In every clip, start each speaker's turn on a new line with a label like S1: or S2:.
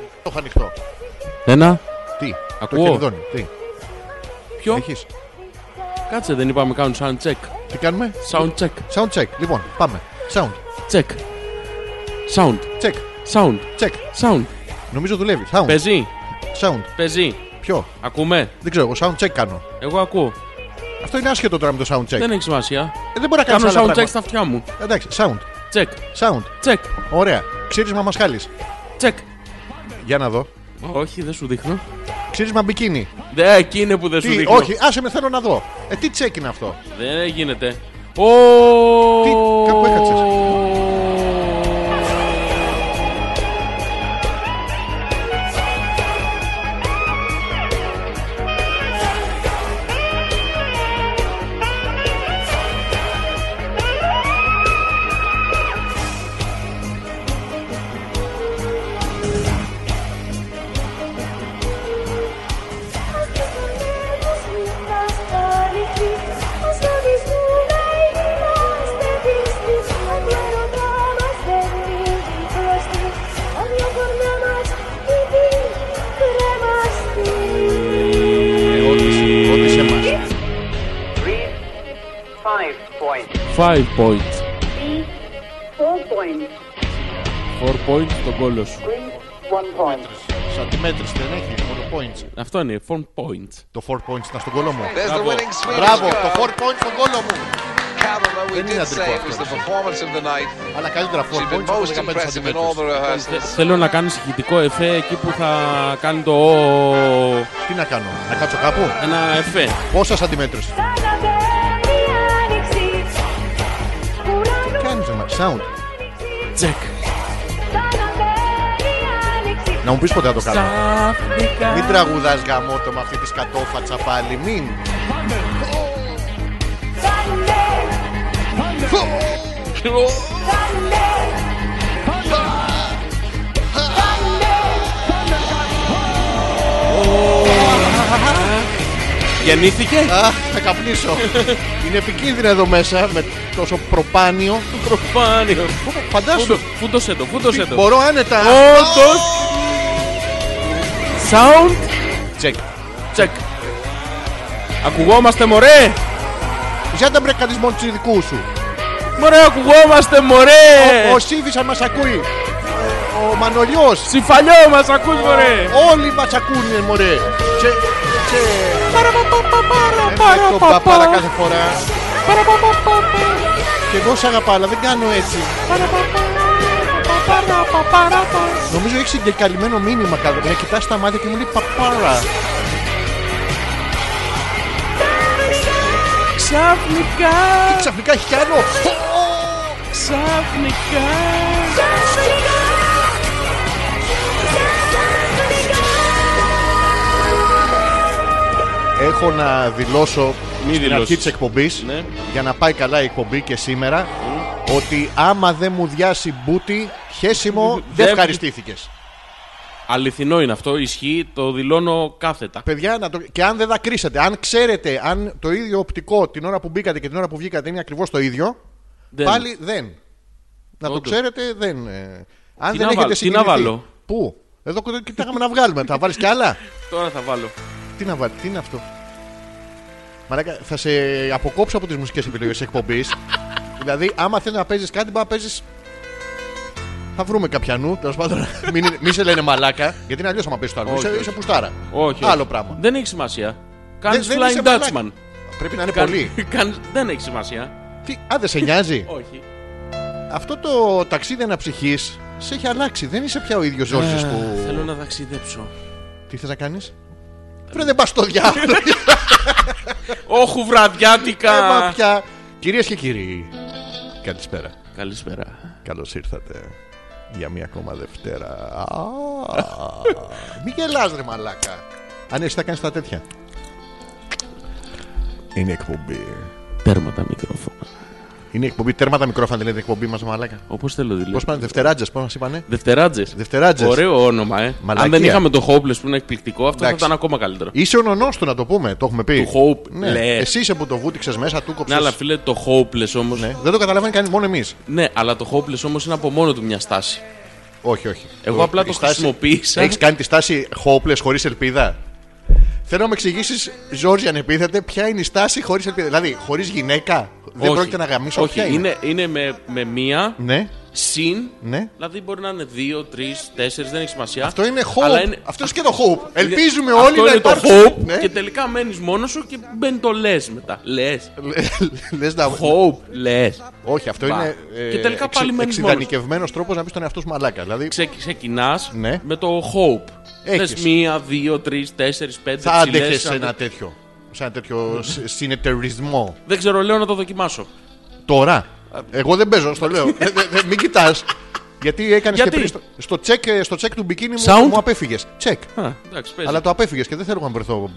S1: Το έχω ανοιχτό.
S2: Ένα.
S1: Τι,
S2: Ακούω.
S1: το κερδώνει. Τι,
S2: Ποιο.
S1: έχεις.
S2: Κάτσε, δεν είπαμε κάνουν sound check.
S1: Τι κάνουμε.
S2: Sound check.
S1: Sound check. Λοιπόν, πάμε. Sound.
S2: Check. Sound.
S1: Check.
S2: Sound.
S1: Check.
S2: Sound.
S1: Νομίζω δουλεύει. Sound.
S2: Παίζει.
S1: Sound.
S2: Παίζει.
S1: Ποιο.
S2: Ακούμε.
S1: Δεν ξέρω, εγώ sound check κάνω.
S2: Εγώ ακούω.
S1: Αυτό είναι άσχετο τώρα με το sound check.
S2: Δεν έχει σημασία.
S1: Ε, δεν μπορεί να κάνεις
S2: Ναι, Κάνω
S1: άλλα
S2: sound
S1: πράγματα.
S2: check στα αυτιά μου.
S1: Εντάξει, sound.
S2: Check.
S1: Sound.
S2: Check.
S1: Ωραία. Ξύρισμα μασχάλης.
S2: Check.
S1: Για να δω.
S2: Όχι, δεν σου δείχνω.
S1: Ξύρισμα μπικίνι.
S2: Δε, εκεί είναι που δεν σου
S1: Τι,
S2: δείχνω.
S1: όχι, άσε με θέλω να δω. Ε, τι τσέκ είναι αυτό.
S2: Δεν γίνεται. Ο...
S1: Τι, κάπου έκατσες. Ό,τι σε εμά.
S3: Read five points.
S2: Five points.
S3: Read four points.
S2: Four points τον κόλλο σου.
S3: Read one point.
S1: Σαντιμέτρη δεν έχει. Μόνο points.
S2: Αυτό είναι, four points.
S1: Το 4 points ήταν στον κόλο μου.
S4: There's the winning Swedish
S1: Μπράβο,
S4: goal.
S1: το 4 points στον κόλο μου.
S4: Karima, we
S1: Δεν είναι
S4: did say it
S1: αντρικό
S4: was the
S1: αυτό.
S4: performance of the night.
S1: Αλλά καλύτερα 4
S4: She's been
S1: points από 15
S4: most impressive in all the
S1: σαντιμέτρε.
S2: Θε-
S4: rehearsals.
S2: Θέλω να κάνεις ηχητικό εφέ εκεί που θα κάνει το ο-
S1: Τι να κάνω, να κάτσω κάπου.
S2: ένα εφέ.
S1: Πόσα σαντιμέτρε. Τι κάνει, μα sound.
S2: Τσεκ.
S1: Να μου πει ποτέ να το κάνω.
S2: Ξαφνικά.
S1: Μην τραγουδάς γαμότο με αυτή τη σκατόφατσα πάλι, μην.
S2: Γεννήθηκε.
S1: Α, θα καπνίσω. Είναι επικίνδυνα εδώ μέσα με τόσο προπάνιο.
S2: Προφάνιο.
S1: Φαντάσου.
S2: Φούντωσε το, φούντωσε το.
S1: Μπορώ άνετα.
S2: Όντως. Sound
S1: Τσεκ.
S2: check. Ακουγόμαστε μωρέ.
S1: Για τα μπρεκαδείς μόνος τους ειδικού σου.
S2: Μωρέ ακουγόμαστε μωρέ.
S1: Ο Σύφης μας ακούει. Ο Μανολιός.
S2: Τσιφαλιό μας ακούς μωρέ.
S1: Όλοι μας ακούνε, μωρέ. Τσε, τσε.
S2: Παρα,
S1: Το
S2: πα,
S1: παπάρα
S2: πα.
S1: κάθε φορά. Και εγώ σ' αγαπάω, αλλά δεν κάνω έτσι. Νομίζω έχεις εγκεκαλυμμένο μήνυμα κάτω. Με κοιτάς στα μάτια και μου λέει παπάρα.
S2: Ξαφνικά,
S1: Ξαφνικά έχει κι άλλο.
S2: ξαφνικά.
S1: Έχω να δηλώσω
S2: Μη
S1: στην
S2: δηλώσεις.
S1: αρχή της εκπομπής
S2: Ναι.
S1: για να πάει καλά η εκπομπή και σήμερα ότι άμα δεν μου διάσει μπούτι, χέσιμο, δεν
S2: Δεν-
S1: ευχαριστήθηκες.
S2: Αληθινό είναι αυτό, ισχύει, το δηλώνω κάθετα.
S1: Παιδιά, να το... και αν δεν δακρύσατε, αν ξέρετε, αν το ίδιο οπτικό την ώρα που μπήκατε και την ώρα που βγήκατε είναι ακριβώς το ίδιο,
S2: Δεν.
S1: πάλι δεν. Να το
S2: Όντως.
S1: ξέρετε, δεν. ε, Αν
S2: Τι
S1: δεν
S2: να
S1: έχετε
S2: βάλω, τι να
S1: συγκινηθεί.
S2: βάλω.
S1: Πού? Εδώ κο- κοιτάγαμε να βγάλουμε. Θα βάλεις κι άλλα.
S2: Τώρα θα βάλω.
S1: Τι να βάλει, τι είναι αυτό. Μαλάκα, θα σε αποκόψω από τις μουσικές επιλογές εκπομπής. δηλαδή, άμα θέλεις να παίζεις κάτι, μπορεί να παίζεις. Θα βρούμε κάποια νου. Τέλος πάντων, μην, είναι- μη σε λένε μαλάκα. Γιατί είναι αλλιώς άμα παίζει το άλλο.
S2: Όχι,
S1: Είσαι,
S2: όχι.
S1: είσαι πουστάρα.
S2: Όχι.
S1: Άλλο
S2: όχι.
S1: πράγμα.
S2: Δεν έχει σημασία. Κάνεις
S1: δεν είσαι
S2: Flying
S1: μαλάκα.
S2: Dutchman.
S1: Πρέπει να είναι
S2: Κάν-
S1: πολύ.
S2: κάνεις- Δεν έχει σημασία.
S1: Τι, α, δεν σε νοιάζει.
S2: Όχι.
S1: Αυτό το ταξίδι αναψυχής σε έχει αλλάξει. Δεν είσαι πια ο ίδιος
S2: Ε.
S1: Ζόρζης που.
S2: Θέλω να ταξιδέψω.
S1: Τι θες να κάνεις. Βρε δεν πας στο διάβολο.
S2: Όχου βραδιάτικα.
S1: Έμα Ε, πια. Κυρίες και κύριοι, καλησπέρα.
S2: Καλησπέρα.
S1: Καλώς ήρθατε για μία ακόμα Δευτέρα. Α, Μη γελάς ρε μαλάκα. Αν εσύ θα κάνεις τα τέτοια. Είναι εκπομπή.
S2: Τέρμα τα μικρόφωνα.
S1: Είναι η εκπομπή τέρμα τα μικρόφωνα, δηλαδή η εκπομπή μας, μαλάκα.
S2: Όπως θέλω δηλαδή.
S1: Πώς πάνε, Δευτεράτζες, πώς μας είπανε.
S2: Δευτεράτζες.
S1: Δευτεράτζες.
S2: Ωραίο όνομα, ε.
S1: Μαλακία.
S2: Αν δεν είχαμε το Hopeless που είναι εκπληκτικό, αυτό
S1: Εντάξει.
S2: θα ήταν ακόμα καλύτερο.
S1: Είσαι ο νονός του να το πούμε, το έχουμε πει.
S2: Του Hope,
S1: ναι.
S2: λες.
S1: Εσύ είσαι που το βούτυξες μέσα, του κόψες.
S2: Ναι, αλλά φίλε, το Hopeless όμως.
S1: Ναι. Δεν το καταλαβαίνει κανείς, μόνο εμείς.
S2: Ναι, αλλά το Hopeless όμως είναι από μόνο του μια στάση.
S1: Όχι, όχι.
S2: Εγώ απλά το χρησιμοποίησα.
S1: Έχεις κάνει τη στάση hopeless χωρίς ελπίδα. Θέλω να μου εξηγήσεις, Ζόρζι, αν επίθετε, ποια είναι η στάση χωρίς ελπίδα. Δηλαδή, χωρίς γυναίκα. Δεν
S2: Όχι.
S1: πρόκειται να γαμίσω
S2: Όχι,
S1: ποια
S2: είναι, είναι, με, με μία
S1: Ναι,
S2: συν.
S1: ναι.
S2: Δηλαδή μπορεί να είναι δύο, τρεις, τέσσερις, δεν έχει σημασία.
S1: Αυτό είναι
S2: Αλλά
S1: hope.
S2: είναι-
S1: Αυτός και το hope. Ελπίζουμε
S2: Αυτό
S1: όλοι να
S2: είναι
S1: υπάρξουν.
S2: το hope
S1: Ναι.
S2: και τελικά μένεις μόνος σου και μπαίνει το λες μετά. Λες.
S1: Λε να
S2: Hope, λες.
S1: Όχι, αυτό
S2: Μπα.
S1: είναι. ε,
S2: Και τελικά πάλι
S1: εξυ-
S2: μένεις μόνος.
S1: εξειδανικευμένος τρόπος να πεις τον εαυτός σου μαλάκα. Δηλαδή,
S2: Ξεκινάς
S1: Ναι.
S2: με το hope.
S1: Έχεις.
S2: Θες μία, δύο, τρεις, τέσσερις, πέντε,
S1: θα
S2: ψηλές,
S1: άντεχες σε
S2: αντε-
S1: ένα τέτοιο. Σε ένα τέτοιο συ- συνεταιρισμό.
S2: Δεν ξέρω, λέω να το δοκιμάσω.
S1: Τώρα. Εγώ δεν παίζω, στο λέω. Ε, Δε- δε- δε- Μην κοιτάς. Γιατί έκανες και
S2: Γιατί?
S1: πριν. στο- Στο τσεκ, ε, στο τσεκ του μπικίνι μου,
S2: Sound?
S1: μου απέφυγες. Τσεκ.
S2: Α, εντάξει, παίζει.
S1: Αλλά το απέφυγες και δεν θέλω να βρεθώ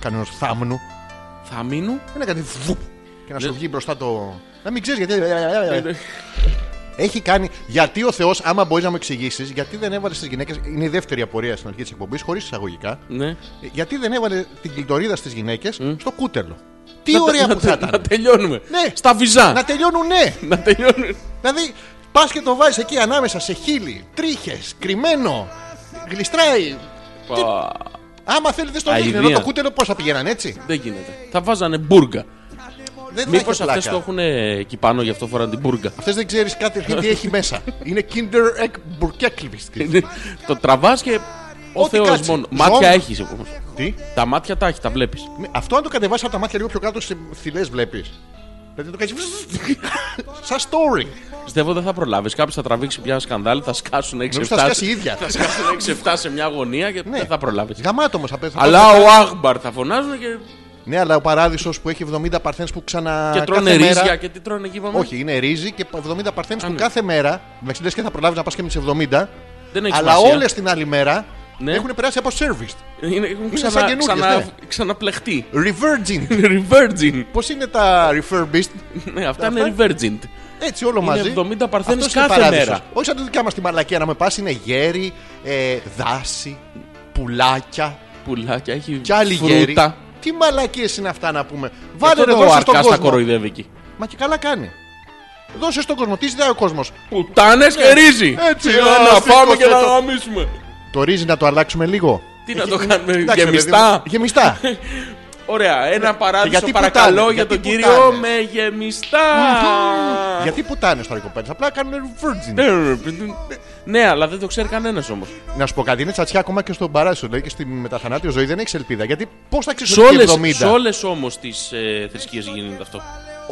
S1: κανένας θάμνου.
S2: Θα μείνω.
S1: Ένα κάτι βουπ και να σου
S2: Δεν-
S1: βγει μπροστά το. Να μην ξέρεις γιατί. Έχει κάνει. Γιατί ο Θεός, άμα μπορείς να μου εξηγήσεις, γιατί δεν έβαλες τις γυναίκες. Είναι η δεύτερη απορία στην αρχή της εκπομπής, χωρίς εισαγωγικά.
S2: Ναι.
S1: Ε, Γιατί δεν έβαλε την κλειτορίδα στις γυναίκες στο κούτελο. Τι
S2: Να-
S1: ωραία
S2: να-
S1: που θα
S2: Να
S1: ήταν.
S2: τελειώνουμε.
S1: Ναι.
S2: Στα βυζά.
S1: Να τελειώνουν, ναι.
S2: Να τελειώνουμε.
S1: Δηλαδή, πας και το βάζεις εκεί ανάμεσα σε χείλη, τρίχες, κρυμμένο, γλιστράει.
S2: Πα,
S1: Άμα θέλεις, δεν στο
S2: Αηδία.
S1: δείχνει. Εδώ το κούτελο πώς θα πηγαίναν έτσι.
S2: Δεν γίνεται. Θα βάζανε μπουργκα.
S1: Δεν θα
S2: Μήπως
S1: είχε
S2: αυτές
S1: πλάκα.
S2: το έχουν εκεί πάνω, γι' αυτό φοράνε την μπουργκα.
S1: Αυτές δεν ξέρεις κάτι τι έχει μέσα. Είναι Kinder Egg Burkeklivis.
S2: Είναι- το τραβάς και ο
S1: Ό,τι
S2: Θεός
S1: κάτσε.
S2: μόνο.
S1: Ζώμα.
S2: Μάτια έχεις όμως.
S1: Τι.
S2: Τα μάτια τα έχεις, τα βλέπεις.
S1: Ναι, Αυτό αν το κατεβάσεις από τα μάτια λίγο πιο κάτω σε θηλές βλέπεις. Δηλαδή το κάνεις. Σαν story.
S2: Πιστεύω δεν θα προλάβεις. Κάποιος θα τραβήξει πια σκανδάλι, θα σκάσουν 6-7.
S1: Νομίζω θα σκάσει η ίδια.
S2: Θα σκάσουν 6-7 σε μια γωνία
S1: Ναι.
S2: και δεν θα προλάβεις.
S1: Γαμάτο όμως απέθανε.
S2: Αλλά ο Άγμπαρ θα φωνάζουν και,
S1: Ναι, αλλά ο παράδεισος που έχει 70 παρθένες που ξανα.
S2: και τρώνε
S1: κάθε
S2: ρίζια
S1: μέρα-
S2: και τι τρώνε εκεί είπαμε.
S1: Όχι, είναι ρύζι και 70 παρθένε που
S2: ναι.
S1: κάθε μέρα. Με λε και θα προλάβεις να πας και με τις 70.
S2: Δεν έχει
S1: Αλλά
S2: σημασία.
S1: όλες την άλλη μέρα
S2: Ναι.
S1: έχουν περάσει από serviced.
S2: Είναι, έχουν
S1: σαν
S2: ξανα,
S1: καινούριες,
S2: ξανα,
S1: ναι.
S2: ξαναπλεχτεί.
S1: Reverging.
S2: Revergin.
S1: Πώς είναι τα refurbished.
S2: Ναι, αυτά είναι revergent.
S1: Έτσι όλο
S2: Είναι
S1: μαζί.
S2: 70 παρθένες
S1: Αυτός είναι
S2: κάθε
S1: παράδεισος.
S2: μέρα.
S1: Όχι σαν τη δικιά μας τη μαλακία να με πας είναι γέρι, ε, δάση, πουλάκια
S2: Πουλάκια, έχει
S1: και άλλοι γέροι.
S2: φρούτα.
S1: Τι μαλακίες είναι αυτά να πούμε.
S2: Αυτό
S1: Βάλε
S2: ρε
S1: το
S2: ο
S1: δώσε στον
S2: Αρκάς τα
S1: κόσμο.
S2: κοροϊδεύει εκεί.
S1: Μα και καλά κάνει. Δώσε στον κόσμο. Τι ζητάει ο κόσμος.
S2: Πουτάνες και ρύζι.
S1: Έτσι,
S2: Ε,
S1: α,
S2: να πάμε
S1: σήκωσε
S2: και να
S1: το-
S2: γαμίσουμε.
S1: Το ρύζι να το αλλάξουμε λίγο.
S2: Τι να το κάνουμε,
S1: Εντάξει, ρε παιδί μου,
S2: Ε, γεμιστά.
S1: Γεμιστά.
S2: Ωραία, ένα παράδεισο
S1: Ε, ναι. γιατί
S2: παρακαλώ
S1: πουτάνε,
S2: για τον
S1: γιατί
S2: κύριο
S1: πουτάνε.
S2: με γεμιστά.
S1: Γιατί πουτάνε τώρα οι κοπέλε. Απλά κάνουν virgin.
S2: Ναι, αλλά δεν το ξέρει κανένας όμως.
S1: Να σου πω κάτι. Είναι τσατσιά ακόμα και στον παράδεισο. Δηλαδή και στη μεταθανάτιο ζωή δεν έχει ελπίδα. Γιατί πώς θα
S2: Σε
S1: ξεσπάσει
S2: όλε
S1: 70.
S2: όλες όμως τις ε, θρησκείες γίνεται αυτό.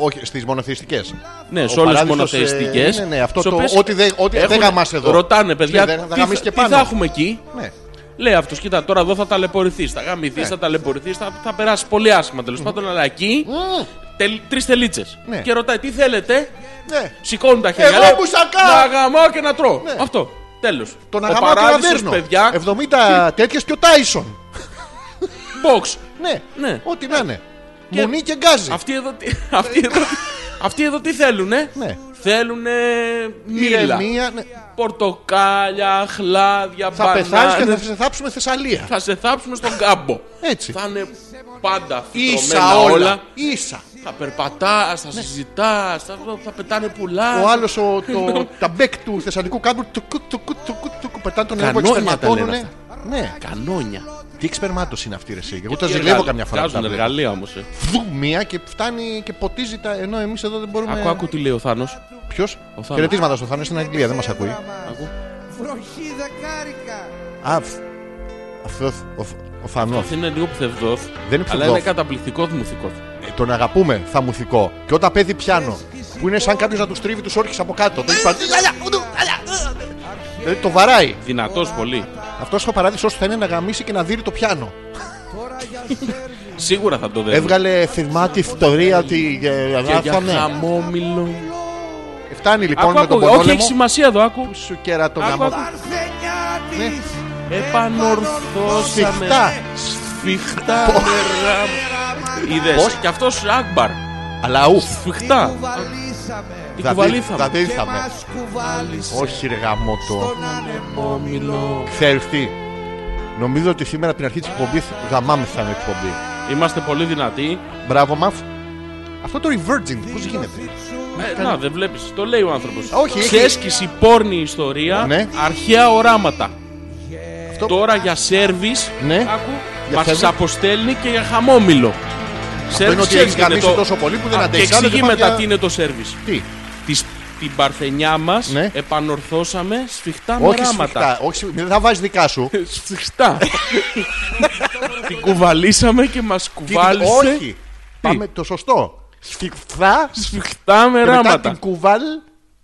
S1: Όχι, στις μονοθεϊστικές.
S2: Ναι,
S1: Ο
S2: σε όλες τις
S1: παράδεισος,
S2: μονοθεϊστικέ.
S1: ε, ναι, ναι, αυτό το- ό,τι δεν- ό,τι δεν γαμάς εδώ.
S2: Ρωτάνε, παιδιά,
S1: Ναι, δεν- θα
S2: τι,
S1: γαμίσεις
S2: θα-
S1: και
S2: τι
S1: πάνω.
S2: θα έχουμε εκεί.
S1: Ναι.
S2: Λέει αυτός, κοίτα, τώρα εδώ θα ταλαιπωρηθείς. Θα γαμηθείς, θα ταλαιπωρηθείς, θα, θα περάσεις πολύ άσχημα τέλος πάντων. Αλλά εκεί τρεις τελίτσες.
S1: Ναι.
S2: Και ρωτάει, τι θέλετε,
S1: Ναι.
S2: σηκώνουν τα χέρια.
S1: Εγώ
S2: λέει,
S1: μουσακά!
S2: Να γαμάω και να τρώω.
S1: Ναι.
S2: Αυτό. Τέλος.
S1: Τον αγαμάω και να δέρνω.
S2: παιδιά,
S1: 70 τέτοιες και ο Τάισον.
S2: box.
S1: Ναι.
S2: Ναι.
S1: Ό,τι να είναι.
S2: Και-
S1: Μονή και γκάζι.
S2: Αυτοί εδώ, τι- αυτοί εδώ, αυτοί εδώ τι θέλουνε.
S1: Ναι.
S2: Θέλουνε μήλα.
S1: Ηρεμία. ναι.
S2: Πορτοκάλια, χλάδια,
S1: Θα πεθάνεις και
S2: μπανάνε.
S1: θα σε θάψουμε Θεσσαλία.
S2: Θα σε θάψουμε στον κάμπο.
S1: Έτσι.
S2: Θα είναι πάντα
S1: Ίσα
S2: φυτρωμένα όλα.
S1: όλα. Ίσα.
S2: Θα περπατάς, θα συζητάς, θα, θα πετάνε πουλά.
S1: Ο άλλος, τα μπέκ του θεσσαλικού κάμπου, του κου, του κου, του κου, του κου, πετάνε τον έργο,
S2: Κανόνια τα
S1: εξπερματώνουν.
S2: λένε
S1: Ναι.
S2: Κανόνια.
S1: Τι εξπερμάτωση είναι αυτή, ρε εσύ. Εγώ τα ζηλεύω καμιά φορά. που τα
S2: Βγάζουν
S1: βλέπω.
S2: εργαλεία όμω.
S1: Φου, Μία και φτάνει και ποτίζει τα. Ενώ εμείς εδώ δεν μπορούμε.
S2: Ακού, ακού τι λέει ο Θάνος.
S1: Ποιος.
S2: Θάνος.
S1: Χαιρετίσματα στο Θάνο στην Αγγλία, δεν μας ακούει.
S5: Βροχή δεκάρικα.
S1: Α, φ- αυτό ο, ο Θάνος.
S2: Αυτό είναι λίγο ψευδός.
S1: Δεν είναι
S2: Αλλά
S1: ψευδός.
S2: είναι καταπληκτικός δημοτικό.
S1: Τον αγαπούμε, θαμουθικό. Και όταν παίζει πιάνο, που είναι σαν κάποιος να τους τρίβει τους όρχες από κάτω. Το έχεις πάρει. Δηλαδή το βαράει.
S2: Δυνατός πολύ.
S1: Αυτός ο παράδεισο θα είναι να γαμίσει και να δίνει το πιάνο.
S2: Σίγουρα θα το δέχομαι.
S1: Έβγαλε θυμάτη ιστορία ότι ε,
S2: Και για
S1: γράφανε.
S2: χαμόμηλο.
S1: Φτάνει λοιπόν
S2: Ακού,
S1: με τον
S2: ακού. Όχι, έχει
S1: πονόλεμο.
S2: σημασία εδώ, άκου.
S1: Σου κέρα το
S2: Άκου,
S1: γαμό.
S2: άκου.
S5: Παρθενιά
S1: Ναι.
S5: της
S2: Επανορθώσαμε.
S1: Σφιχτά.
S2: Σφιχτά. νερά. Είδες.
S1: Πώς?
S2: Και αυτός Ακμπαρ.
S1: Αλλά ουφ.
S2: Σφιχτά.
S5: κουβαλής κουβαλήσαμε
S2: Τι
S1: Δα-
S2: κουβαλήθαμε.
S1: δα-
S5: και
S1: ήρθαμε.
S5: μας κουβάλισες
S1: Όχι, ρε γαμότο.
S5: στον ανεμόμυλο
S1: Ξέρεις τι. Νομίζω ότι σήμερα την αρχή της εκπομπής γαμάμε σαν εκπομπή.
S2: Είμαστε πολύ δυνατοί.
S1: Μπράβο, μαφ. Αυτό το reverging, πώς γίνεται.
S2: Ε, να, δεν βλέπεις. Το λέει ο άνθρωπος.
S1: Ναι, Όχι, έχει-
S2: Ξέσκηση, πόρνη ιστορία.
S1: Ναι.
S2: Αρχαία οράματα.
S1: Αυτό-
S2: Τώρα για σερβι.
S1: Ναι.
S2: Άκου.
S1: Για service.
S2: Μας αποστέλνει και για χαμόμηλο. Service,
S1: είναι ότι
S2: ξέρεις,
S1: έχεις γαμίσει
S2: είναι το-
S1: τόσο πολύ που δεν
S2: Α,
S1: αντέχεις.
S2: Και
S1: Άντε,
S2: εξηγεί
S1: δεν
S2: μετά
S1: πάνε
S2: τι είναι το σερβις.
S1: Τι.
S2: Της- Την παρθενιά μας
S1: Ναι.
S2: επανορθώσαμε σφιχτά με
S1: Όχι
S2: οράματα.
S1: σφιχτά. Όχι, δεν θα βάζεις δικά σου.
S2: Σφιχτά. Την κουβαλήσαμε και μας
S1: Τι-
S2: κουβάλισε.
S1: Όχι. Πάμε το σωστό. Σφιχτά.
S2: Σφιχτά με
S1: Και μετά την
S2: ράματα.
S1: κουβάλ.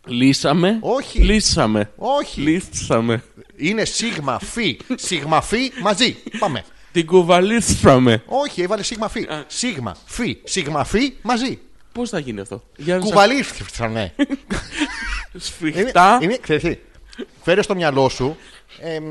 S2: Λύσαμε.
S1: Όχι.
S2: Λύσαμε.
S1: Όχι.
S2: Λύσαμε.
S1: Είναι σίγμα φι. Σίγμα φι μαζί. Πάμε.
S2: Την κουβαλήσαμε.
S1: Όχι, έβαλε σίγμα φι. Σίγμα φι. Σίγμα φι μαζί.
S2: Πώς θα γίνει αυτό, Για να
S1: Κουβαλήθηκα,
S2: σας-
S1: Είναι,
S2: Σφιχτά.
S1: είναι, ξέρεις τι, φέρε στο μυαλό σου εμ,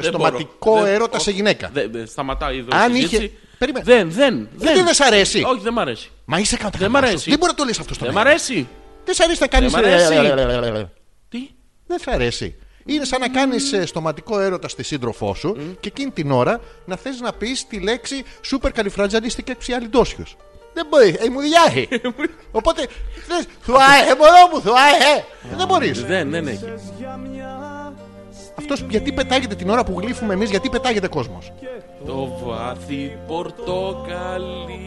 S1: ε, στοματικό
S2: μπορώ. Δεν-
S1: έρωτα σε γυναίκα.
S2: Δε- δε- σταματάει εδώ.
S1: Αν
S2: η
S1: είχε-
S2: συζήτηση.
S1: Περίμενε.
S2: Δεν, δεν.
S1: Γιατί δεν σ' αρέσει.
S2: Όχι, δεν μ' αρέσει.
S1: Μα είσαι κατά.
S2: Δεν μ' αρέσει.
S1: Δεν μπορεί να το λες αυτό στο
S2: Δεν μ'
S1: μυαλό.
S2: αρέσει.
S1: Δεν σ' αρέσει να κάνεις...
S2: Δεν μ' αρέσει.
S1: ε,
S2: Τι.
S1: Δεν σ' αρέσει. Είναι σαν να κάνεις ε, στοματικό έρωτα στη σύντροφό σου και εκείνη την ώρα να θες να πεις τη λέξη σούπερ καλυφράτζαλίστηκε ξιαλιντόσιος. Δεν μπορεί. Ε, μου διάχει. Οπότε θες θουάε, ε, μωρό μου, θουάε. ε. Δεν μπορείς.
S2: Δεν, δεν έχει.
S1: Αυτός γιατί πετάγεται την ώρα που γλύφουμε εμείς, γιατί πετάγεται κόσμος.
S2: Το βάθη πορτοκαλί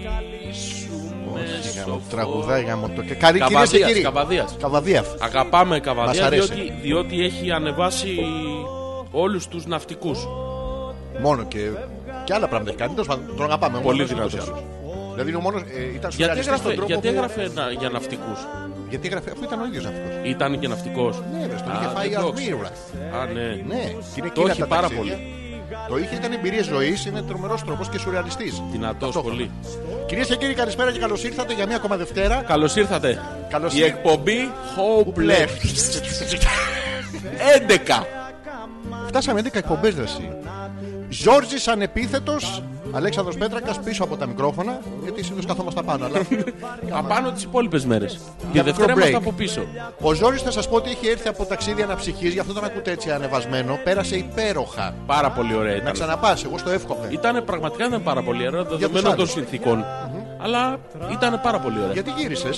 S2: σου
S1: Όχι,
S2: μέσω
S1: γάμο,
S2: φως.
S1: τραγουδάει γάμο το. Και Καλή κυρίες και
S2: Καβαδίας,
S1: κύριοι.
S2: καβαδίας.
S1: Καβαδίας.
S2: Αγαπάμε καβαδία
S1: Μας αρέσει.
S2: διότι, διότι έχει ανεβάσει όλους τους ναυτικούς.
S1: Μόνο και, και άλλα πράγματα έχει κάνει. Τέλος πάντων, τον αγαπάμε.
S2: Πολύ
S1: Όμως, ούτως ή
S2: δυνατός.
S1: άλλως. Δηλαδή είναι ο μόνος, ε, ήταν
S2: Γιατί
S1: σουρεαλιστής
S2: έγραφε,
S1: στον τρόπο
S2: γιατί
S1: που-
S2: έγραφε να- για ναυτικούς.
S1: Γιατί έγραφε, αφού ήταν ο ίδιος ναυτικός.
S2: Ήταν και ναυτικός.
S1: Ναι, ρε, τον
S2: Α,
S1: είχε φάει
S2: δεν το
S1: αρμύρα.
S2: ξέρω. Α, ναι.
S1: Ναι, και είναι
S2: Το
S1: εκείνα
S2: έχει
S1: τα
S2: πάρα
S1: ταξίδια. Το είχε, ήταν εμπειρία ζωής, είναι τρομερός τρόπος και σουρεαλιστής.
S2: Δυνατός πολύ.
S1: Κυρίες και κύριοι, καλησπέρα και καλώς ήρθατε για μία ακόμα Δευτέρα.
S2: Καλώς ήρθατε.
S1: Καλώς
S2: Η
S1: ήρθατε.
S2: εκπομπή Hopeless. 11.
S1: Φτάσαμε 11 εκπομπέ δραση. Ζόρζης ανεπίθετος, Αλέξανδρος Πέτρακας πίσω από τα μικρόφωνα, γιατί συνήθως καθόμαστε πάνω. Αλλά
S2: Απάνω τις υπόλοιπες μέρες. Τη
S1: μικρό
S2: Δευτέρα είμαστε
S1: break.
S2: από πίσω.
S1: ο Ζόρζη θα σας πω ότι έχει έρθει από ταξίδι αναψυχή, γι' αυτό τον ακούτε έτσι ανεβασμένο. Πέρασε υπέροχα.
S2: Πάρα πολύ ωραία
S1: Να
S2: ήταν.
S1: ξαναπάς, εγώ στο εύχομαι.
S2: Ήταν πραγματικά ήταν πάρα πολύ ωραία δεδομένων
S1: άλλους.
S2: των συνθηκων Αλλά ήταν πάρα πολύ ωραία.
S1: Γιατί γύρισε.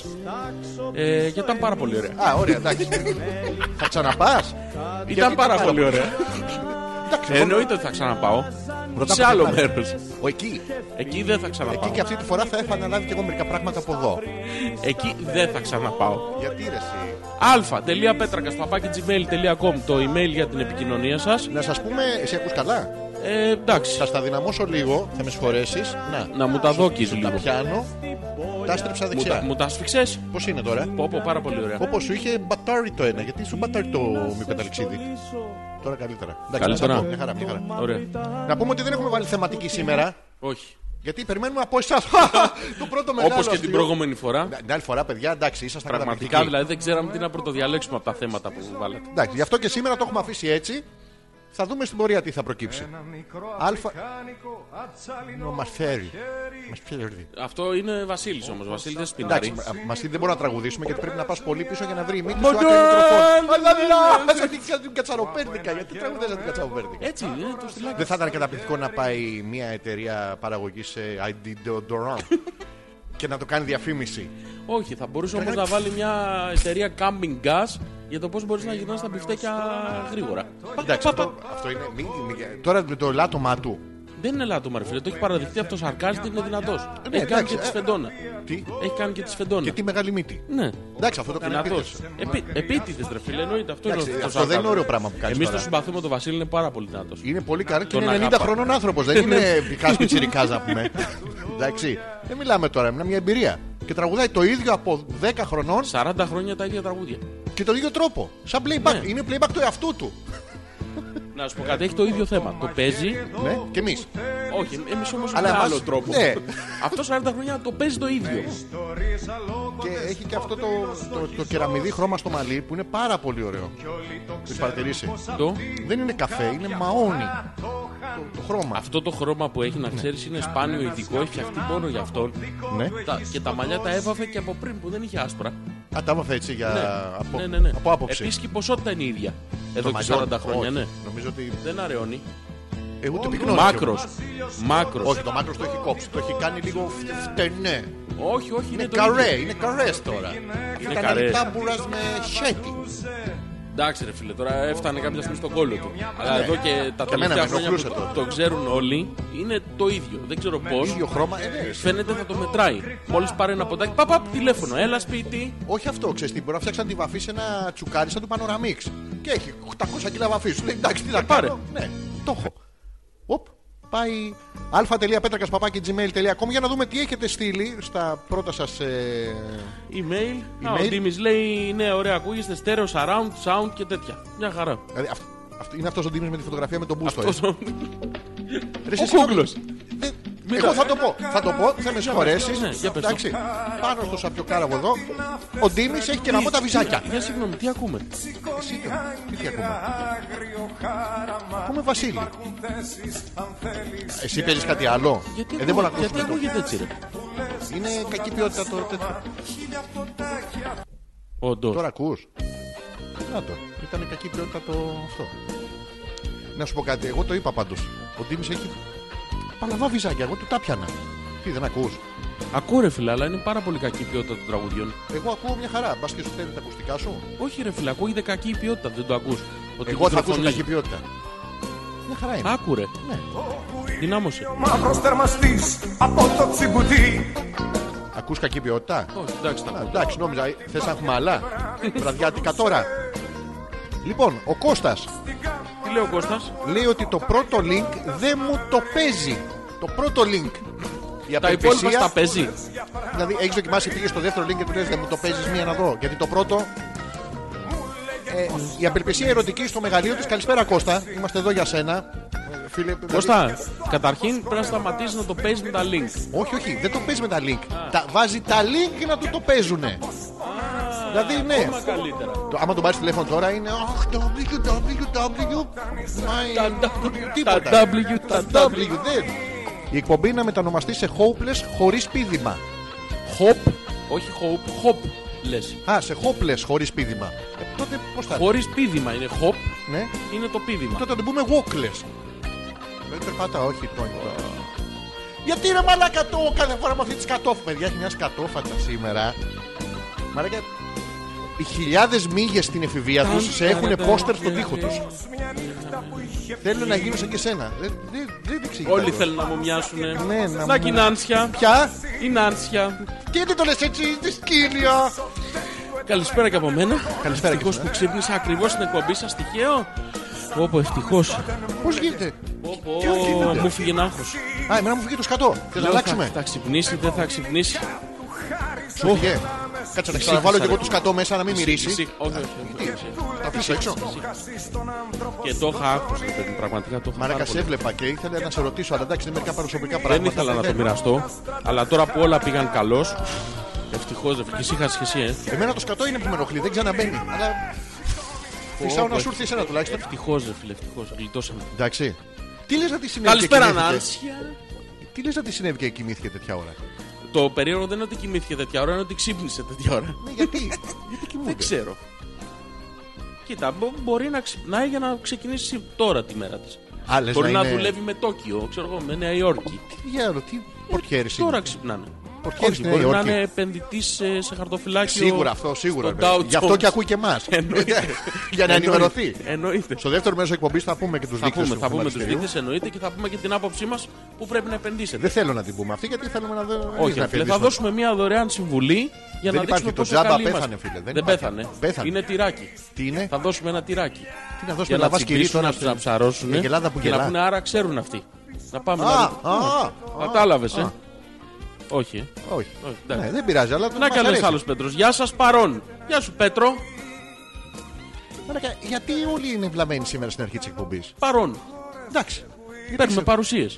S2: Ε, και ήταν πάρα πολύ ωραία.
S1: Α, ωραία, εντάξει. θα ξαναπάς.
S2: Ήταν πάρα πολύ ωραία. Ε,
S1: Εντάξει, εγώ-
S2: Εννοείται ότι θα ξαναπάω.
S1: Ρωτάμε
S2: Σε άλλο
S1: τι θα-
S2: μέρος.
S1: Ο, εκεί.
S2: Εκεί δεν θα
S1: Εκεί
S2: ξαναπάω.
S1: και αυτή τη φορά θα έχω αναλάβει και εγώ μερικά πράγματα από εδώ.
S2: Εκεί δεν θα ξαναπάω.
S1: Γιατί ρε εσύ.
S2: α.πέτρακα.gmail.com το email για την επικοινωνία σας.
S1: Να σας πούμε, εσύ ακούς καλά.
S2: Ε, εντάξει.
S1: Θα στα δυναμώσω λίγο, θα με συγχωρέσεις. Να.
S2: Να μου τα δόκεις
S1: Σου Τα
S2: λίγο.
S1: πιάνω. Τα στρέψα
S2: Μου τα,
S1: δεξιά.
S2: μου τα σφίξες.
S1: Πώς είναι τώρα.
S2: Πω, πω, πάρα πολύ ωραία.
S1: Όπως σου είχε μπατάρει το ένα, γιατί σου μπατάρει το μικροταλεξίδι. Τώρα καλύτερα. Εντάξει,
S2: Καλύτερα.
S1: να σας πω. Μια χαρά, μια χαρά.
S2: Ωραία.
S1: Να πούμε ότι δεν έχουμε βάλει θεματική σήμερα.
S2: Όχι.
S1: Γιατί περιμένουμε από εσάς. το πρώτο μεγάλο.
S2: Όπως και την
S1: αστείο.
S2: προηγούμενη φορά.
S1: Να- Την άλλη φορά, παιδιά, εντάξει, ήσασταν
S2: Πραγματικά
S1: καταπληκτικοί.
S2: δηλαδή δεν ξέραμε τι να πρωτοδιαλέξουμε από τα θέματα που βάλατε.
S1: Εντάξει, γι' αυτό και σήμερα το έχουμε αφήσει έτσι. Θα δούμε στην πορεία τι θα προκύψει. Αλφα. Μα φέρει. Μας φέρει.
S2: Αυτό είναι Βασίλης όμως. Βασίλης δεν
S1: Εντάξει,
S2: σπινάρει.
S1: μα αυτή δεν μπορούμε να τραγουδήσουμε γιατί πρέπει να πας πολύ πίσω για να βρει η μύτη σου
S2: Μποντά!
S1: άκρη μικροφόν. Αλλά σαν την- σαν την κατσαροπέρδικα. Γιατί τραγουδέ σαν την κατσαροπέρδικα.
S2: Έτσι, είναι το στυλάκι.
S1: Δεν θα ήταν καταπληκτικό να πάει μια εταιρεία παραγωγής σε ID Doran και να το κάνει διαφήμιση.
S2: Όχι, θα μπορούσε όμως
S1: Κάνε-
S2: να βάλει μια εταιρεία camping gas για το πώς μπορείς να γυρνάς τα μπιφτέκια γρήγορα. Πα,
S1: Εντάξει,
S2: πα, πα.
S1: αυτό, αυτό είναι. μη- μη- τώρα με το λάτωμά του.
S2: Δεν είναι λάθο, Μαρφίλε. Το έχει παραδειχθεί αυτό σαρκάζεται, είναι δυνατός.
S1: Ναι,
S2: Έχει κάνει
S1: εντάξει,
S2: και
S1: ε.
S2: τη σφεντόνα.
S1: Τι,
S2: Έχει κάνει και τη
S1: και
S2: σφεντόνα.
S1: τι μεγάλη μύτη.
S2: Ναι.
S1: Εντάξει, αυτό το κάνει
S2: Δυνατός.
S1: επίτηδες.
S2: Επίτηδες, ρε φίλε, εννοείται. Αυτό είναι
S1: Εντάξει,
S2: ο- το
S1: αυτό δεν είναι ωραίο πράγμα που κάνει.
S2: Εμείς το συμπαθούμε, το Βασίλη είναι πάρα πολύ δυνατός.
S1: Είναι πολύ καλό και
S2: Τον
S1: είναι 90
S2: αγαπά.
S1: χρονών άνθρωπος. Δεν είναι πικάς και τσιρικάς να πούμε. Εντάξει. Δεν μιλάμε τώρα, είναι μια εμπειρία. Και τραγουδάει το ίδιο από 10 χρονών
S2: 40 χρόνια τα ίδια τραγούδια.
S1: και τον ίδιο τρόπο. Σαν playback.
S2: Ναι.
S1: Είναι playback του εαυτού του.
S2: Να σου πω κάτι, έχει το ίδιο θέμα. Το παίζει.
S1: Ναι, και εμείς.
S2: Όχι, εμείς όμως με
S1: Αλλά εμάς-
S2: άλλο τρόπο.
S1: ναι.
S2: Αυτός 40 χρόνια το παίζει το ίδιο.
S1: Και έχει και αυτό το, το, το κεραμιδί χρώμα στο μαλλί που είναι πάρα πολύ ωραίο. Έχεις παρατηρήσει.
S2: Το-
S1: Δεν είναι καφέ, είναι μαόνι. Το, το χρώμα.
S2: Αυτό το χρώμα που έχει να ξέρεις είναι σπάνιο ειδικό, έχει φτιαχτεί μόνο για αυτόν.
S1: Ναι.
S2: Τα- και τα μαλλιά τα έβαφε και από πριν που δεν είχε άσπρα.
S1: Α, τα έμαθα έτσι για... Από...
S2: ναι, ναι, ναι.
S1: από άποψη.
S2: Επίσης και η ποσότητα είναι η ίδια.
S1: Το
S2: Εδώ και
S1: μαϊντάνι.
S2: 40 χρόνια,
S1: Όχι.
S2: ναι.
S1: Νομίζω ότι.
S2: Δεν αραιώνει.
S1: Ε, ούτε πυκνό. είναι
S2: Μάκρο.
S1: πιο-
S2: Μάκρος.
S1: Όχι, το μάκρος το έχει κόψει. Το έχει κάνει λίγο φτε- φτενέ.
S2: Όχι, όχι,
S1: Είναι
S2: είναι, Ναι, το ίδιο.
S1: καρέ, είναι καρές τώρα. Είναι
S2: καρές.
S1: Τάμπουρας με χέτι.
S2: Εντάξει, ρε φίλε, τώρα έφτανε κάποια στιγμή στον κόλλο του. Αλλά
S1: Ναι.
S2: εδώ και τα
S1: Εμένα με
S2: τελευταία χρόνια
S1: ενοχλούσε
S2: που
S1: τότε.
S2: το ξέρουν όλοι, είναι το ίδιο. Δεν ξέρω πώς.
S1: Ίδιο χρώμα. ε, ναι, εσύ.
S2: Φαίνεται θα το μετράει. Μόλις πάρει ένα ποτάκι, παπα, τηλέφωνο. Έλα σπίτι.
S1: Όχι αυτό, ξέρεις τι. Μπορεί να φτιάξει να τη βαφή σε ένα τσουκάρι σαν του Πανοραμίξ. Και έχει 800 κιλά βαφής. Σου λέει εντάξει, τι να
S2: Ε, πάρε.
S1: πάρω. Ναι, το έχω. Οπ, πάει α.πέτρακα.gmail.com για να δούμε τι έχετε στείλει στα πρώτα ε, σα.
S2: Email. Α,
S1: Email.
S2: ο Ντίμης λέει ναι, ωραία, ακούγεστε στέρεο, surround, sound και τέτοια. Μια χαρά.
S1: Δηλαδή, αυ- αυ- είναι αυτός ο Ντίμης με τη φωτογραφία με τον Μπούστο. ε.
S2: Τόσο-
S1: Ρε,
S2: Ο
S1: εσύ,
S2: Κούγκλος.
S1: Ε, Εγώ θα το πω. Θα το πω, θα με συγχωρέσει.
S2: Ναι, για πες το.
S1: Εντάξει. Πάνω στο σαπιοκάραβο εδώ, ο Ντίμης έχει και γαμώ τα βυζάκια.
S2: Για συγγνώμη, τι ακούμε.
S1: Εσύ τι- τι ακόμα. Ακούμε Βασίλη. Εσύ παίζεις κάτι άλλο.
S2: Γιατί,
S1: Ε, δεν μπορώ να
S2: ακούγεται- γιατί
S1: ακούσουμε.
S2: ακούγεται έτσι, ρε.
S1: το- Είναι κακή ποιότητα το τέτοιο.
S2: Όντως.
S1: Τώρα ακούς. Να το. Ήταν κακή ποιότητα το αυτό. Να σου πω κάτι. Εγώ το είπα πάντως. Ο Ντίμης έχει παλαβά βυζάκια. Εγώ του τα πιάνα. Τι δεν ακούς.
S2: Ακούω, ρε φίλε, αλλά είναι πάρα πολύ κακή η ποιότητα των τραγουδιών.
S1: Εγώ ακούω μια χαρά. Μπας και σου θέλει τα ακουστικά σου.
S2: Όχι, ρε φίλε, ακούγεται κακή η ποιότητα, δεν το ακούς. Ότι
S1: Εγώ θα ακούσω
S2: μικροφωνίζει.
S1: κακή ποιότητα. Μια χαρά είναι.
S2: Άκουρε.
S1: Ναι.
S2: Δυνάμωσε.
S6: Μαύρος τερμαστής από το τσιμπουτί
S1: Ακούς κακή ποιότητα.
S2: Όχι, εντάξει, τα
S1: Α,
S2: ακούω.
S1: εντάξει, νόμιζα, θες να έχουμε άλλα. Βραδιάτικα τώρα. Λοιπόν, ο Κώστας
S2: Τι λέει ο Κώστας.
S1: λέει ότι το πρώτο link δεν μου το παίζει. Το πρώτο link. Η
S2: Τα υπόλοιπα
S1: απελπισία-
S2: στα παίζει.
S1: Δηλαδή, έχεις δοκιμάσει, πήγες στο δεύτερο link και του λες δεν μου το παίζεις μία να δω. Γιατί το πρώτο... Ε, η απελπισία ερωτική στο μεγαλείο της. Καλησπέρα Κώστα, είμαστε εδώ για σένα. Ε, Φίλε, δηλαδή-
S2: Κώστα, καταρχήν πρέπει να σταματήσεις να το παίζεις με τα link.
S1: Όχι, όχι, δεν το παίζεις με τα link. Τα, βάζει τα link να του το παίζουνε. Δηλαδή, ναι.
S2: Μα καλύτερα.
S1: Το, άμα τον πάρεις τηλέφωνο τώρα είναι. Αχ, www.
S2: Τα
S1: my-
S2: W,
S1: Τίποτα.
S2: τα W, τα
S1: Τα
S2: W.
S1: δεν. Η εκπομπή να μετανομαστεί σε hopeless χωρίς πίδημα.
S2: Hop, όχι hop, hop λες.
S1: Α, σε hopeless χωρίς πίδημα. Ε, τότε πώς θα είναι.
S2: Χωρίς πίδημα είναι hop,
S1: Ναι.
S2: είναι το πίδημα.
S1: Τότε να την πούμε walkless. Δεν περπατά, όχι το ανοιχτό. Γιατί ρε μαλάκα το κάθε φορά με αυτή τη σκατόφ. Παιδιά, έχει μια σκατόφατα σήμερα. Μαλάκα. Οι χιλιάδες μύγες στην εφηβεία τους σε έχουν πόστερ στον τοίχο του. Θέλουν να γίνουν σαν και σένα. Δεν δεν- δεν εξηγείται.
S2: Όλοι
S1: αυτό.
S2: θέλουν να μου μοιάσουν.
S1: Ναι, να
S2: Να
S1: μου-
S2: και η Νάνσια.
S1: Πια,
S2: Η Νάνσια.
S1: τι δεν το λες έτσι, τη σκύλια.
S2: Καλησπέρα και από μένα.
S1: Καλησπέρα και από
S2: Ευτυχώς
S1: μένα.
S2: που ξύπνησα ακριβώς στην εκπομπή σας, τυχαίο. Όπω ευτυχώς.
S1: Πώς γίνεται.
S2: Μου φύγε ένα άγχος.
S1: Α, εμένα μου φύγει το σκατό. Θες να
S2: Λέω,
S1: αλλάξουμε.
S2: Θα, θα ξυπνήσει, δεν θα ξυπνήσει.
S1: Σου φύγε. Κάτσε να ξαναβάλω
S2: Ψύχησα,
S1: και εγώ
S2: ρε.
S1: το σκατό μέσα να μην μυρίσει.
S2: Ψυχ, όχι, όχι, όχι.
S1: Θα αφήσω έξω.
S2: Και το είχα άκουσα, παιδί, μου, πραγματικά το είχα πάρα
S1: Μαράκα,
S2: πολύ.
S1: σε έβλεπα και ήθελα να σε ρωτήσω, αλλά εντάξει, είναι μερικά παροσωπικά πράγματα.
S2: Δεν ήθελα να το
S1: θέλω.
S2: μοιραστώ, αλλά τώρα που όλα πήγαν καλώς. Ευτυχώς, δεν και εσύ είχας και εσύ, ε.
S1: Εμένα το σκατό είναι που με ενοχλεί, δεν ξαναμπαίνει. Αλλά. Φυσάω να σου έρθει εσένα τουλάχιστον.
S2: Ευτυχώς, ρε φίλε, ευτυχώς. Γλιτώσαμε.
S1: Εντάξει. Τι λες να τη συνέβη. και
S2: Καλησπέρα,
S1: κοιμήθηκε?
S2: Νάνσια.
S1: Τι λες να τη συνέβη και κοιμήθηκε τέτοια ώρα.
S2: Το περίεργο δεν είναι ότι κοιμήθηκε τέτοια ώρα, είναι ότι ξύπνησε τέτοια ώρα.
S1: Ναι, γιατί. Γιατί
S2: Δεν
S1: κοιμούνται.
S2: ξέρω. Κοίτα, μπο- μπορεί να ξυπνάει για να ξεκινήσει τώρα τη μέρα της.
S1: Α, λες
S2: Μπορεί
S1: να
S2: να,
S1: είναι-
S2: δουλεύει με Τόκιο, ξέρω εγώ, με Νέα Υόρκη.
S1: Για ρωτή, τι πορτιέρης είναι.
S2: Τώρα ξυπνάνε.
S1: Πορτιέρης
S2: Όχι,
S1: Νέα
S2: μπορεί να
S1: Υόρκη.
S2: είναι επενδυτής σε, σε χαρτοφυλάκιο.
S1: ναι, Σίγουρα αυτό, σίγουρα.
S2: στον
S1: βέβαια.
S2: Dow
S1: Γι' αυτό
S2: Jones.
S1: και ακούει και εμάς.
S2: Ε, Εννοείται.
S1: Για να
S2: Εννοείται.
S1: ενημερωθεί.
S2: Εννοείται.
S1: Στο δεύτερο μέρο εκπομπής θα πούμε και τους
S2: Θα
S1: δείκτες.
S2: πούμε, θα πούμε τους δείκτες, εννοείται και θα πούμε και την άποψή μας που πρέπει να επενδύσετε.
S1: Δεν θέλω να την πούμε αυτή γιατί θέλουμε να δω. εμείς
S2: Όχι,
S1: να
S2: ρε φίλε, θα
S1: επενδύσουμε.
S2: δώσουμε μια δωρεάν συμβουλή για
S1: Δεν
S2: να
S1: υπάρχει,
S2: δείξουμε
S1: το
S2: πόσο
S1: τζάμπα
S2: καλοί
S1: πέθανε,
S2: είμαστε.
S1: φίλε, δεν
S2: Δεν
S1: υπάρχει.
S2: πέθανε.
S1: Πέθανε.
S2: Είναι τυράκι.
S1: Τι είναι,
S2: Θα δώσουμε ένα τυράκι.
S1: τι να δώσουμε
S2: Για να
S1: λαβά κυρίω
S2: τσιμπήσουν,
S1: τώρα.
S2: να τους να ψαρώσουν.
S1: Η γελάδα που
S2: και να
S1: γελά.
S2: πούνε άρα ξέρουν αυτοί. Να πάμε
S1: Α,
S2: να
S1: α,
S2: δούμε.
S1: α,
S2: Κατάλαβες,
S1: α.
S2: ε. Όχι. ε.
S1: Όχι.
S2: Όχι, εντάξει.
S1: Ναι, δεν πειράζει, αλλά.
S2: Να
S1: μας
S2: καλές
S1: αρέσει.
S2: άλλο Πέτρος. Γεια σας, παρόν. Γεια σου, Πέτρο.
S1: Μαλάκα, Γιατί όλοι είναι βλαμμένοι σήμερα στην αρχή της εκπομπής.
S2: Παρόν.
S1: Εντάξει. Γιατί
S2: Παίρνουμε
S1: Ε, ξέρω,
S2: παρουσίες.
S1: Τι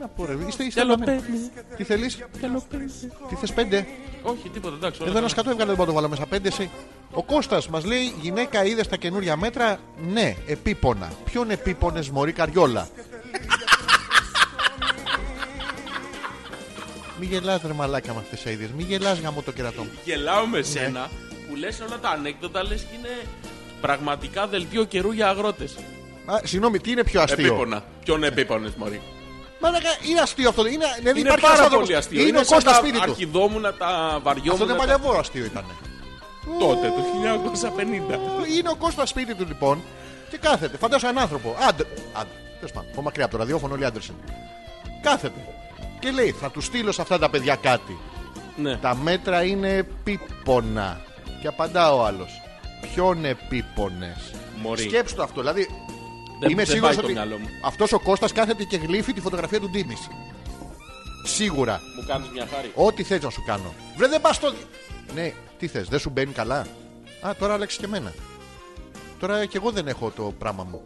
S1: να πω, ρε. Είστε είστε
S2: Θέλω
S1: βλαμμένοι.
S2: πέντε.
S1: Τι θέλεις,
S2: Θέλω πέντε. ναι.
S1: τι θες πέντε.
S2: Όχι, τίποτα, εντάξει. όλα
S1: Εδώ ένα
S2: καλά.
S1: σκατό έβγαλε, δεν μπορώ να το βάλω μέσα. Πέντε εσύ. Ο Κώστας μας λέει: Γυναίκα, είδες τα καινούρια μέτρα. Ναι, επίπονα. Ποιον επίπονες, Μωρή Καριόλα. Μη γελάς ρε μαλάκα με αυτές τις αίδες. Μη γελάς γαμώ το κερατό μου.
S2: Γελάω
S1: Ναι.
S2: με σένα που λες όλα τα ανέκδοτα, λες και είναι πραγματικά δελτίο καιρού για αγρότες.
S1: Α, Συγγνώμη, τι είναι πιο αστείο. Ναι.
S2: Επίπονα. Ποιον επίπονες, Μωρή.
S1: Μαλάκα, είναι αστείο αυτό. Είναι, δηλαδή
S2: Είναι
S1: υπάρχει ένας
S2: πάρα
S1: άνθρωπος-
S2: πολύ αστείο.
S1: Είναι, ο
S2: σαν
S1: Κώστας
S2: τα
S1: σπίτι του.
S2: αρχιδόμουνα, τα
S1: Αυτό
S2: βαριόμουνα.
S1: είναι
S2: τα...
S1: παλιαβόρο αστείο ήταν.
S2: Τότε, το 1950.
S1: Είναι ο Κώστας σπίτι του λοιπόν και κάθεται. Φαντάζομαι έναν άνθρωπο. Άντρε. Άντρε. Τέλος πάντων, από μακριά από το ραδιόφωνο όλοι άντρε είναι. Κάθεται. Και λέει, θα τους στείλω σε αυτά τα παιδιά κάτι.
S2: ναι.
S1: Τα μέτρα είναι πίπονα. Και απαντά ο άλλος. Ποιον επίπονες.
S2: Μωρή.
S1: Σκέψου το αυτό. Δηλαδή,
S2: Δεν-
S1: είμαι
S2: δεν
S1: σίγουρος
S2: πάει το
S1: ότι
S2: μυαλό μου.
S1: αυτός ο Κώστας κάθεται και γλύφει τη φωτογραφία του Ντίμη. Σίγουρα.
S2: Μου κάνεις μια χάρη.
S1: Ό,τι θες να σου κάνω. Βρε δεν πας στο... Ναι, τι θες, δεν σου μπαίνει καλά. Α, τώρα άλλαξε και εμένα. Τώρα και εγώ δεν έχω το πράγμα μου.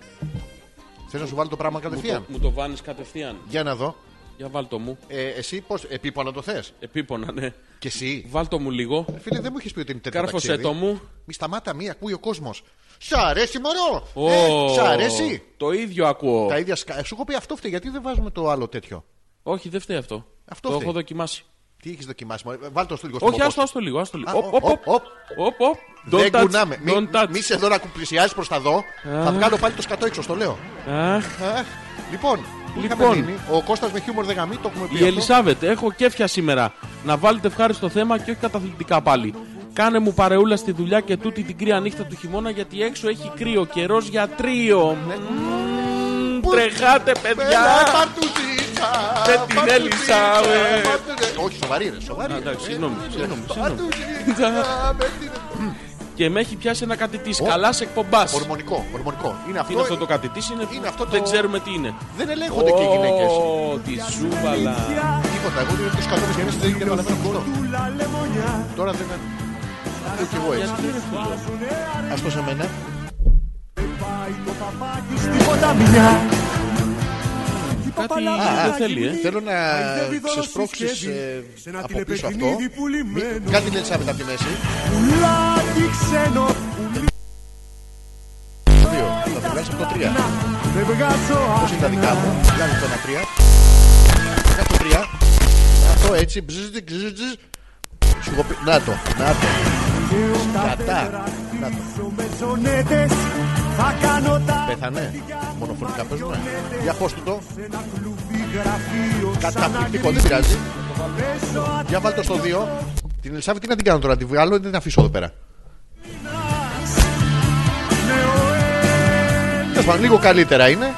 S1: Θες να σου βάλω το πράγμα
S2: Μου το,
S1: κατευθείαν.
S2: μου το βάνει κατευθείαν.
S1: Για να δω.
S2: Για βάλτο μου.
S1: Ε, εσύ πώς, επίπονο το θες.
S2: Επίπονα, ναι.
S1: Και εσύ.
S2: Βάλτο μου λίγο.
S1: Φίλε, δεν μου έχεις πει ότι είναι τέτοιο
S2: Κάρφωσέ
S1: Ε, ταξίδι.
S2: το μου.
S1: Μη σταμάτα, μη ακούει ο κόσμος. Σ' αρέσει μωρό.
S2: Ω,
S1: Ε, σ' αρέσει.
S2: Το ίδιο ακούω.
S1: Τα ίδια σκα... Σου έχω πει αυτό φταίει, γιατί δεν βάζουμε το άλλο τέτοιο.
S2: Όχι, δεν φταίει αυτό.
S1: Αυτό
S2: το
S1: φταίει.
S2: έχω δοκιμάσει.
S1: Τι έχεις δοκιμάσει, μωρέ. βάλ το στο λίγο
S2: Όχι,
S1: στον ποπό
S2: άστο,
S1: σου.
S2: άστο λίγο. Άστο λίγο.
S1: Α,
S2: Οπ,
S1: ο,
S2: οπ,
S1: οπ, οπ.
S2: οπ, οπ.
S1: Δεν
S2: Don't touch,
S1: κουνάμε. Μη,
S2: Don't touch.
S1: μη σε δω να πλησιάζει προς τα δω. Θα βγάλω πάλι το σκατό έξω, το λέω.
S2: Αχ,
S1: Αχ, λοιπόν, που είχαμε
S2: Λοιπόν.
S1: μείνει, ο Κώστας με χιούμορ δεν γαμεί, το έχουμε πει.
S2: Η
S1: αυτό.
S2: Ελισάβετ, έχω κέφια σήμερα. Να βάλετε ευχάριστο θέμα και όχι καταθλιπτικά πάλι. Κάνε μου παρεούλα στη δουλειά και τούτη την κρύα νύχτα του χειμώνα γιατί έξω έχει κρύο καιρός για τρίο.
S1: Ναι.
S2: Μμμ,
S1: Πού-
S2: Τρεχάτε,
S1: Έλα,
S2: παιδιά!
S1: παρτουζίτσα,
S2: Με την
S1: παρτουζίτσα,
S2: Ελισάβετ.
S1: παρτουζίτσα. Όχι, σοβαρή, ρε, σοβαρή.
S2: Α, εντάξει,
S1: Ε,
S2: συγγνώμη,
S1: ε,
S2: συγγνώμη,
S1: παρτουζίτσα, με την-
S2: Και με έχει πιάσει ένα κάτι τη καλά εκπομπά. Τι
S1: Ορμονικό, ορμονικό. Είναι
S2: είναι αυτό το
S1: αυτό.
S2: κάτι τη, είναι,
S1: είναι αυτό
S2: δεν
S1: το-
S2: ξέρουμε τι είναι.
S1: Δεν ελέγχονται και οι γυναίκε.
S2: Ω, τη ζούβαλα.
S1: Τίποτα. Εγώ δεν τους κατόπιν γέννηση δεν καταλαβαίνω αυτό. Τώρα δεν. Ακούω κι εγώ έτσι. Ας το σε μένα.
S2: Κάτι
S1: Α,
S2: δεν θέλει, ε.
S1: Θέλω να ξεσπρώξει από πίσω αυτό. Μη- Κάτι λέει Ελισάβετ από τη μέση. Το Δύο. Θα το βγάλεις από το τρία. Πώς είναι τα δικά μου. Βγάλεις το ένα τρία. Βγάλεις το τρία. Αυτό έτσι. Μπζζζ, μπζζζ, μπζζ. Σου έχω πει- Να το. Να το. Κατά. Να το. Πέθανε. Μονοφωνικά παίζουμε. Για πώς του το. Καταπληκτικό. Δεν πειράζει. Για βάλτε το στο δύο. Την Ελισάβη τι να την κάνω τώρα. Τη βγάλω ή την αφήσω εδώ πέρα. Τέλος πάντων, λίγο καλύτερα είναι.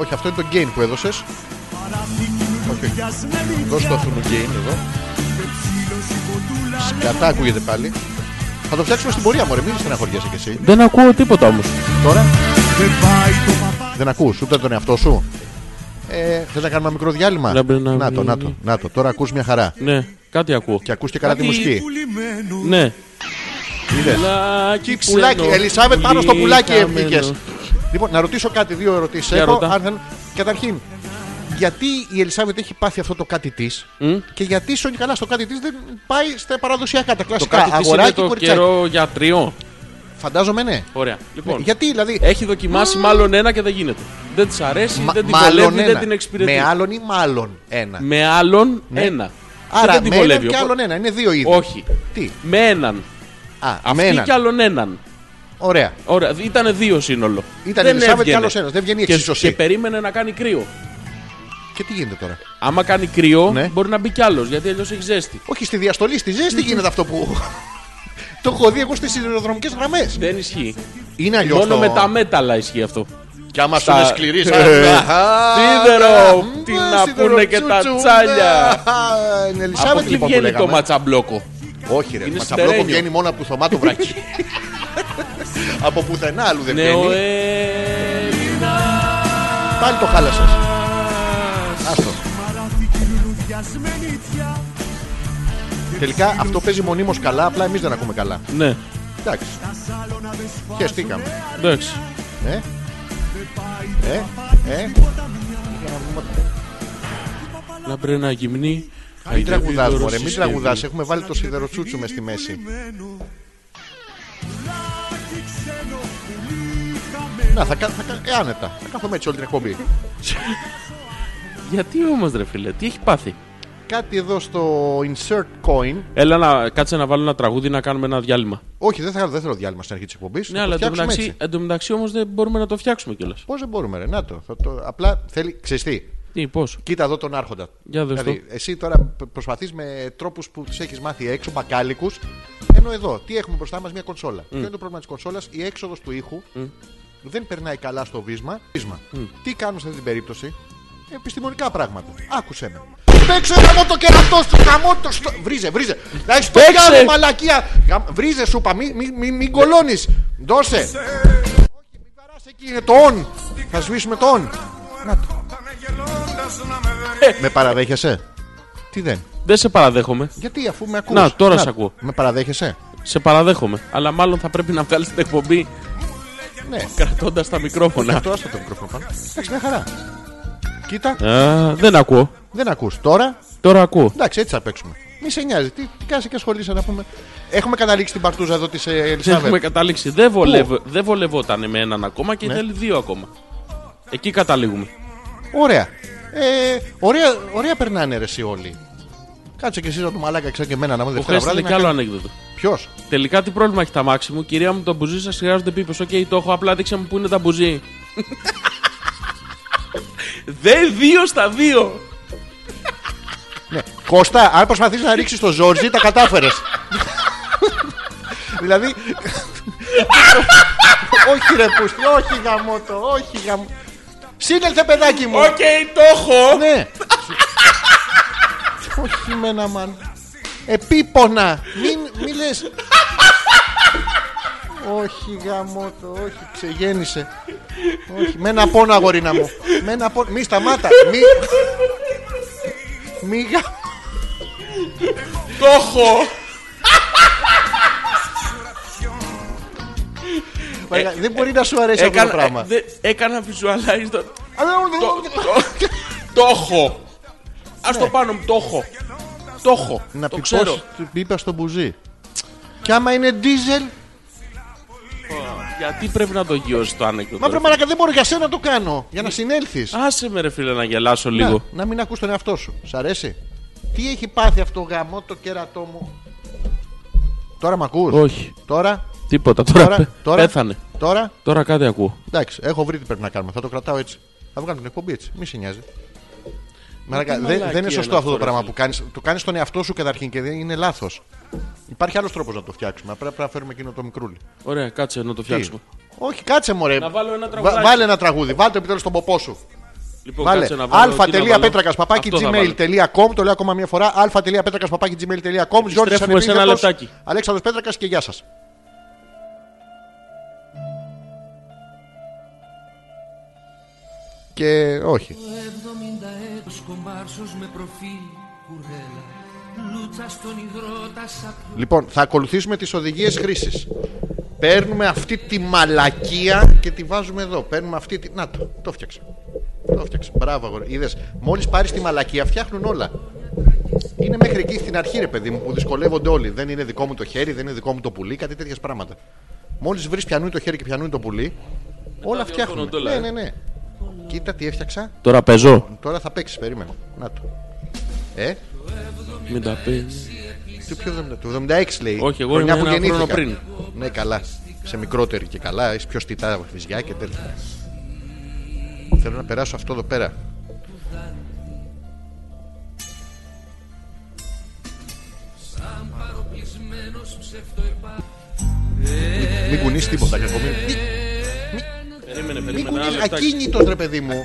S1: Όχι, αυτό είναι το gain που έδωσες.
S6: ναι,
S1: Δώσε το αυτού μου gain εδώ. Σκατά ακούγεται πάλι. Θα το ψάξουμε στην πορεία, μωρέ. Μην στεναχωριέσαι κι εσύ.
S2: Δεν ακούω τίποτα όμως.
S1: Τώρα. Δεν ακούς ούτε τον εαυτό σου. Ε, θες να κάνουμε ένα μικρό διάλειμμα.
S2: Να, μπρε, να,
S1: Να το,
S2: μπρε.
S1: να το, να το. Τώρα ακούς μια χαρά.
S2: Ναι, κάτι ακούω.
S1: Και ακούς και καλά τη
S2: Κάτι-
S1: μουσική.
S2: Ναι.
S1: Είδες.
S2: Πουλάκι,
S1: Πουλάκι,
S2: ξένο,
S1: Ελισάβετ, πάνω στο πουλάκι
S2: καμένο.
S1: ευγήκε. Λοιπόν, να ρωτήσω κάτι, δύο ερωτήσεις
S2: Για
S1: έχω.
S2: ρωτά.
S1: Αν θέλουν- Καταρχήν, γιατί η Ελισάβετ έχει πάθει αυτό το κάτι της και γιατί η Σόνι καλάς στο κάτι της δεν πάει στα παραδοσιακά, τα
S2: Το
S1: κλασικά.
S2: κάτι της είναι
S1: Αγοράκι,
S2: το
S1: κοριτσάκι.
S2: καιρό για τριό.
S1: Φαντάζομαι ναι.
S2: Ωραία. Λοιπόν,
S1: Γιατί δηλαδή.
S2: έχει δοκιμάσει μάλλον ένα και δεν γίνεται. Δεν της αρέσει,
S1: μα-
S2: δεν την
S1: μάλλον
S2: βολεύει, δεν
S1: ένα.
S2: την εξυπηρετεί.
S1: Με άλλον ή μάλλον ένα.
S2: Με άλλον ένα. Και
S1: Άρα
S2: δεν την
S1: με έναν και
S2: βολεύει. οπότε-
S1: άλλον ένα. Είναι δύο είδη.
S2: Όχι.
S1: Τι.
S2: Με έναν.
S1: Α, με
S2: Αυτή
S1: έναν.
S2: και άλλον έναν.
S1: Ωραία.
S2: Ωραία, ήταν δύο σύνολο.
S1: Ήταν
S2: Δεν
S1: η Ελισάβετ και
S2: έβγαινε.
S1: άλλος ένας. Δεν βγαίνει η
S2: Και,
S1: εξίσωση.
S2: και
S1: Και,
S2: περίμενε να κάνει κρύο.
S1: τι γίνεται τώρα.
S2: Άμα κάνει κρύο,
S1: Ναι.
S2: μπορεί να μπει κι άλλος γιατί αλλιώς έχει ζέστη.
S1: Όχι, στη διαστολή, στη ζέστη γίνεται αυτό που. το έχω δει εγώ στις σιδηροδρομικές γραμμές.
S2: Δεν ισχύει.
S1: Είναι αλλιώς.
S2: Μόνο με τα μέταλλα ισχύει αυτό.
S1: Κι άμα
S2: Στα-
S1: σου είναι σκληρή, σαν
S2: Ε,
S1: Αχα,
S2: σίδερο,
S1: μ,
S2: τι να
S1: σίδερο,
S2: πούνε και τα
S1: τσουτσου,
S2: τσάλια.
S1: αχα, ε, Είναι
S2: Από
S1: Ελισάβετ
S2: εκεί
S1: λοιπόν που
S2: βγαίνει το
S1: λέγαμε.
S2: ματσαμπλόκο.
S1: Όχι ρε,
S2: Είναι
S1: ματσαμπλόκο
S2: στερένιο.
S1: βγαίνει μόνο από το θωμά το βράκι. Από πουθενά άλλου δεν
S2: Νέο
S1: βγαίνει. Πάλι το χάλασες. Άστο. Τελικά αυτό παίζει μονίμως καλά, απλά εμείς δεν ακούμε καλά.
S2: Ναι,
S1: Εντάξει. Χαιστήκαμε.
S2: εντάξει.
S1: Ε, ε, ε.
S2: Λαμπρένα γυμνή.
S1: Μην
S2: Χαϊδεύει
S1: τραγουδάς
S2: δώρο
S1: μωρέ, μην
S2: συσκευή.
S1: τραγουδάς. Έχουμε βάλει το σιδεροτσούτσου μες στη μέση. Να, θα κάνω ε, άνετα. Θα κάθομαι έτσι όλη την εκπομπή.
S2: Γιατί όμως, ρε φίλε, τι έχει πάθει.
S1: κάτι εδώ στο insert coin.
S2: Έλα να κάτσε να βάλω ένα τραγούδι να κάνουμε ένα διάλειμμα.
S1: Όχι, δεν, θα, δεν θέλω διάλειμμα στην αρχή της εκπομπής.
S2: Ναι, αλλά εντωμεταξύ, εντωμεταξύ όμως δεν μπορούμε να το φτιάξουμε κιόλας.
S1: Πώς δεν μπορούμε, ρε. Να το. Θα το απλά θέλει. ξεστή.
S2: Τι, πώς.
S1: Κοίτα εδώ τον Άρχοντα.
S2: Για δες
S1: δηλαδή, εσύ τώρα προσπαθείς με τρόπους που τους έχεις μάθει έξω, μπακάλικους. Ενώ εδώ, τι έχουμε μπροστά μας, μια
S2: Mm.
S1: κονσόλα. Ποιο είναι το πρόβλημα της κονσόλας, η έξοδος του ήχου δεν περνάει καλά στο βίσμα. βίσμα.
S2: Mm.
S1: Τι κάνουν σε αυτή την περίπτωση, επιστημονικά πράγματα. Άκουσε με. Παίξε γαμώ το κερατό σου, γαμώ το στο... Βρίζε, βρίζε. Να έχεις το
S2: Παίξε.
S1: κάνω, μαλακία. Γαμ- Βρίζε σούπα, μην μη, μη, μη κολώνεις. Δώσε. Όχι, μην βαράς εκεί, είναι το on. Θα σβήσουμε το on.
S2: Ε.
S1: Με παραδέχεσαι. Τι δεν.
S2: Δεν σε παραδέχομαι.
S1: Γιατί αφού με ακούς.
S2: Να, τώρα σ' ακούω.
S1: Με παραδέχεσαι.
S2: Σε παραδέχομαι. Αλλά μάλλον θα πρέπει να βγάλεις την εκπομπή
S1: Ναι. Ε,
S2: κρατώντας τα μικρόφωνα.
S1: Τώρα στο το μικρόφωνο πάνω. Εντάξει, μια χαρά. Κοίτα,
S2: Α, δεν ακούω.
S1: δεν ακούς. Τώρα
S2: Τώρα ακούω.
S1: Εντάξει, έτσι θα παίξουμε. Μη σε νοιάζει. Τι, τι κάνει και ασχολείσαι να πούμε. Έχουμε καταλήξει την παρτούζα εδώ της
S2: Δεν έχουμε
S1: Ελισάβετ.
S2: καταλήξει. Δεν, βολευ... δεν βολευόταν με έναν ακόμα
S1: Ναι.
S2: και θέλει δύο ακόμα. Εκεί καταλήγουμε.
S1: Ωραία. Ε, ωραία. Ωραία περνάνε ρε εσύ όλοι. Κάτσε και εσύ να του μαλάκα ξέρω και εμένα να μου
S2: Ο
S1: δευτέρα
S2: Χέστη
S1: βράδυ.
S2: είναι κι άλλο ανέκδοτο.
S1: Ποιος.
S2: Τελικά τι πρόβλημα έχει τα μάξι μου, κυρία μου, τα μπουζί σας χρειάζονται πίπες. Οκ, το έχω, απλά δείξε μου που είναι τα μπουζί. Δεν δύο στα δύο.
S1: Κώστα, αν προσπαθείς να ρίξεις το Ζόρζι, τα κατάφερες. δηλαδή. όχι ρε Πούστη, όχι γαμότο, όχι γαμό. Σύνελθε παιδάκι μου.
S2: Οκ, το έχω.
S1: Ναι. Όχι με ένα μάλλον. Επίπονα. Μην, μην λες. όχι γαμό το, όχι. Ξεγέννησε. όχι. Με ένα πόνο αγορίνα μου. Με ένα πόνο. Μη σταμάτα. Μη... Μη γα...
S2: Το έχω. Ε,
S1: Μαλάκα, Δεν μπορεί να σου αρέσει αυτό το πράγμα.
S2: δε- έκανα visualize ε, το.
S1: Αλλά δεν-
S2: Το έχω. Ας το πάνω μου, το έχω. Το έχω.
S1: Ναι. Να
S2: το
S1: πει
S2: ξέρω.
S1: πώς του είπα στο μπουζί. Και άμα είναι ντίζελ,
S2: Γιατί πρέπει να το γιώσει το
S1: μα
S2: άνεκδοτο.
S1: πρέπει
S2: ρε.
S1: μαλάκα, δεν μπορώ για σένα να το κάνω. Για να συνέλθεις.
S2: Άσε με ρε φίλε να γελάσω Ε, λίγο.
S1: Να, να μην ακούς τον εαυτό σου. Σ' αρέσει. Τι έχει πάθει αυτό γαμό το κέρατό μου. Τώρα με ακούς.
S2: Όχι.
S1: Τώρα,
S2: Τίποτα.
S1: τώρα,
S2: Τώρα, πέ-
S1: τώρα.
S2: πέθανε.
S1: Τώρα,
S2: Τώρα κάτι ακούω.
S1: εντάξει, έχω βρει τι πρέπει να κάνουμε. Θα το κρατάω έτσι. Θα βγάλω την εκπομπή έτσι. Μη σε νοιάζει. Μαρακα,
S2: τι
S1: δεν- δεν
S2: μαλακία
S1: είναι σωστό
S2: είναι
S1: αυτό το
S2: αυτός,
S1: πράγμα
S2: ρε
S1: που κάνεις. Το κάνεις στον εαυτό σου καταρχήν και δεν είναι λάθος. Υπάρχει άλλος τρόπος να το φτιάξουμε. Πρέπει να φέρουμε εκείνο το μικρούλι.
S2: Ωραία, κάτσε να το
S1: Τι?
S2: φτιάξουμε.
S1: Όχι, κάτσε μωρέ.
S2: Να βάλω ένα
S1: Βα-
S2: τραγουδάκι.
S1: Βάλε ένα τραγούδι. Βάλτε επιτέλους τον ποπό σου.
S2: Λοιπόν,
S1: Βάλε.
S2: κάτσε να βάλω, τι να βάλω.
S1: αλφα.πέτρακα παπάκι
S2: Αυτό θα βάλω.
S1: gmail.com. Το λέω ακόμα μία φορά. αλφα.πέτρακα παπάκι gmail.com. Γιώργη
S2: σε ένα λεπτάκι.
S1: Αλέξανδρος Πέτρακας και γεια σας. Και όχι.
S7: Το 70 έτος κομπάρσος με προφίλ κουρέλα Λούτσα στον υδρότα σαπλού
S1: Λοιπόν, θα ακολουθήσουμε τις οδηγίες χρήσης. Παίρνουμε αυτή τη μαλακία και τη βάζουμε εδώ. Παίρνουμε αυτή τη. Να το, το φτιάξα. Το φτιάξα. Μπράβο, αγόρι. Είδες, μόλις πάρεις τη μαλακία φτιάχνουν όλα. Είναι μέχρι εκεί στην αρχή, ρε παιδί μου, που δυσκολεύονται όλοι. Δεν είναι δικό μου το χέρι, δεν είναι δικό μου το πουλί, κάτι τέτοιες πράγματα. Μόλις βρεις πιανού είναι το χέρι και πιανού είναι το πουλί, όλα φτιάχνουν.
S2: διορθώνονται όλα,
S1: Ναι,
S2: ε.
S1: ναι, ναι. Κοίτα τι έφτιαξα.
S2: Τώρα παίζω.
S1: Τώρα θα παίξεις, περίμενα. Να το. Ε,
S2: Μην τα παίζει.
S1: τι πιο 70, το 76 λέει.
S2: Όχι, εγώ
S1: Χρονιά
S2: ήμουν
S1: που
S2: ένα χρόνο
S1: γεννήθηκα. Ναι, καλά. Σε μικρότερη και καλά. Είσαι πιο στιτά βυζιά και τέτοια. Θέλω να περάσω αυτό εδώ πέρα. Μη- Μην κουνείς τίποτα κακό. Μην
S2: Ε, Περίμενε,
S1: μη
S2: περίμενε.
S1: κουνείς. Ακίνητος ρε παιδί μου.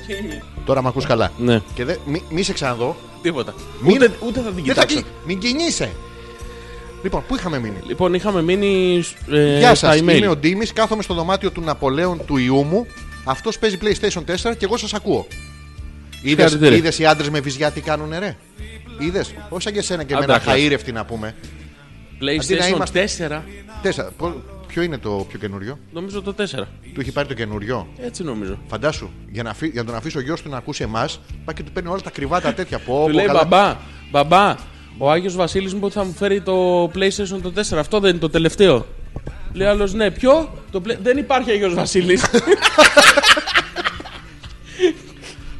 S1: Τώρα με ακούς καλά.
S2: Ναι.
S1: Και δε- μη- μη σε ξαναδώ.
S2: Τίποτα.
S1: Μην-
S2: Ούτε, ούτε θα την
S1: Δεν θα
S2: κοιτάξω.
S1: κλει- Μην κινείσαι. Λοιπόν, πού είχαμε μείνει.
S2: Λοιπόν, είχαμε μείνει ε,
S1: Γεια
S2: στα
S1: σας,
S2: email.
S1: είμαι ο Ντίμης. Κάθομαι στο δωμάτιο του Ναπολέων του ιού μου. Αυτός παίζει PlayStation 4 και εγώ σας ακούω.
S2: Συγχαρητήρια.
S1: Είδες οι άντρες με βυζιά τι κάνουν, ρε. Είδες. Όχι σαν και εσένα και εμένα,
S2: Αντάχα.
S1: χαήρευτη να πούμε. Αντί να
S2: PlayStation
S1: είμαστε-
S2: 4.
S1: Τέσσερα. Πο- Ποιο είναι το πιο καινούριο.
S2: Νομίζω το 4.
S1: Του έχει πάρει το καινούριο.
S2: Έτσι νομίζω.
S1: Φαντάσου, για να, αφή- για να τον αφήσει ο γιος του να ακούσει εμάς, πάει και του παίρνει όλα τα κρυβά τα τέτοια. Πω,
S2: Του
S1: πω,
S2: λέει
S1: καλά.
S2: μπαμπά, μπαμπά, ο Άγιος Βασίλης μου είπε ότι θα μου φέρει το PlayStation το 4. Αυτό δεν είναι το τελευταίο. Λέει άλλος ναι, ποιο? Το Play- Δεν υπάρχει Άγιος Βασίλης.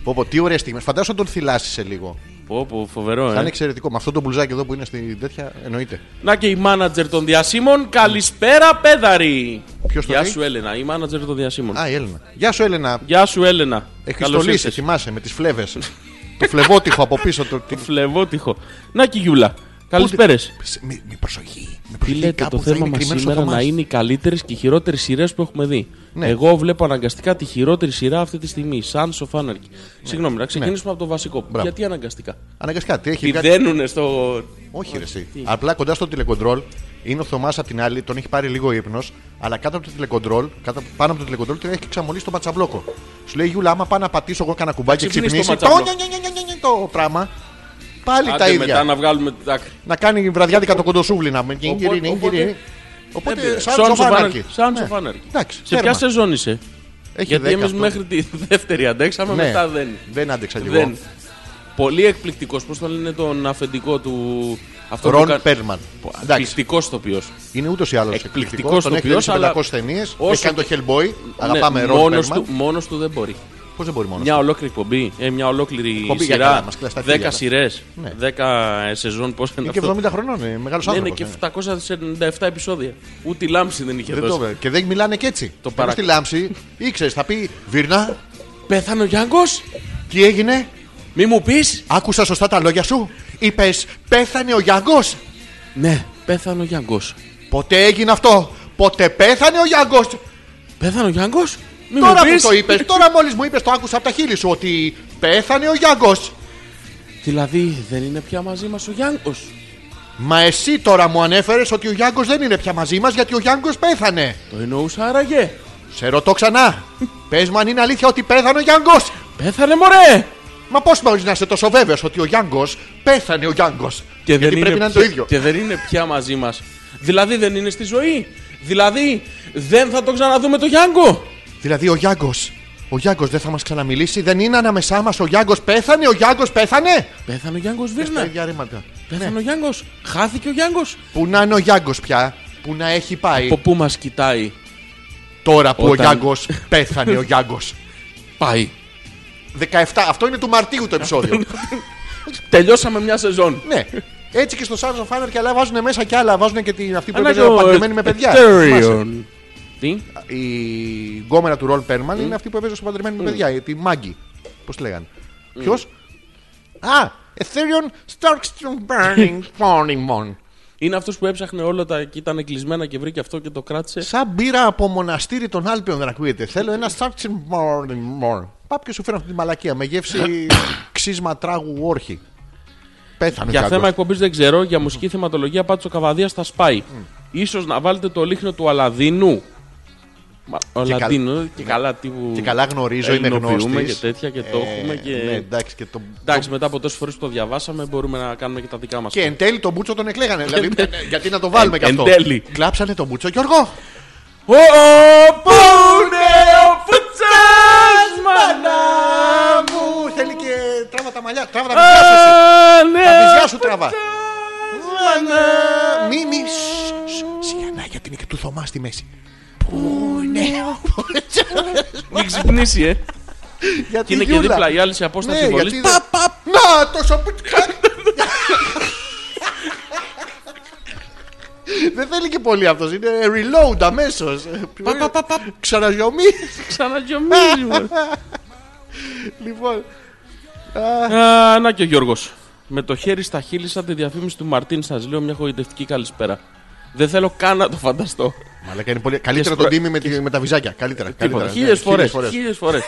S1: Πω, πω, τι ωραίε στιγμέ. Φαντάσου να τον θυλάσει σε λίγο.
S2: Πω, πω, φοβερό,
S1: Θα είναι
S2: ε.
S1: εξαιρετικό. Με αυτό το μπουλζάκι εδώ που είναι στην τέτοια, εννοείται.
S2: Να και η μάνατζερ των διασύμων. Καλησπέρα, πέδαρη.
S1: Ποιος το
S2: Γεια
S1: λέει?
S2: σου, Έλενα. Η μάνατζερ των διασύμων.
S1: Α, Ε, η Έλενα. Γεια σου, Έλενα.
S2: Γεια σου, Έλενα. Καλώς
S1: Εχιστολή, σε
S2: ήρθες.
S1: θυμάσαι με τις φλέβες. το φλεβότυχο από πίσω. Το, την-
S2: Φλεβότυχο. Να και η Γιούλα. Καλησπέρα.
S1: Σε- με, με προσοχή. Με
S2: Τι
S1: προσοχή.
S2: λέτε,
S1: κάπου
S2: το
S1: θα
S2: θέμα
S1: είναι
S2: μα
S1: κρυμμένος ο
S2: σήμερα να
S1: Θωμάς.
S2: είναι οι καλύτερες και οι χειρότερες σειρές που έχουμε δει.
S1: Ναι.
S2: Εγώ βλέπω αναγκαστικά τη χειρότερη σειρά αυτή τη στιγμή. Sons of Anarchy. Συγγνώμη, να ξεκινήσουμε από το βασικό.
S1: Ναι. Μπράβο.
S2: Γιατί αναγκαστικά.
S1: Αναγκαστικά, τι έχει
S2: Τι
S1: κάτι.
S2: δένουνε στο.
S1: Όχι, ρε, εσύ. Απλά κοντά στο τηλεκοντρόλ είναι ο Θωμάς απ' την άλλη, τον έχει πάρει λίγο ύπνος, αλλά κάτω από το τηλεκοντρόλ, κάτω, πάνω από το τηλεκοντρόλ, τον έχει ξαμολύσει το ματσαμπλόκο. Σου λέει Γιούλα, άμα πάω να πατήσω εγώ κανένα κουμπάκι και
S2: ξυπνήσει το
S1: ξυπνήσει. Το,
S2: ματσαμπλόκο.
S1: νιο, νιο, νιο, νιο, νιο, το πράγμα. Πάλι τα
S2: Άντε
S1: ίδια.
S2: μετά να βγάλουμε την άκρη.
S1: Να κάνει βραδιάδικα το κοντοσούβλι να με
S2: Οπότε-
S1: γυρίνει.
S2: οπότε-
S1: γυρίνει.
S2: Δεν πειράζει.
S1: Οπότε,
S2: Sons
S1: σαν
S2: of
S1: τσοφάνακι.
S2: Anarchy. Sons of Anarchy.
S1: Εντάξει,
S2: Σε ποια
S1: τέρμα.
S2: σεζόν είσαι.
S1: Έχει
S2: Γιατί
S1: δέκα
S2: εμεί
S1: αυτό.
S2: μέχρι τη δεύτερη αντέξαμε,
S1: Ναι.
S2: μετά δεν.
S1: Δεν άντεξα κι εγώ.
S2: δεν. Πολύ εκπληκτικός. Πώς τον λένε τον αφεντικό του. Αυτό που
S1: Ρον
S2: κα-
S1: Πέρμαν. Εντάξει,
S2: Εκπληκτικός ηθοποιό.
S1: είναι ούτως ή άλλως
S2: Εκπληκτικός
S1: εκπληκτικός. Τον έχει δει σε
S2: ηθοποιός, αλλά
S1: 500 ταινίες.
S2: όσο- Ναι,
S1: Έχει κάνει το Hellboy. Αγαπάμε Ρον
S2: μόνος,
S1: Πέρμαν.
S2: του, μόνος του δεν μπορεί.
S1: Πώς δεν μπορεί μόνος.
S2: Μια ολόκληρη εκπομπή, ε, μια ολόκληρη
S1: Εκπομπή, για καλά,
S2: σειρά.
S1: μας κλαις τα χέρια
S2: 10
S1: τα.
S2: σειρέ,
S1: Ναι.
S2: 10 ε, σεζόν, πώς είναι
S1: Είναι και
S2: αυτό.
S1: 70 χρονών, ε, είναι μεγάλος
S2: Ναι, είναι
S1: άνθρωπος.
S2: και 797 επεισόδια. Ούτε η λάμψη δεν είχε
S1: Δεν το
S2: δώσει.
S1: βέβαια. Και δεν μιλάνε και έτσι.
S2: Το
S1: Το
S2: παρακ-
S1: στη λάμψη, ήξερες, θα πει Βίρνα,
S2: Πέθανε ο Γιάνγκος,
S1: τι έγινε,
S2: μη μου πεις.
S1: άκουσα σωστά τα λόγια σου. Είπες, πέθανε ο Γιάνγκος.
S2: Ναι, πέθανε ο Γιάνγκος.
S1: Ποτέ έγινε αυτό. Ποτέ πέθανε ο Γιάνγκος.
S2: Πέθανε ο Γιάνγκος, μη
S1: Τώρα
S2: μου
S1: που
S2: πεις.
S1: το είπες, τώρα μόλις μου είπες, το άκουσα από τα χείλη σου ότι πέθανε ο Γιάνγκος.
S2: Δηλαδή δεν είναι πια μαζί μας ο Γιάνγκος.
S1: Μα εσύ τώρα μου ανέφερες ότι ο Γιάνγκος δεν είναι πια μαζί μας γιατί ο Γιάνγκος πέθανε.
S2: Το εννοούσα άραγε.
S1: Σε ρωτώ ξανά. Πες μου αν είναι αλήθεια ότι πέθανε ο Γιάνγκος.
S2: Πέθανε μωρέ!
S1: Μα πώς μπορείς να είσαι τόσο βέβαιος ότι ο Γιάνγκος πέθανε ο Γιάνγκος.
S2: Και δεν,
S1: Γιατί
S2: είναι
S1: πρέπει να είναι το
S2: πια-
S1: ίδιο.
S2: και δεν είναι πια μαζί μας. Δηλαδή δεν είναι στη ζωή. Δηλαδή δεν θα τον ξαναδούμε το Γιάνγκο.
S1: Δηλαδή ο Γιάνγκο. Ο Γιάνγκο δεν θα μας ξαναμιλήσει, δεν είναι ανάμεσά μας. Ο Γιάνγκο πέθανε, ο Γιάνγκο πέθανε.
S2: Πέθανε ο Γιάνγκο
S1: Τα
S2: Βίρνα.
S1: ίδια ρήματα.
S2: Πέθανε ο Γιάνγκο. Χάθηκε ο Γιάνγκο.
S1: Που να είναι ο Γιάνγκο πια, που να έχει πάει.
S2: Από πού μας κοιτάει.
S1: Τώρα που
S2: Όταν-
S1: ο Γιάνγκο πέθανε, ο Γιάνγκο.
S2: Πάει.
S1: 17. Αυτό είναι του Μαρτίου το επεισόδιο.
S2: Τελειώσαμε μια σεζόν.
S1: ναι. Έτσι και στο Sons of Anarchy, αλλά βάζουν μέσα κι άλλα. Βάζουν και την αυτή που
S2: Ανάγκη
S1: έπαιζε
S2: ο
S1: παντρεμένη με παιδιά.
S2: Ethereum.
S1: Θυμάσαι.
S2: Τι.
S1: Η γκόμενα του Ρολ
S2: Mm.
S1: Πέρμαν είναι αυτή που έπαιζε στο παντρεμένη με παιδιά. Τη Μάγκη. Πώς τη λέγανε.
S2: Mm.
S1: Ποιος. Α! Ethereum Starkstrom Burning Morning
S2: Είναι αυτός που έψαχνε όλα τα και ήταν κλεισμένα και βρήκε αυτό και το κράτησε.
S1: Σαν μπύρα από μοναστήρι των Άλπιων δεν ακούγεται. Θέλω ένα Starkstrom Burning Morning. Πάπ και σου φέρνω αυτή τη μαλακία με γεύση ξύσμα τράγου όρχη. Πέθανε
S2: Για
S1: ο
S2: θέμα
S1: Γιάνγκος.
S2: εκπομπής δεν ξέρω, για μουσική θεματολογία πάτσο καβαδίας θα σπάει. Ίσως να βάλετε το λίχνο του Αλαδίνου. Μα, Ο
S1: Και καλά-
S2: Αλαδίνου και καλά τύπου.
S1: Και καλά γνωρίζω, είμαι
S2: Ελληνοποιούμε
S1: γνώστης.
S2: και τέτοια και το έχουμε και-
S1: Ναι, εντάξει, και το...
S2: Εντάξει, μετά από τόσες φορές που το διαβάσαμε, μπορούμε να κάνουμε και τα δικά μας.
S1: Και εν τέλει τον Μπούτσο τον εκλέγανε. δηλαδή, ναι, ναι, γιατί να το βάλουμε κι
S2: Εν
S1: αυτό.
S2: τέλει.
S1: Κλάψανε τον Μπούτσο, Γιώργο.
S2: Ο πούνε ο φουτσάς μάνα
S1: μου θέλει και τράβα τα μαλλιά. Τράβα τα μαλλιά σου. εσύ. Τα βυζιά
S2: Ε, Τα
S1: σου τραβά. Μη, μη. σ, σ, Σιγανά γιατί είναι και του Θωμά στη μέση. Πού ναι.
S2: Μην ξυπνήσει ε
S1: Γιατί
S2: Και είναι και
S1: Γιούλα.
S2: δίπλα η άλλη σε απόσταση
S1: Ναι,
S2: βολής
S1: γιατί.
S2: Παπ.
S1: Πα, πα, να το σοπουτσάκι. Δεν θέλει και πολύ αυτός, είναι reload αμέσως.
S2: Πα, πα, πα, πα.
S1: Ξαναγιωμή.
S2: Ξαναγιομίζει μωρέ.
S1: Λοιπόν,
S2: Α, Να και ο Γιώργος Με το χέρι στα χείλη σαν τη διαφήμιση του Μαρτίν Σας λέω μια χοητευτική καλησπέρα Δεν θέλω καν να το φανταστώ
S1: Μαλάκα είναι πολύ. Καλύτερα τον
S2: σπρο-
S1: τίμη με, τη- με τα βυζάκια. Καλύτερα. καλύτερα.
S2: Τίποτα.
S1: Ναι,
S2: Χίλιες φορές.
S1: χίλιες φορές.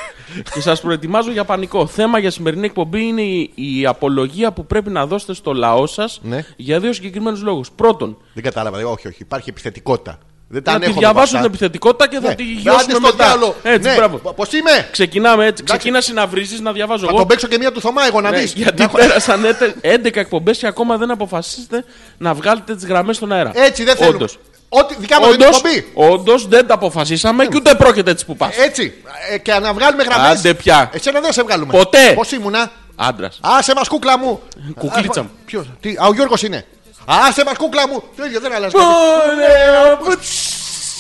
S2: και σας προετοιμάζω για πανικό. Θέμα για σημερινή εκπομπή είναι η, η απολογία που πρέπει να δώσετε στο λαό σας
S1: Ναι.
S2: για δύο συγκεκριμένους λόγους. Πρώτον,
S1: Δεν κατάλαβα. Όχι, όχι. Υπάρχει επιθετικότητα. Δεν τα
S2: Ε, να τη
S1: ανέχομαι.
S2: διαβάσω
S1: αυτά.
S2: την επιθετικότητα και θα
S1: Ναι.
S2: τη
S1: Άντε
S2: γιώσουμε
S1: στο
S2: μετά.
S1: διάλογο.
S2: Έτσι,
S1: Ναι.
S2: μπράβο.
S1: Πώς είμαι.
S2: Ξεκινάμε έτσι. Ξεκίνασε να βρίζεις, να διαβάζω
S1: Θα
S2: εγώ.
S1: τον παίξω και μία του Θωμά, εγώ να
S2: Ναι,
S1: δεις.
S2: γιατί
S1: Να έχω-
S2: πέρασαν έτε- 11 εκπομπές και ακόμα δεν αποφασίσετε να βγάλετε τις γραμμές στον αέρα.
S1: Έτσι δεν θέλουμε.
S2: Όντως.
S1: Ό,τι δικά μου δεν
S2: Όντως,
S1: έχω πει.
S2: όντως δεν τα αποφασίσαμε και ούτε πρόκειται έτσι που πας.
S1: Έτσι. Ε, Και να βγάλουμε γραμμές.
S2: Άντε πια.
S1: Εσένα δεν σε βγάλουμε.
S2: Ποτέ.
S1: Πώς ήμουνα.
S2: Άντρας.
S1: Άσε μας κούκλα μου.
S2: Κουκλίτσα μου.
S1: Ποιος. Τι. Α, ο Γιώργος είναι. Άσε μας κούκλα μου. Το ίδιο δεν αλλάζει.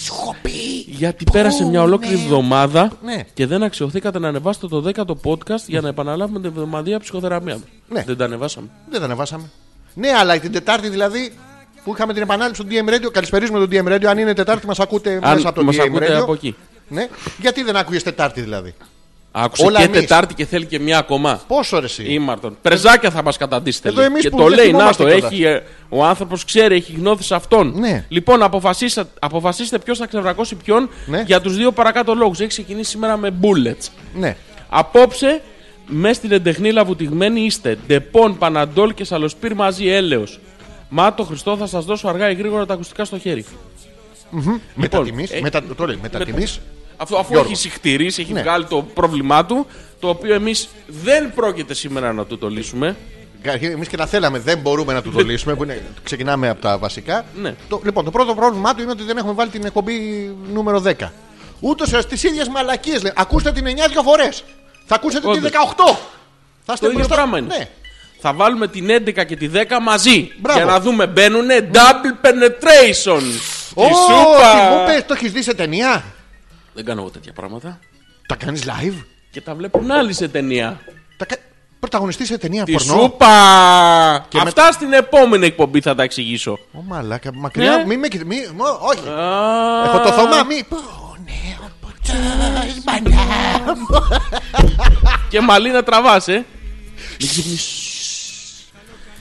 S1: Σου πει.
S2: Γιατί πέρασε μια ολόκληρη εβδομάδα
S1: Ναι.
S2: και δεν αξιοθήκατε να ανεβάσετε το 10ο podcast για να επαναλάβουμε την εβδομαδία ψυχοθεραπεία. μας.
S1: Ναι.
S2: Δεν τα ανεβάσαμε.
S1: Δεν τα ανεβάσαμε. Ναι, αλλά την Τετάρτη δηλαδή που είχαμε την επανάληψη του DM Radio. Καλησπερίζουμε το DM Radio. Αν είναι Τετάρτη, μας ακούτε
S2: Αν
S1: μέσα από το
S2: μας
S1: DM
S2: ακούτε
S1: Radio.
S2: από εκεί.
S1: Ναι. Γιατί δεν άκουγε Τετάρτη δηλαδή.
S2: Άκουσε
S1: Όλα
S2: και
S1: εμείς.
S2: Τετάρτη και θέλει και μια ακόμα.
S1: Πόσο ρε εσύ.
S2: Ήμαρτον. Πρεζάκια θα μας καταντήσετε.
S1: Εδώ
S2: λέει.
S1: εμείς
S2: και
S1: που
S2: το
S1: δεν
S2: λέει, να
S1: θυμόμαστε
S2: το
S1: κιόλας.
S2: έχει. ε, ο άνθρωπος ξέρει, έχει γνώθει σε αυτόν.
S1: Ναι.
S2: Λοιπόν, αποφασίστε, αποφασίστε ποιος θα ξεβρακώσει ποιον
S1: Ναι.
S2: για τους δύο παρακάτω λόγους. Έχει ξεκινήσει σήμερα με bullets.
S1: Ναι.
S2: Απόψε, μες στην εντεχνίλα βουτυγμένη είστε. Ντεπών, Παναντόλ και Σαλοσπύρ μαζί έλεος. Μα το Χριστό θα σας δώσω αργά ή γρήγορα τα ακουστικά στο χέρι.
S1: Μετατιμής,
S2: ε,
S1: μετα- το λέει, μετατιμής.
S2: Αυτό, αφού
S1: Γιώργο.
S2: έχει συχτηρίσει, έχει
S1: Ναι.
S2: βγάλει το πρόβλημά του, το οποίο εμείς δεν πρόκειται σήμερα να του το λύσουμε.
S1: Εμείς και να θέλαμε, δεν μπορούμε να του το λύσουμε. Που είναι, ξεκινάμε από τα βασικά.
S2: Ναι.
S1: Το, λοιπόν, το πρώτο πρόβλημά του είναι ότι δεν έχουμε βάλει την εκπομπή νούμερο 10. Ούτω ή άλλω τις ίδιες μαλακίες λέει. Ακούστε την 9 δύο φορές. Θα ακούσετε την
S2: Όντως.
S1: 18. Θα είστε
S2: Το ίδιο
S1: μπροστά.
S2: πράγμα είναι.
S1: Ναι.
S2: Θα βάλουμε την 11 και τη 10 μαζί.
S1: Μπράβο.
S2: Για να δούμε, μπαίνουνε double penetration.
S1: Ω,
S2: Η
S1: τι
S2: σούπα.
S1: μου πες, το έχεις δει σε ταινία.
S2: Δεν κάνω εγώ τέτοια πράγματα.
S1: Τα κάνεις live.
S2: Και τα βλέπουν άλλοι σε ταινία.
S1: Τα κα... Πρωταγωνιστή σε ταινία
S2: Τη
S1: πορνό.
S2: σούπα!
S1: Και
S2: Αυτά στην επόμενη εκπομπή θα τα εξηγήσω.
S1: Ω, μαλάκα, μακριά.
S2: Ναι.
S1: Μη με κοιτά. Μη... μω, Όχι. Έχω το θωμά, μη. Πω, ναι, ο ποτάς, μανά μου.
S2: Και μαλλίνα τραβάς, ε. Μην ξυπνήσεις.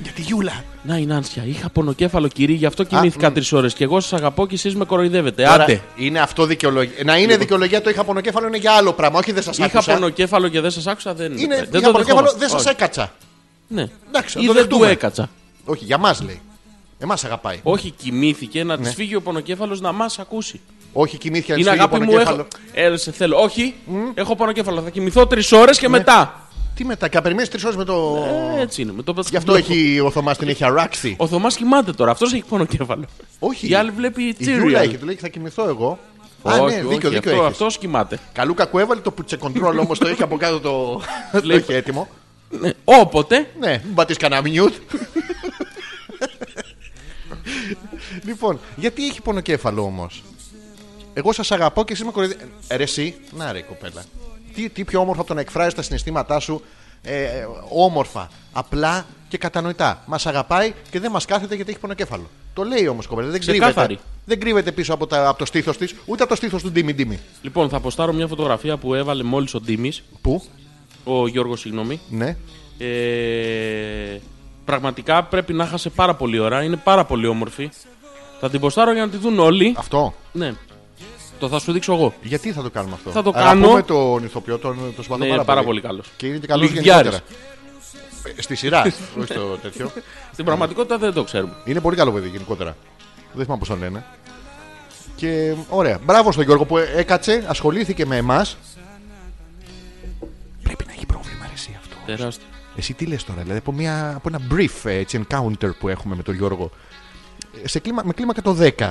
S1: Για τη Γιούλα.
S2: Να η Νάνσια, είχα πονοκέφαλο κυρί, γι' αυτό κοιμήθηκα
S1: μ.
S2: τρεις ώρες. Και εγώ σας αγαπώ και εσείς με κοροϊδεύετε.
S1: Τώρα,
S2: Άντε. Λοιπόν.
S1: Είναι αυτό δικαιολογία. Να είναι δικαιολογία το είχα πονοκέφαλο είναι για άλλο πράγμα. Όχι δεν σας
S2: Είχα
S1: άκουσα.
S2: πονοκέφαλο και δεν σας άκουσα, δεν
S1: Είναι
S2: δεν
S1: είχα
S2: το
S1: πονοκέφαλο,
S2: δεχόμαστε.
S1: δεν
S2: Όχι.
S1: σα έκατσα.
S2: Ναι.
S1: Εντάξει, θα
S2: Ή
S1: το
S2: δεν του
S1: δεχτούμε.
S2: έκατσα.
S1: Όχι, για μας λέει. Εμάς αγαπάει.
S2: Όχι, κοιμήθηκε να της φύγει ο πονοκέφαλος να μας ακούσει.
S1: Όχι, κοιμήθηκε να
S2: Είναι
S1: της Ναι. φύγει
S2: αγάπη μου,
S1: πονοκέφαλο.
S2: έχω. Ε, σε θέλω. Όχι, έχω πονοκέφαλο. Θα κοιμηθώ τρεις ώρες και
S1: Ναι.
S2: μετά.
S1: Τι μετά, και περιμένεις τρεις ώρες με το.
S2: Ε, Έτσι είναι. Με το
S1: Γι' αυτό έχει ο Θωμάς την έχει αράξει.
S2: Ο Θωμάς κοιμάται τώρα, αυτός έχει πονοκέφαλο.
S1: Όχι.
S2: Η άλλη βλέπει
S1: Η Γιούλα
S2: τσίρια.
S1: έχει, του λέει θα κοιμηθώ εγώ. Α, ναι, δίκιο, δίκιο
S2: αυτό,
S1: έχεις.
S2: αυτός κοιμάται.
S1: Καλού κακού έβαλε το πουτσε κοντρόλ όμως το έχει από κάτω το. το
S2: Λέει-
S1: έχει έτοιμο.
S2: Ναι. Όποτε.
S1: Ναι, μην πατήσεις κανένα μιούτ. λοιπόν, γιατί έχει πονοκέφαλο όμως. Εγώ σας αγαπώ και εσύ με κοροϊδεύετε. Ρε εσύ, να ρε κοπέλα. Τι, τι πιο όμορφο από το να εκφράζεις τα συναισθήματά σου ε, ε, όμορφα, απλά και κατανοητά. Μας αγαπάει και δεν μας κάθεται γιατί έχει πονοκέφαλο. Το λέει όμως κοπέλα, δεν κρύβεται.
S2: Ξεκάθαρη.
S1: Δεν κρύβεται πίσω από, τα, από το στήθος της, ούτε από το στήθος του Ντίμι Ντίμι.
S2: Λοιπόν, θα αποστάρω μια φωτογραφία που έβαλε μόλις ο Ντίμη,
S1: Πού,
S2: ο Γιώργος, συγγνώμη.
S1: ναι.
S2: Ε, πραγματικά πρέπει να χάσε πάρα πολύ ώρα. Είναι πάρα πολύ όμορφη. Θα την ποστάρω για να τη δουν όλοι.
S1: Αυτό.
S2: Ναι. Το θα σου δείξω εγώ.
S1: Γιατί θα το κάνουμε αυτό.
S2: Θα το
S1: Αγαπούμε
S2: κάνω.
S1: τον ηθοποιό, τον, τον συμπαθώ
S2: Ναι,
S1: πάρα,
S2: πάρα πολύ καλός.
S1: Και είναι και καλός
S2: Λιγδιάρης.
S1: γενικότερα. Ε, Στη σειρά, όχι στο τέτοιο.
S2: Στην πραγματικότητα δεν το ξέρουμε.
S1: Είναι πολύ καλό παιδί γενικότερα. Δεν θυμάμαι πώς τον λένε. Και ωραία. Μπράβο στον Γιώργο που έκατσε, ασχολήθηκε με εμάς. Πρέπει να έχει πρόβλημα ρε, εσύ αυτό.
S2: Τεράστιο.
S1: Εσύ τι λες τώρα, δηλαδή από, μια, από ένα brief ε, έτσι, encounter που έχουμε με τον Γιώργο. Ε, Σε κλίμα, με κλίμακα το 10.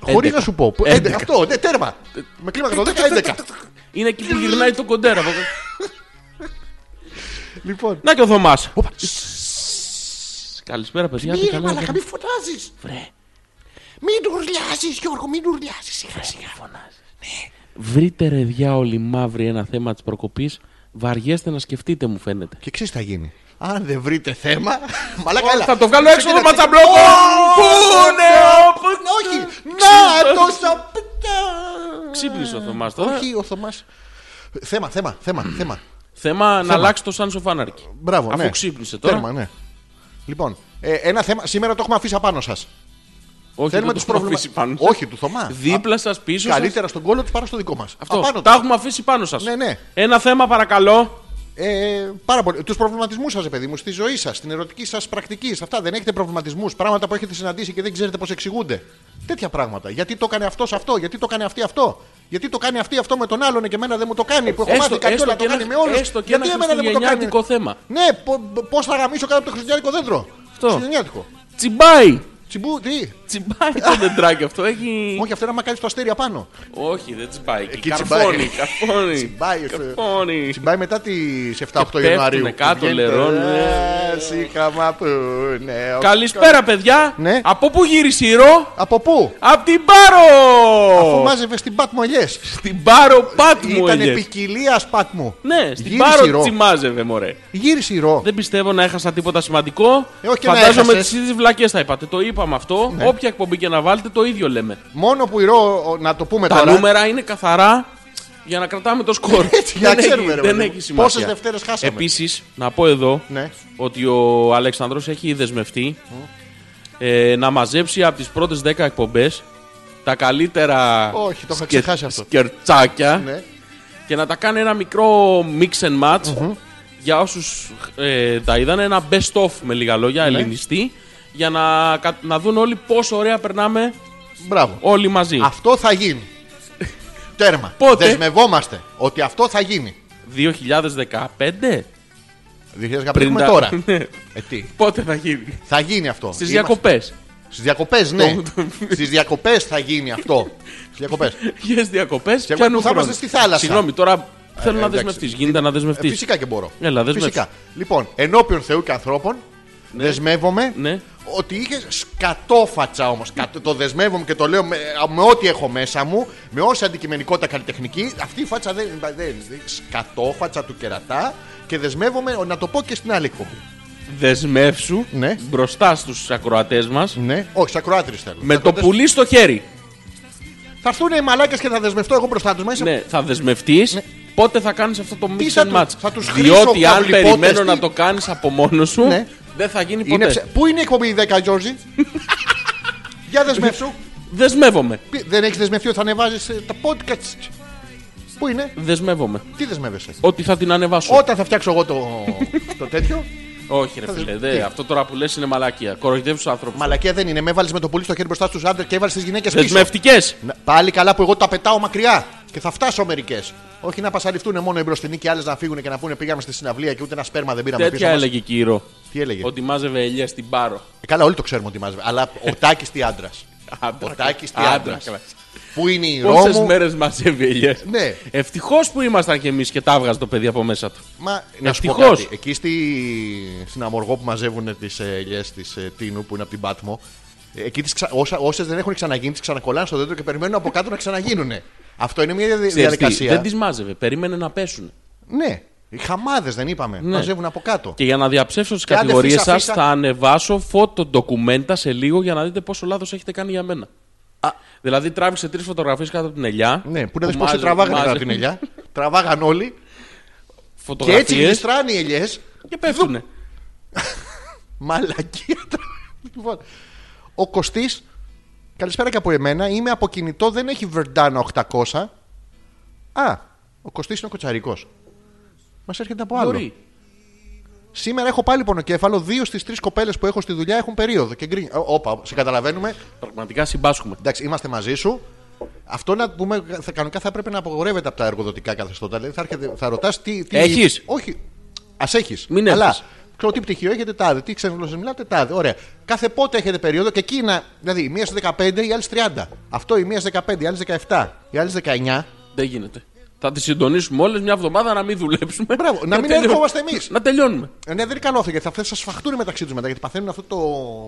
S1: Χωρί να σου πω. που-
S2: 11.
S1: ε, Αυτό, ναι, τέρμα. Με κλίμακα το 10, 11.
S2: Είναι εκεί που γυρνάει το κοντέρα.
S1: Λοιπόν.
S2: να και ο Θωμάς.
S1: Όπα.
S2: Καλησπέρα, παιδιά. Τι
S1: Μύρε
S2: καλά
S1: μαλακά,
S2: έκανε.
S1: Ε, μη φωνάζεις.
S2: Βρε,
S1: Μην ουρλιάζεις Γιώργο, μην ε. ουρλιάζεις σιγά σιγά.
S2: βρείτε ρε διάολοι μαύροι ένα θέμα της προκοπής. Βαριέστε να σκεφτείτε, μου φαίνεται.
S1: Και ξέρεις τι θα γίνει. Αν δεν βρείτε θέμα, μαλακά έλα.
S2: Θα το βγάλω έξω το
S1: Ξεκινά-
S2: ματσαμπλόκο!
S1: Ω,
S2: Πού είναι ο
S1: Να, Όχι, να το σαπτά.
S2: Ξύπνησε ο Θωμάς τώρα.
S1: Όχι, ο Θωμάς. Θέμα, θέμα, θέμα, θέμα.
S2: Θέμα να αλλάξει το Σάνσο Φάναρκι.
S1: Μπράβο,
S2: Αφού
S1: ναι.
S2: ξύπνησε τώρα.
S1: Τέρμα, ναι. Λοιπόν, ε, ένα θέμα, σήμερα το έχουμε αφήσει απάνω σας.
S2: Όχι,
S1: Θέλουμε
S2: δεν
S1: τους
S2: το έχουμε
S1: προβλημα-
S2: αφήσει πάνω. σας.
S1: Όχι, του Θωμά.
S2: Δίπλα σας, πίσω. σας.
S1: Καλύτερα στον κόλλο τους παρά στο δικό μας.
S2: Αυτό.
S1: Απάνω
S2: Τα
S1: τους.
S2: έχουμε αφήσει πάνω σας.
S1: Ναι, ναι.
S2: Ένα θέμα παρακαλώ.
S1: Ε, πάρα πολύ. Τους προβληματισμούς σας, παιδί μου, στη ζωή σας, στην ερωτική σας πρακτική. σε Αυτά δεν έχετε προβληματισμούς. Πράγματα που έχετε συναντήσει και δεν ξέρετε πώς εξηγούνται. Τέτοια πράγματα. Γιατί το έκανε αυτός αυτό, γιατί το έκανε αυτή αυτό. Γιατί το κάνει αυτή αυτό με τον άλλον και εμένα δεν μου το κάνει. Που έχω μάθει κάτι όλα το
S2: ένα-
S1: κάνει με όλους.
S2: έστω και
S1: Γιατί
S2: ένα
S1: εμένα δεν μου το κάνει.
S2: χριστουγεννιάτικο θέμα.
S1: Ναι, πώς θα γαμίσω κάτω από το χριστουγεννιάτικο δέντρο.
S2: Αυτό.
S1: Χριστουγεννιάτικο.
S2: Τσιμπάει!
S1: Τσιμπού, τι.
S2: Τσιμπάει το δεντράκι αυτό. Έχει.
S1: Όχι, αυτό είναι άμα κάνεις το αστέρι απάνω.
S2: Όχι, δεν τσιμπάει. εκεί.
S1: Εκεί
S2: Καρφώνει,
S1: τσιμπάει.
S2: καρφώνει.
S1: Τσιμπάει, όχι.
S2: Καρφώνει.
S1: Τσιμπάει μετά τις 7-8
S2: πέφτουνε
S1: Ιανουαρίου. ε,
S2: κάτω, λερώνουν.
S1: Σίχαμα που ναι. ο-
S2: Καλησπέρα, παιδιά.
S1: Ναι.
S2: Από πού γύρισε η ρο?
S1: Από πού?
S2: Απ' την Πάρο!
S1: Αφού μάζευες την Πάτμο ελιέ.
S2: Στην Πάρο Πάτμου
S1: Ήταν
S2: έλειες.
S1: ποικιλία Πάτμου.
S2: Ναι, στην
S1: Γύρισε η Ρο.
S2: Πάρο τσιμάζευε, μωρέ.
S1: Γύρισε η ρο.
S2: Δεν πιστεύω να έχασα τίποτα σημαντικό.
S1: Ε, όχι και να
S2: Φαντάζομαι
S1: έχασες. Ναι.
S2: τι ίδιε βλακές θα είπατε. Το είπαμε αυτό. Όποια εκπομπή και να βάλετε, το ίδιο λέμε.
S1: Μόνο που η ρο, ο- να το πούμε
S2: Τα
S1: τώρα.
S2: νούμερα είναι καθαρά για να κρατάμε το σκορ.
S1: Έτσι, για να
S2: δεν
S1: ξέρουμε,
S2: έχει,
S1: ρε
S2: δεν
S1: παιδί
S2: έχει
S1: μου.
S2: σημασία.
S1: Πόσες Δευτέρες χάσαμε.
S2: Επίσης, να πω εδώ
S1: Ναι.
S2: ότι ο Αλεξανδρός έχει δεσμευτεί ε, να μαζέψει από τις πρώτες 10 εκπομπές τα καλύτερα
S1: Όχι, το είχα
S2: σκε-
S1: ξεχάσει αυτό.
S2: σκερτσάκια
S1: Ναι.
S2: και να τα κάνει ένα μικρό mix and match για όσους ε, τα είδαν, ένα best of με λίγα λόγια,
S1: Ναι.
S2: ελληνιστή για να, κα- να δουν όλοι πόσο ωραία περνάμε
S1: Μπράβο.
S2: όλοι μαζί.
S1: Αυτό θα γίνει. Τέρμα.
S2: Πότε?
S1: Δεσμευόμαστε ότι αυτό θα γίνει.
S2: 2015
S1: 2015
S2: Πριν
S1: έχουμε
S2: τα-
S1: τώρα.
S2: Ναι.
S1: Ε, τι.
S2: Πότε θα γίνει.
S1: Θα γίνει αυτό.
S2: Στις
S1: Είμαστε-
S2: διακοπές.
S1: Στις διακοπές, ναι.
S2: Το- το-
S1: Στις διακοπές θα γίνει αυτό. Ε, Στις διακοπές.
S2: Γεια στι διακοπέ.
S1: εγώ που θα είμαστε στη θάλασσα. Ε,
S2: Συγγνώμη, τώρα θέλω να
S1: εντάξει. Ε,
S2: δεσμευτείς. Γίνεται να δεσμευτείς.
S1: Φυσικά και μπορώ.
S2: Έλα, δεσμεύσου.
S1: Φυσικά. Λοιπόν, ενώπιον Θεού και ανθρώπων, δεσμεύομαι
S2: Ναι.
S1: ότι είχε σκατόφατσα όμως. Το δεσμεύομαι και το λέω με, με ό,τι έχω μέσα μου, με όση αντικειμενικότητα καλλιτεχνική. Αυτή η φάτσα δεν δεν- δεν- Σκατόφατσα του κερατά και δεσμεύομαι να το πω και στην άλλη εκπομπή.
S2: Δεσμεύσου
S1: Ναι.
S2: μπροστά στους ακροατές μας
S1: Ναι, όχι, σαν ακροάτρι θέλω.
S2: με
S1: Θα
S2: το
S1: δεσ-
S2: πουλί στο χέρι.
S1: Θα έρθουν οι μαλάκες και θα δεσμευτώ εγώ μπροστά τους.
S2: Ναι, θα δεσμευτείς. Πότε θα κάνεις αυτό το mix
S1: θα
S2: and
S1: του-
S2: match.
S1: θα τους
S2: Διότι
S1: χρήσω
S2: αν
S1: καβλιπότες,
S2: περιμένω
S1: τι-
S2: να το κάνεις από μόνος σου,
S1: Ναι.
S2: δεν θα γίνει ποτέ.
S1: Είναι ψε- Πού είναι η εκπομπή 10, Τζόρζι? Για δεσμεύσου.
S2: Δεσμεύομαι.
S1: Πι- Δεν έχεις δεσμευτεί ότι θα ανεβάζεις τα podcast. Πού είναι,
S2: Δεσμεύομαι.
S1: τι δεσμεύεσαι.
S2: Ότι θα την ανεβάσω.
S1: Όταν θα φτιάξω εγώ το, το τέτοιο,
S2: Όχι, ρε φίλε.
S1: δεσμευτεί.
S2: δε, αυτό τώρα που λες είναι μαλακία. Κοροϊδεύει τους άνθρωπου.
S1: μαλακία δεν είναι. Με έβαλες με το πουλί στο χέρι μπροστά στους άντρες και έβαλες τις γυναίκες πίσω.
S2: Δεσμευτικές.
S1: Να- Πάλι καλά που εγώ τα πετάω μακριά και θα φτάσω μερικές. Όχι να πασαριστούν μόνο οι μπροστινοί και άλλες να φύγουν και να πούνε πήγαμε στη συναυλία και ούτε ένα σπέρμα δεν πήραμε πίσω.
S2: Τέτοια
S1: μας.
S2: έλεγε κύριο.
S1: Τι έλεγε.
S2: Ότι μάζευε ελιές στην πάρο.
S1: Ε, Καλά, όλοι το ξέρουμε ότι μάζευε. Αλλά ο Τάκης τι άντρας.
S2: Άντρα.
S1: ο Τάκης τι
S2: Άντρα,
S1: άντρας.
S2: καλά.
S1: Πού είναι η
S2: Πόσες
S1: Ρώμου.
S2: μέρες μάζευε ελιές.
S1: Ναι.
S2: Ευτυχώς που ήμασταν κι εμείς και τα έβγαζε το παιδί από μέσα του.
S1: Μα να σου πω
S2: Ευτυχώς.
S1: κάτι. Εκεί στη... στην Αμοργό που ε, μαζεύουν τι ελιέ τη Τίνου που είναι από την Πάτμο, εκεί τις ξα... όσα... όσες δεν έχουν ξαναγίνει, τις ξανακολλάνε στο δέντρο και περιμένουν από κάτω να ξαναγίνουν. Αυτό είναι μια δια-
S2: Ξέρεις τι,
S1: διαδικασία.
S2: Δεν τις μάζευε. Περίμενε να πέσουν.
S1: Ναι. Οι χαμάδες δεν είπαμε. Μαζεύουν από κάτω.
S2: Και για να διαψεύσω Ναι. τι
S1: άντε,
S2: κατηγορίες
S1: φύσα,
S2: σας,
S1: φύσα.
S2: θα ανεβάσω φώτο ντοκουμέντα σε λίγο για να δείτε πόσο λάθος έχετε κάνει για μένα. Δηλαδή, τράβηξε τρεις φωτογραφίες κάτω από την ελιά.
S1: Ναι, που να δει πώ
S2: μάζε-
S1: σε τραβάγανε
S2: μάζε-
S1: κατά την ελιά. Τραβάγαν όλοι και
S2: Φωτογραφίες
S1: έτσι γλιστράνε οι ελιές.
S2: και πέφτουνε.
S1: Μαλακία. λοιπόν, ο Κωστής. Καλησπέρα και από εμένα. Είμαι από κινητό, δεν έχει Verdana 800. Α, ο Κωστής είναι ο κοτσαρικός. Μας έρχεται από άλλο.
S2: Μπορεί.
S1: Σήμερα έχω πάλι πονοκέφαλο. Δύο στις τρεις κοπέλες που έχω στη δουλειά έχουν περίοδο. Και γκρι... Ω, Όπα, σε καταλαβαίνουμε.
S2: Πραγματικά συμπάσχουμε.
S1: Εντάξει, είμαστε μαζί σου. Αυτό να πούμε, θα, κανονικά θα πρέπει να απογορεύεται από τα εργοδοτικά καθεστώτα. Δηλαδή θα, έρχεται, θα ρωτάς τι. τι...
S2: Έχεις?
S1: Όχι. Ας έχεις.
S2: Μην
S1: Αλλά
S2: έχεις.
S1: ξέρω τι πτυχίο έχετε τάδε, τι ξένε γλώσσε μιλάτε τάδε. Ωραία. Κάθε πότε έχετε περίοδο και εκεί να. Δηλαδή η μία στις 15, η άλλη στις 30. Αυτό η μία στις 15, η άλλη στις 17, η άλλη στις 19.
S2: Δεν γίνεται. Θα τις συντονίσουμε όλες μια εβδομάδα να μην δουλέψουμε.
S1: Μπράβο, να
S2: Και
S1: μην
S2: τελειώνουμε.
S1: ερχόμαστε εμείς.
S2: Να τελειώνουμε.
S1: Ε, ναι, δεν είναι καλό αυτό γιατί αυτέ θα σφαχτούν μεταξύ τους μετά γιατί παθαίνουν αυτό το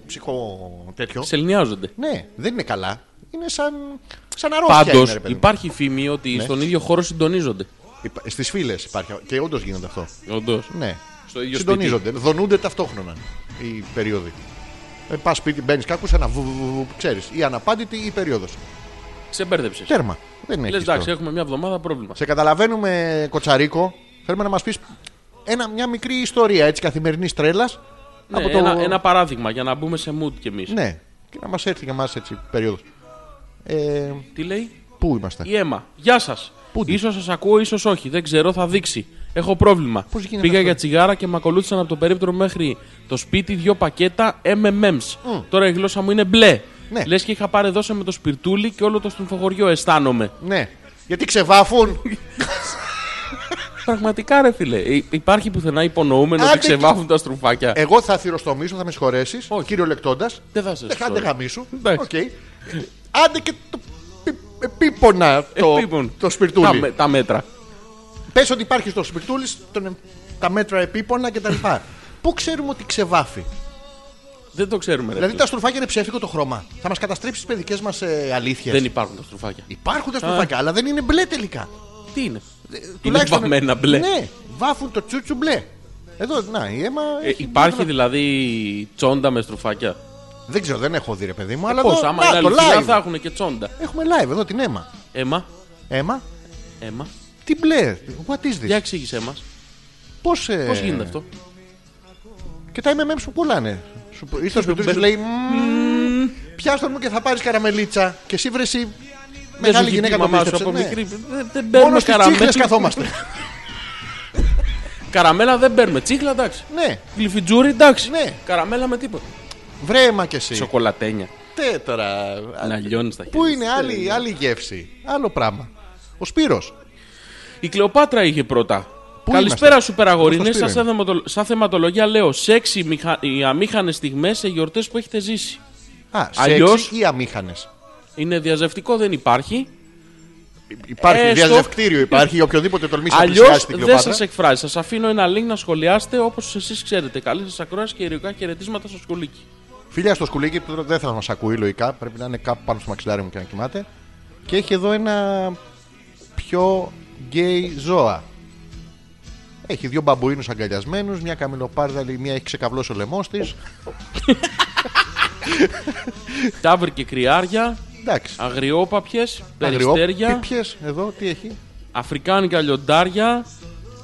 S1: ψυχο τέτοιο.
S2: Ξελνιάζονται.
S1: Ναι, δεν είναι καλά. Είναι σαν, σαν αρρώστια.
S2: Πάντω
S1: είναι, ρε παιδί μου. Ναι.
S2: υπάρχει φήμη ότι στον ίδιο χώρο συντονίζονται.
S1: Υπά... Στις φίλε υπάρχει. Και όντως γίνεται αυτό.
S2: Όντως.
S1: Ναι.
S2: Στο ίδιο
S1: Συντονίζονται. Δονούνται ταυτόχρονα οι περίοδοι. Ε, Πας σπίτι, μπαίνεις κάπου σε ένα βουβουβου, ξέρεις. Η αναπάντητη ή η περίοδο.
S2: Σε μπέρδεψε.
S1: Τέρμα. Δεν
S2: Λε
S1: έχει.
S2: εντάξει, έχουμε μια εβδομάδα πρόβλημα.
S1: Σε καταλαβαίνουμε, Κοτσαρίκο. Θέλουμε να μας πεις ένα, μια μικρή ιστορία έτσι καθημερινής τρέλας.
S2: Ναι, ένα, ένα παράδειγμα για να μπούμε σε mood κι εμείς.
S1: Ναι. Και να μας έρθει και εμά έτσι περίοδος. Ε,
S2: Τι λέει
S1: πού είμαστε.
S2: η αίμα. Γεια σας.
S1: Πού τη?
S2: σω σας ακούω, ίσως όχι. Δεν ξέρω, θα δείξει. Έχω πρόβλημα.
S1: Πώς γίνεται
S2: Πήγα
S1: αυτό?
S2: για τσιγάρα και με ακολούθησαν από το περίπτερο μέχρι το σπίτι δύο πακέτα MMMs. Τώρα η γλώσσα μου είναι μπλε.
S1: Ναι.
S2: Λες και είχα πάρει δώσε με το σπιρτούλι και όλο το στρουμφοχωριό αισθάνομαι.
S1: Ναι. Γιατί ξεβάφουν.
S2: Πραγματικά ρε φίλε. Υ- Υπάρχει πουθενά υπονοούμενο ότι
S1: Άντε, ε,
S2: ξεβάφουν τα στρουφάκια.
S1: Εγώ θα θυροστομήσω, θα με συγχωρέσεις.
S2: Όχι.
S1: Κύριο Λεκτώντας.
S2: Δεν θα σε συγχωρώ.
S1: Άντε γαμίσου.
S2: Εντάξει.
S1: Οκ. Ε, Άντε και το πι- επίπονα το,
S2: Επίπον.
S1: το
S2: Τα,
S1: σπιρτούλι.
S2: με- τα μέτρα.
S1: Πες ότι υπάρχει στο σπιρτούλι στον- τα μέτρα επίπονα κτλ. Πού ξέρουμε ότι ξεβάφει.
S2: Δεν το ξέρουμε. Ρε,
S1: Δηλαδή
S2: φίλε.
S1: τα στρουφάκια είναι ψεύτικο το χρώμα. Θα μας καταστρέψει τις παιδικές μας αλήθειες.
S2: Δεν υπάρχουν τα στρουφάκια.
S1: ε, Υπάρχουν τα στρουφάκια, αλλά δεν είναι μπλε τελικά.
S2: Τι είναι. Είναι
S1: Ε, Τουλάχιστον-
S2: βαμμένα μπλε.
S1: Ναι, βάφουν το τσούτσου μπλε. Εδώ, να, η αίμα.
S2: Ε,
S1: έχει
S2: υπάρχει
S1: μπλε.
S2: δηλαδή τσόντα με στρουφάκια.
S1: Δεν ξέρω, δεν έχω δει ρε παιδί μου, αλλά.
S2: Πώς,
S1: εδώ-
S2: Ε, άμα
S1: να, το
S2: είναι αληθινά
S1: live.
S2: θα έχουν και τσόντα.
S1: Έχουμε live εδώ την αίμα.
S2: Έμα,
S1: Αίμα,
S2: έμα.
S1: τι μπλε, what is
S2: Για
S1: this.
S2: εξήγησέ μας.
S1: Πώς, ε,
S2: Πώς γίνεται αυτό.
S1: Και τα MMM που πουλάνε. Σου π- Ήρθε ο σπιτού σου λέει «Μμμ, Πιάστον μου και θα πάρεις καραμελίτσα. Και εσύ βρεσί.
S2: Δεν
S1: Μεγάλη
S2: σου γυναίκα
S1: γυναίκα το
S2: μαμά σου
S1: πίστεψε.
S2: από
S1: ναι.
S2: μικρή. Δεν, δεν
S1: Μόνο
S2: παίρνουμε
S1: στις τσίχλες
S2: καραμέλα.
S1: καθόμαστε.
S2: Καραμέλα δεν παίρνουμε. Τσίχλα εντάξει.
S1: ναι,
S2: Γλυφιτζούρι εντάξει.
S1: Ναι.
S2: Καραμέλα με τίποτα.
S1: βρέμα κι εσύ.
S2: Σοκολατένια.
S1: Τε τώρα.
S2: Να λιώνεις τα χέρια.
S1: Πού
S2: σου.
S1: είναι άλλη, άλλη γεύση. Άλλο πράγμα. Ο Σπύρος.
S2: Η Κλεοπάτρα είχε πρώτα.
S1: Πού
S2: Καλησπέρα
S1: είμαστε?
S2: σου,
S1: Πώς
S2: Περαγορίνε.
S1: το
S2: Σαν,
S1: σπήρα
S2: θεματολο- σαν θεματολογία λέω σεξι μηχα... οι αμήχανες στιγμές σε γιορτές που έχετε ζήσει.
S1: Α,
S2: Αλλιώς-
S1: σεξι ή αμήχανες.
S2: Είναι διαζευτικό, δεν υπάρχει.
S1: Υπάρχει
S2: Έστω.
S1: διαζευκτήριο, υπάρχει για οποιοδήποτε τολμήσει να
S2: Αλλιώς
S1: πλησιάσει την
S2: Ε, δεν
S1: Κλεοπάτρα.
S2: σας εκφράζει. Σας αφήνω ένα link να σχολιάσετε όπως εσείς ξέρετε. Καλή σας ακρόαση και ειρηνικά χαιρετίσματα στο σκουλίκι.
S1: Φιλιά στο σκουλίκι που δεν θα μας ακούει λογικά. Πρέπει να είναι κάπου πάνω στο μαξιλάρι μου και να κοιμάται. Και έχει εδώ ένα πιο γκέι ζώα. Έχει δύο μπαμπουίνους αγκαλιασμένους, μια καμιλοπάρδαλη, μια έχει ξεκαβλώσει ο λαιμός της.
S2: Τάβρ και κρυάρια,
S1: Εντάξει.
S2: αγριόπαπιες,
S1: Αγριό.
S2: περιστέρια,
S1: Πιπιές, εδώ, τι έχει.
S2: αφρικάνικα λιοντάρια,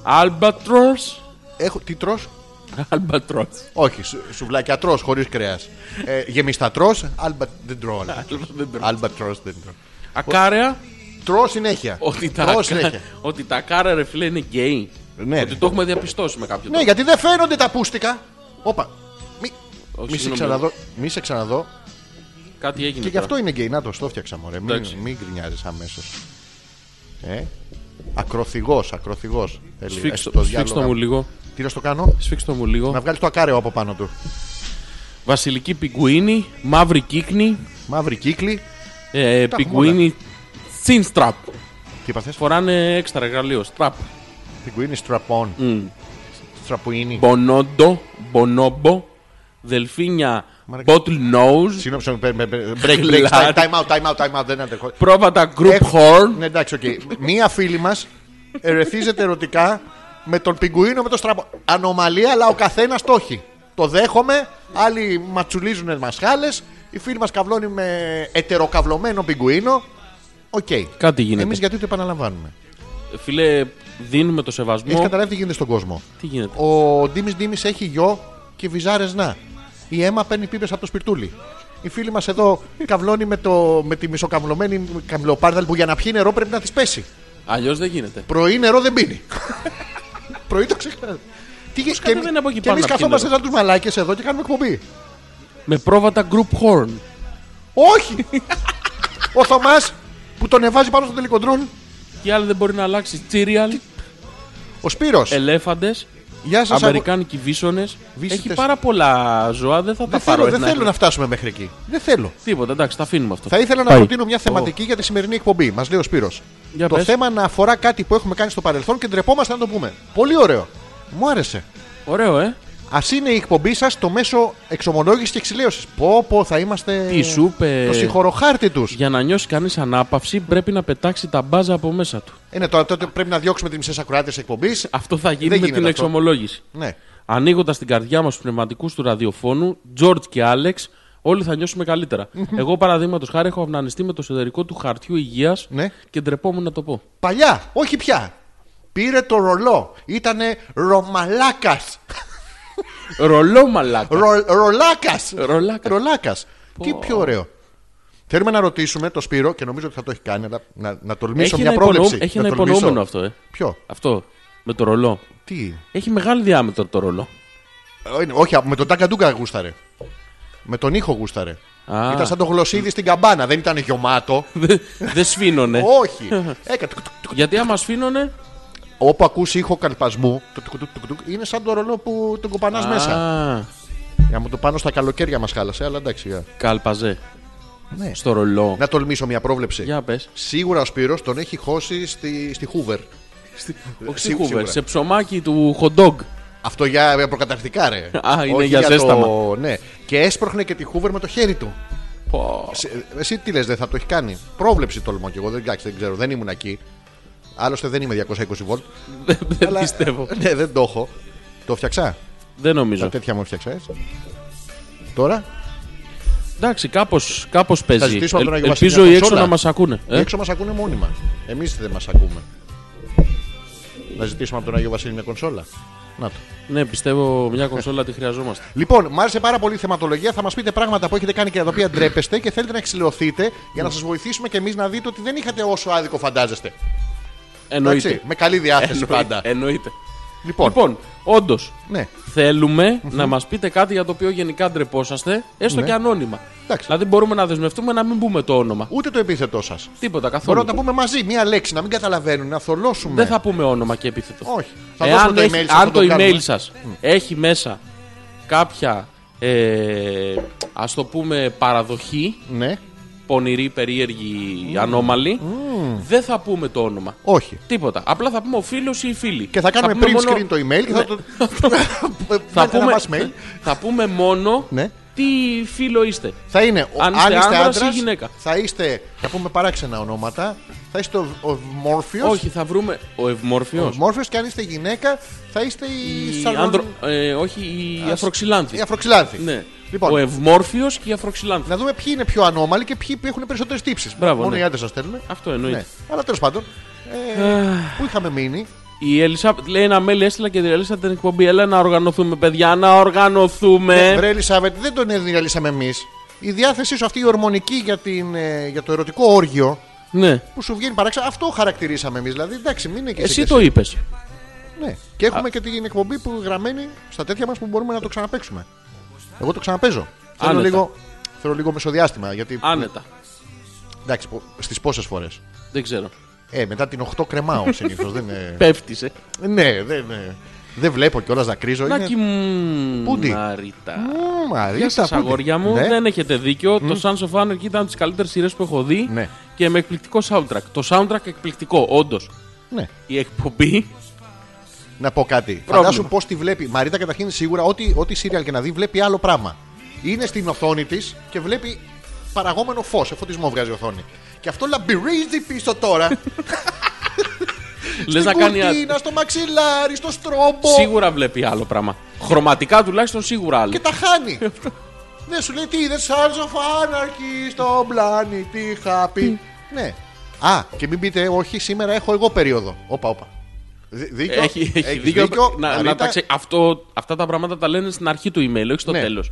S2: άλμπατρος.
S1: Έχω, τι τρως,
S2: Άλμπατρος.
S1: όχι, σου- σουβλάκια τρως χωρίς κρέας. Ε, γεμιστά τρως, άλμπα δεν τρώω. όλα. Άλμπα τρως δεν τρώω.
S2: Ακάρεα,
S1: Τρώω συνέχεια.
S2: ότι τα,
S1: Τρώω συνέχεια.
S2: ότι τα κάρα ρε φίλε είναι γκέι.
S1: Ναι,
S2: ότι
S1: ρε.
S2: το έχουμε διαπιστώσει με κάποιο
S1: Ναι,
S2: τρόπο.
S1: γιατί δεν φαίνονται τα πούστικα. Όπα. Μη,
S2: Όχι,
S1: μη σε
S2: συγγνώμη.
S1: ξαναδώ. Μη σε ξαναδώ.
S2: Κάτι έγινε.
S1: Και γι'
S2: τώρα.
S1: αυτό είναι γκέι. Να το, στο φτιάξα, μωρέ. Μην,
S2: Εντάξει.
S1: μην γκρινιάζεις αμέσως. Ε. Ακροθυγός, ακροθυγός. Θέλει, ε,
S2: Σφίξ
S1: στο
S2: το, σφίξ το
S1: διάλογο.
S2: μου λίγο.
S1: Τι να στο κάνω.
S2: Σφίξ το μου λίγο.
S1: Να βγάλεις το ακάρεο από πάνω του.
S2: Βασιλική πιγκουίνη, μαύρη κύκνη,
S1: Μαύρη κύκλη.
S2: ε,
S1: Τα
S2: πιγκουίνη τσινστραπ.
S1: Τι είπα θες.
S2: Φοράνε έξτρα εργαλείο. Στραπ.
S1: Πιγκουίνι στραπών. Στραπουίνι.
S2: Μπονόντο, μπονόμπο, δελφίνια,
S1: Μαρακα-
S2: bottle nose,
S1: Συγγνώμη, συγγνώμη, πε- πε- πε- break, break,
S2: Λάρι.
S1: time out, time out, time out, δεν αντέχω.
S2: πρόβατα group
S1: Έχω-
S2: horn.
S1: Ναι, εντάξει, οκ. Μία φίλη μας ερεθίζεται ερωτικά με τον πιγκουίνο με τον στραπό. Ανομαλία, αλλά ο καθένας το έχει. Το δέχομαι. Άλλοι ματσουλίζουν μασχάλε. Η φίλη μας καβλώνει με ετεροκαυλωμένο πιγκουίνο. Οκ.
S2: Κάτι γίνεται.
S1: Εμείς γιατί το επαναλαμβάνουμε. Ναι.
S2: Φίλε, δίνουμε το
S1: Έχει
S2: σεβασμό.
S1: καταλάβει τι γίνεται στον κόσμο.
S2: Τι γίνεται.
S1: Ο Ντίμης Ντίμης έχει γιο και βυζάρες να. Η αίμα παίρνει πίπες από το σπιρτούλι. Η φίλη μας εδώ καυλώνει με, το, με τη μισοκαυλωμένη καμιλοπάρδαλ που για να πιει νερό πρέπει να της πέσει.
S2: Αλλιώς δεν γίνεται.
S1: Πρωί νερό δεν πίνει. Πρωί το ξεχνάει. Τι γίνεται,
S2: κατεβαίνει από εκεί
S1: και
S2: πάνω
S1: εμεί
S2: να πιει
S1: καθόμαστε
S2: νερό.
S1: σαν τους μαλάκες εδώ και κάνουμε εκπομπή.
S2: Με πρόβατα group horn.
S1: Όχι! Ο Θωμάς που τον εβάζει πάνω στο τελικοντρόλ.
S2: Και άλλη δεν μπορεί να αλλάξει. Τσίριαλ,
S1: Ο Σπύρος.
S2: Ε, ελέφαντες,
S1: Γεια σας,
S2: αμερικάνικοι βίσονε.
S1: Βύσιτες.
S2: Έχει πάρα πολλά ζώα, δεν θα τα
S1: Δεν
S2: πάρω.
S1: θέλω, δεν
S2: ένα
S1: θέλω
S2: ένα.
S1: να φτάσουμε μέχρι εκεί. Δεν θέλω.
S2: Τίποτα, εντάξει, τα αφήνουμε αυτό.
S1: Θα ήθελα να
S2: Πάει.
S1: προτείνω μια θεματική για τη σημερινή εκπομπή. Μας λέει ο Σπύρος.
S2: Για
S1: Το
S2: πες.
S1: θέμα να αφορά κάτι που έχουμε κάνει στο παρελθόν και ντρεπόμαστε να το πούμε. Πολύ ωραίο. Μου άρεσε.
S2: Ωραίο, ε.
S1: Ας είναι η εκπομπή σας το μέσο εξομολόγησης και εξηλαίωση. Πω, πω, θα είμαστε.
S2: Τι σου είπε.
S1: Το συγχωροχάρτη τους.
S2: Για να νιώσει κανείς ανάπαυση, πρέπει να πετάξει τα μπάζα από μέσα του.
S1: Ε, ναι, τώρα τότε πρέπει να διώξουμε τις μισές ακροάτε εκπομπής.
S2: Αυτό θα γίνει
S1: Δεν
S2: με
S1: γίνεται
S2: την
S1: αυτό.
S2: εξομολόγηση.
S1: Ναι.
S2: Ανοίγοντας την καρδιά μας στους πνευματικούς του ραδιοφώνου, George και Άλεξ, όλοι θα νιώσουμε καλύτερα. Εγώ, παραδείγματος χάρη, έχω αυνανιστεί με το εσωτερικό του χαρτιού υγείας
S1: Ναι.
S2: και ντρεπόμουν να το πω.
S1: Παλιά, όχι πια. Πήρε το ρολό. Ήτανε ρομαλάκας.
S2: Ρολό μαλάκα.
S1: Ρο, ρολάκας.
S2: Ρολάκας.
S1: Τι πιο ωραίο. Θέλουμε να ρωτήσουμε το Σπύρο και νομίζω ότι θα το έχει κάνει, αλλά να, να τολμήσω
S2: Έχει
S1: μια
S2: ένα
S1: πρόβλεψη.
S2: υπονοούμενο- έχει
S1: Να
S2: ένα
S1: τολμήσω.
S2: υπονοούμενο αυτό, ε.
S1: Ποιο,
S2: Αυτό με το ρολό.
S1: τι.
S2: Έχει μεγάλη διάμετρο το ρολό.
S1: Ε, είναι- Όχι, με τον Ταγκαντούγκα γούσταρε. Με τον ήχο γούσταρε.
S2: Α.
S1: Ήταν σαν το γλωσσίδι στην καμπάνα, δεν ήταν γεμάτο.
S2: Δεν σφίνωνε.
S1: όχι. Ε, Έκανε.
S2: Γιατί άμα σφίνωνε,
S1: Όπου ακούσει ήχο καλπασμού, το τουκ, τουκ, τουκ, τουκ, είναι σαν το ρολό που τον κοπανάς μέσα.
S2: Α,
S1: Για μου το πάνω στα καλοκαίρια μας χάλασε, αλλά εντάξει. για.
S2: κάλπαζε.
S1: Ναι.
S2: Στο ρολό.
S1: Να τολμήσω μια πρόβλεψη.
S2: Για πες.
S1: Σίγουρα ο Σπύρος τον έχει χώσει στη, στη Hoover.
S2: Όχι
S1: σί-
S2: στη Χούβερ,
S1: Ε, σίγουρα.
S2: σε ψωμάκι του hot dog.
S1: Αυτό για προκαταρκτικά, ρε.
S2: Α, είναι
S1: Όχι
S2: για ζέσταμα.
S1: Το... Ναι. Και έσπροχνε και τη Hoover με το χέρι του.
S2: Πω.
S1: Σε- Εσύ τι λες, δεν θα το έχει κάνει. Πρόβλεψη τολμώ κι εγώ, δεν, εντάξει, δεν ξέρω, δεν ήμουν εκεί. Άλλωστε δεν είμαι 220 βολτ.
S2: Δεν δεν πιστεύω. Ναι.
S1: Ναι, δεν το έχω. Το φτιαξά.
S2: Δεν
S1: Τα
S2: νομίζω.
S1: τέτοια μου φτιαξά. Τώρα
S2: Εντάξει, κάπως, κάπως παίζει. Ε,
S1: ζητήσουμε από τον Άγιο Βασίλη
S2: ελπίζω
S1: μια
S2: οι έξω
S1: κονσόλα.
S2: να μας ακούνε.
S1: οι
S2: Ε?
S1: έξω μας ακούνε μόνιμα. Εμείς δεν μας ακούμε. Να ζητήσουμε από τον Άγιο Βασίλη μια κονσόλα. Να το.
S2: Ναι, πιστεύω μια κονσόλα τη χρειαζόμαστε.
S1: Λοιπόν, μου άρεσε πάρα πολύ η θεματολογία. Θα μας πείτε πράγματα που έχετε κάνει και για τα οποία ντρέπεστε και θέλετε να εξηλαιωθείτε για να σας βοηθήσουμε και εμείς να δείτε ότι δεν είχατε όσο άδικο φαντάζεστε.
S2: Εννοείται.
S1: Εντάξει, με καλή διάθεση πάντα.
S2: Εννοείται.
S1: λοιπόν,
S2: Λοιπόν, όντως,
S1: ναι.
S2: θέλουμε να μας πείτε κάτι για το οποίο γενικά ντρεπόσαστε, έστω
S1: Ναι.
S2: και ανώνυμα.
S1: Εντάξει.
S2: Δηλαδή μπορούμε να δεσμευτούμε να μην πούμε το όνομα.
S1: Ούτε το επίθετό σας. Μπορούμε
S2: Τίποτα καθόλου.
S1: να τα πούμε μαζί, μία λέξη, να μην καταλαβαίνουν, να θολώσουμε.
S2: Ναι. Δεν θα πούμε όνομα και επίθετο.
S1: Όχι. Θα δώσουμε το
S2: έχει-
S1: email σας, θα
S2: αν
S1: το
S2: το
S1: κάνουμε.
S2: email σας έχει μέσα κάποια ε, ας το πούμε παραδοχή,
S1: Ναι,
S2: πονηρή, περίεργη, ανώμαλη, δεν θα πούμε το όνομα.
S1: όχι.
S2: Τίποτα. Απλά θα πούμε ο φίλος ή η φίλη.
S1: Και θα κάνουμε
S2: πούμε
S1: print
S2: μόνο-
S1: screen το email και θα το.
S2: Θα
S1: Βάλτε ένα
S2: πούμε,
S1: μας mail.
S2: θα πούμε μόνο
S1: Ναι. Ε,
S2: τι φίλο είστε.
S1: Θα είναι ο-
S2: Αν
S1: αν,
S2: είστε
S1: είστε
S2: άνδρας ή
S1: άντρα,
S2: γυναίκα.
S1: θα είστε. Θα πούμε παράξενα ονόματα. Θα είστε ο, ο Μόρφιος.
S2: Όχι, θα βρούμε ο ευμόρφιος.
S1: Μόρφιος και αν είστε γυναίκα θα είστε η Σαρδόν-
S2: ε, όχι, η
S1: Ας-
S2: Αφροξυλάνθη.
S1: Η Αφροξυλάνθη.
S2: Ναι.
S1: Λοιπόν, Ναι.
S2: Ο ευμόρφιος και η Αφροξυλάνθη.
S1: να δούμε ποιοι είναι πιο ανώμαλοι και ποιοι έχουν περισσότερες τύψεις.
S2: Μπράβο,
S1: Μόνο
S2: ναι.
S1: οι άντρες σας στέλνουν.
S2: Αυτό εννοείται.
S1: Ναι. Αλλά τέλος πάντων. Ε, πού είχαμε μείνει.
S2: Η Ελισά λέει ένα mail έστειλα και διαλύσα την εκπομπή. Έλα να οργανωθούμε, παιδιά, να οργανωθούμε.
S1: Ε, Ναι, Βρε Ελισάβετ, δεν τον ενδιαλύσαμε εμείς. Η διάθεσή σου αυτή η ορμονική για, την, ε, για το ερωτικό όργιο
S2: ναι.
S1: που σου βγαίνει παράξενα, αυτό χαρακτηρίσαμε εμείς. Δηλαδή, εντάξει, μην είναι και
S2: Εσύ
S1: και
S2: το είπες.
S1: Ναι. Και έχουμε και την εκπομπή που γραμμένη στα τέτοια μας που μπορούμε να το ξαναπέξουμε. Εγώ το ξαναπέζω. Θέλω
S2: Άνετα.
S1: λίγο, θέλω λίγο μεσοδιάστημα. Γιατί.
S2: Άνετα.
S1: Εντάξει, στις πόσες φορές.
S2: Δεν ξέρω.
S1: Ε, μετά την 8 κρεμάω συνήθως. δεν είναι.
S2: Πέφτησε.
S1: Ναι, δεν είναι. Δεν βλέπω κιόλας να κρίζω.
S2: Να
S1: είναι... Πούντι.
S2: κοιμάριτα.
S1: Μμμ, αρίστα,
S2: Γεια σας
S1: πούντι.
S2: αγόρια μου,
S1: Ναι.
S2: δεν έχετε δίκιο. Το Sons of Anarchy ήταν από τις καλύτερες σειρές που έχω δει
S1: Ναι.
S2: και με εκπληκτικό soundtrack. Το soundtrack εκπληκτικό, όντως.
S1: ναι.
S2: Η εκπομπή.
S1: Να πω κάτι.
S2: Πρόβλημα.
S1: Φαντάσου πώς τη βλέπει. Μαρίτα, καταρχήν σίγουρα ό,τι, ό,τι serial και να δει, βλέπει άλλο πράγμα. Είναι στην οθόνη της και βλέπει παραγόμενο φως. Φωτισμό βγάζει η οθόνη. Και αυτό λαμπυρίζει πίσω τώρα.
S2: Λες να
S1: στην
S2: κάνει. α-
S1: κουτίνα, στο μαξιλάρι, στο στρόμπο.
S2: Σίγουρα βλέπει άλλο πράγμα. Χρωματικά τουλάχιστον σίγουρα άλλο.
S1: Και τα χάνει. Δεν σου λέει τι είδες, Sons of Anarchy στον πλανήτη Happy. Ναι. Α, και μην πείτε, όχι, σήμερα έχω εγώ περίοδο. Όπα, όπα. Δι- Δίκιο.
S2: Έχει, έχει
S1: Έχεις
S2: δίκιο. να,
S1: Μαρίτα.
S2: να τα ξε... αυτό, αυτά τα πράγματα τα λένε στην αρχή του email, όχι στο
S1: Ναι.
S2: τέλος.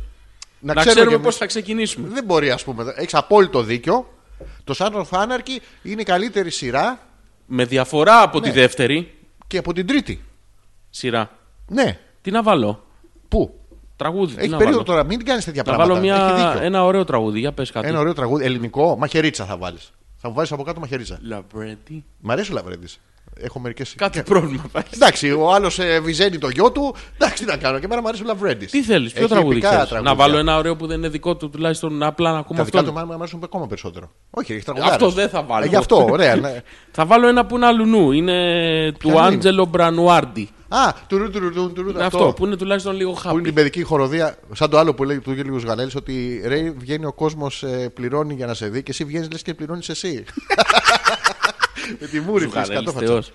S1: Να
S2: Να
S1: ξέρουμε
S2: ξέρουμε
S1: κι εμείς.
S2: πώς θα ξεκινήσουμε.
S1: Δεν μπορεί, ας πούμε. Έχεις απόλυτο δίκιο. Το Sons of Anarchy είναι η καλύτερη σειρά
S2: Με διαφορά από τη
S1: Ναι.
S2: δεύτερη
S1: και από την τρίτη.
S2: σειρά.
S1: Ναι.
S2: Τι να βάλω.
S1: Πού.
S2: Τραγούδι. τι
S1: Έχει
S2: να
S1: περίοδο
S2: βάλω.
S1: τώρα, μην κάνεις τέτοια
S2: Να
S1: πράγματα.
S2: βάλω
S1: Έχει
S2: μια,
S1: δίκιο.
S2: ένα ωραίο τραγούδι. Για πες κάτι.
S1: Ένα ωραίο τραγούδι, ελληνικό, μαχαιρίτσα θα βάλεις. Θα μου βάλεις από κάτω μαχαιρίτσα.
S2: Λαμπρέτη.
S1: Μ' αρέσει ο Λαβρέντη. Έχω μερικές.
S2: Κάτι πρόβλημα πάει.
S1: Εντάξει, ο άλλος βυζένει το γιο του. Εντάξει, τι να κάνω. Και εμένα μου αρέσει ο Λαβρέντης.
S2: Τι θέλεις, ποιο τραγούδι θέλει. Να βάλω ένα ωραίο που δεν είναι δικό του τουλάχιστον απλά να ακούμε
S1: Τα δικά του
S2: αυτό.
S1: μάλλον μου αρέσουν ακόμα περισσότερο. Όχι, έχει τραγουδάρες.
S2: Αυτό δεν θα βάλω.
S1: Ε, Γι' αυτό, ωραία. ναι.
S2: θα βάλω ένα που είναι αλουνού. Είναι του
S1: είναι?
S2: Άντζελο Μπρανουάρντι.
S1: Α, τουρου, τουρου, τουρου, τουρου,
S2: Είναι Ναι, αυτό που είναι τουλάχιστον λίγο
S1: Που είναι
S2: χάπι.
S1: την παιδική χοροδία, σαν το άλλο που λέει του Γιώργου Γαλέλης, ότι ρε, βγαίνει ο κόσμος, πληρώνει για να σε δει και εσύ βγαίνεις λες και πληρώνεις εσύ. Με τη μούρη
S2: Του
S1: της
S2: Γανέλης
S1: κατόφατσα.
S2: Θεός.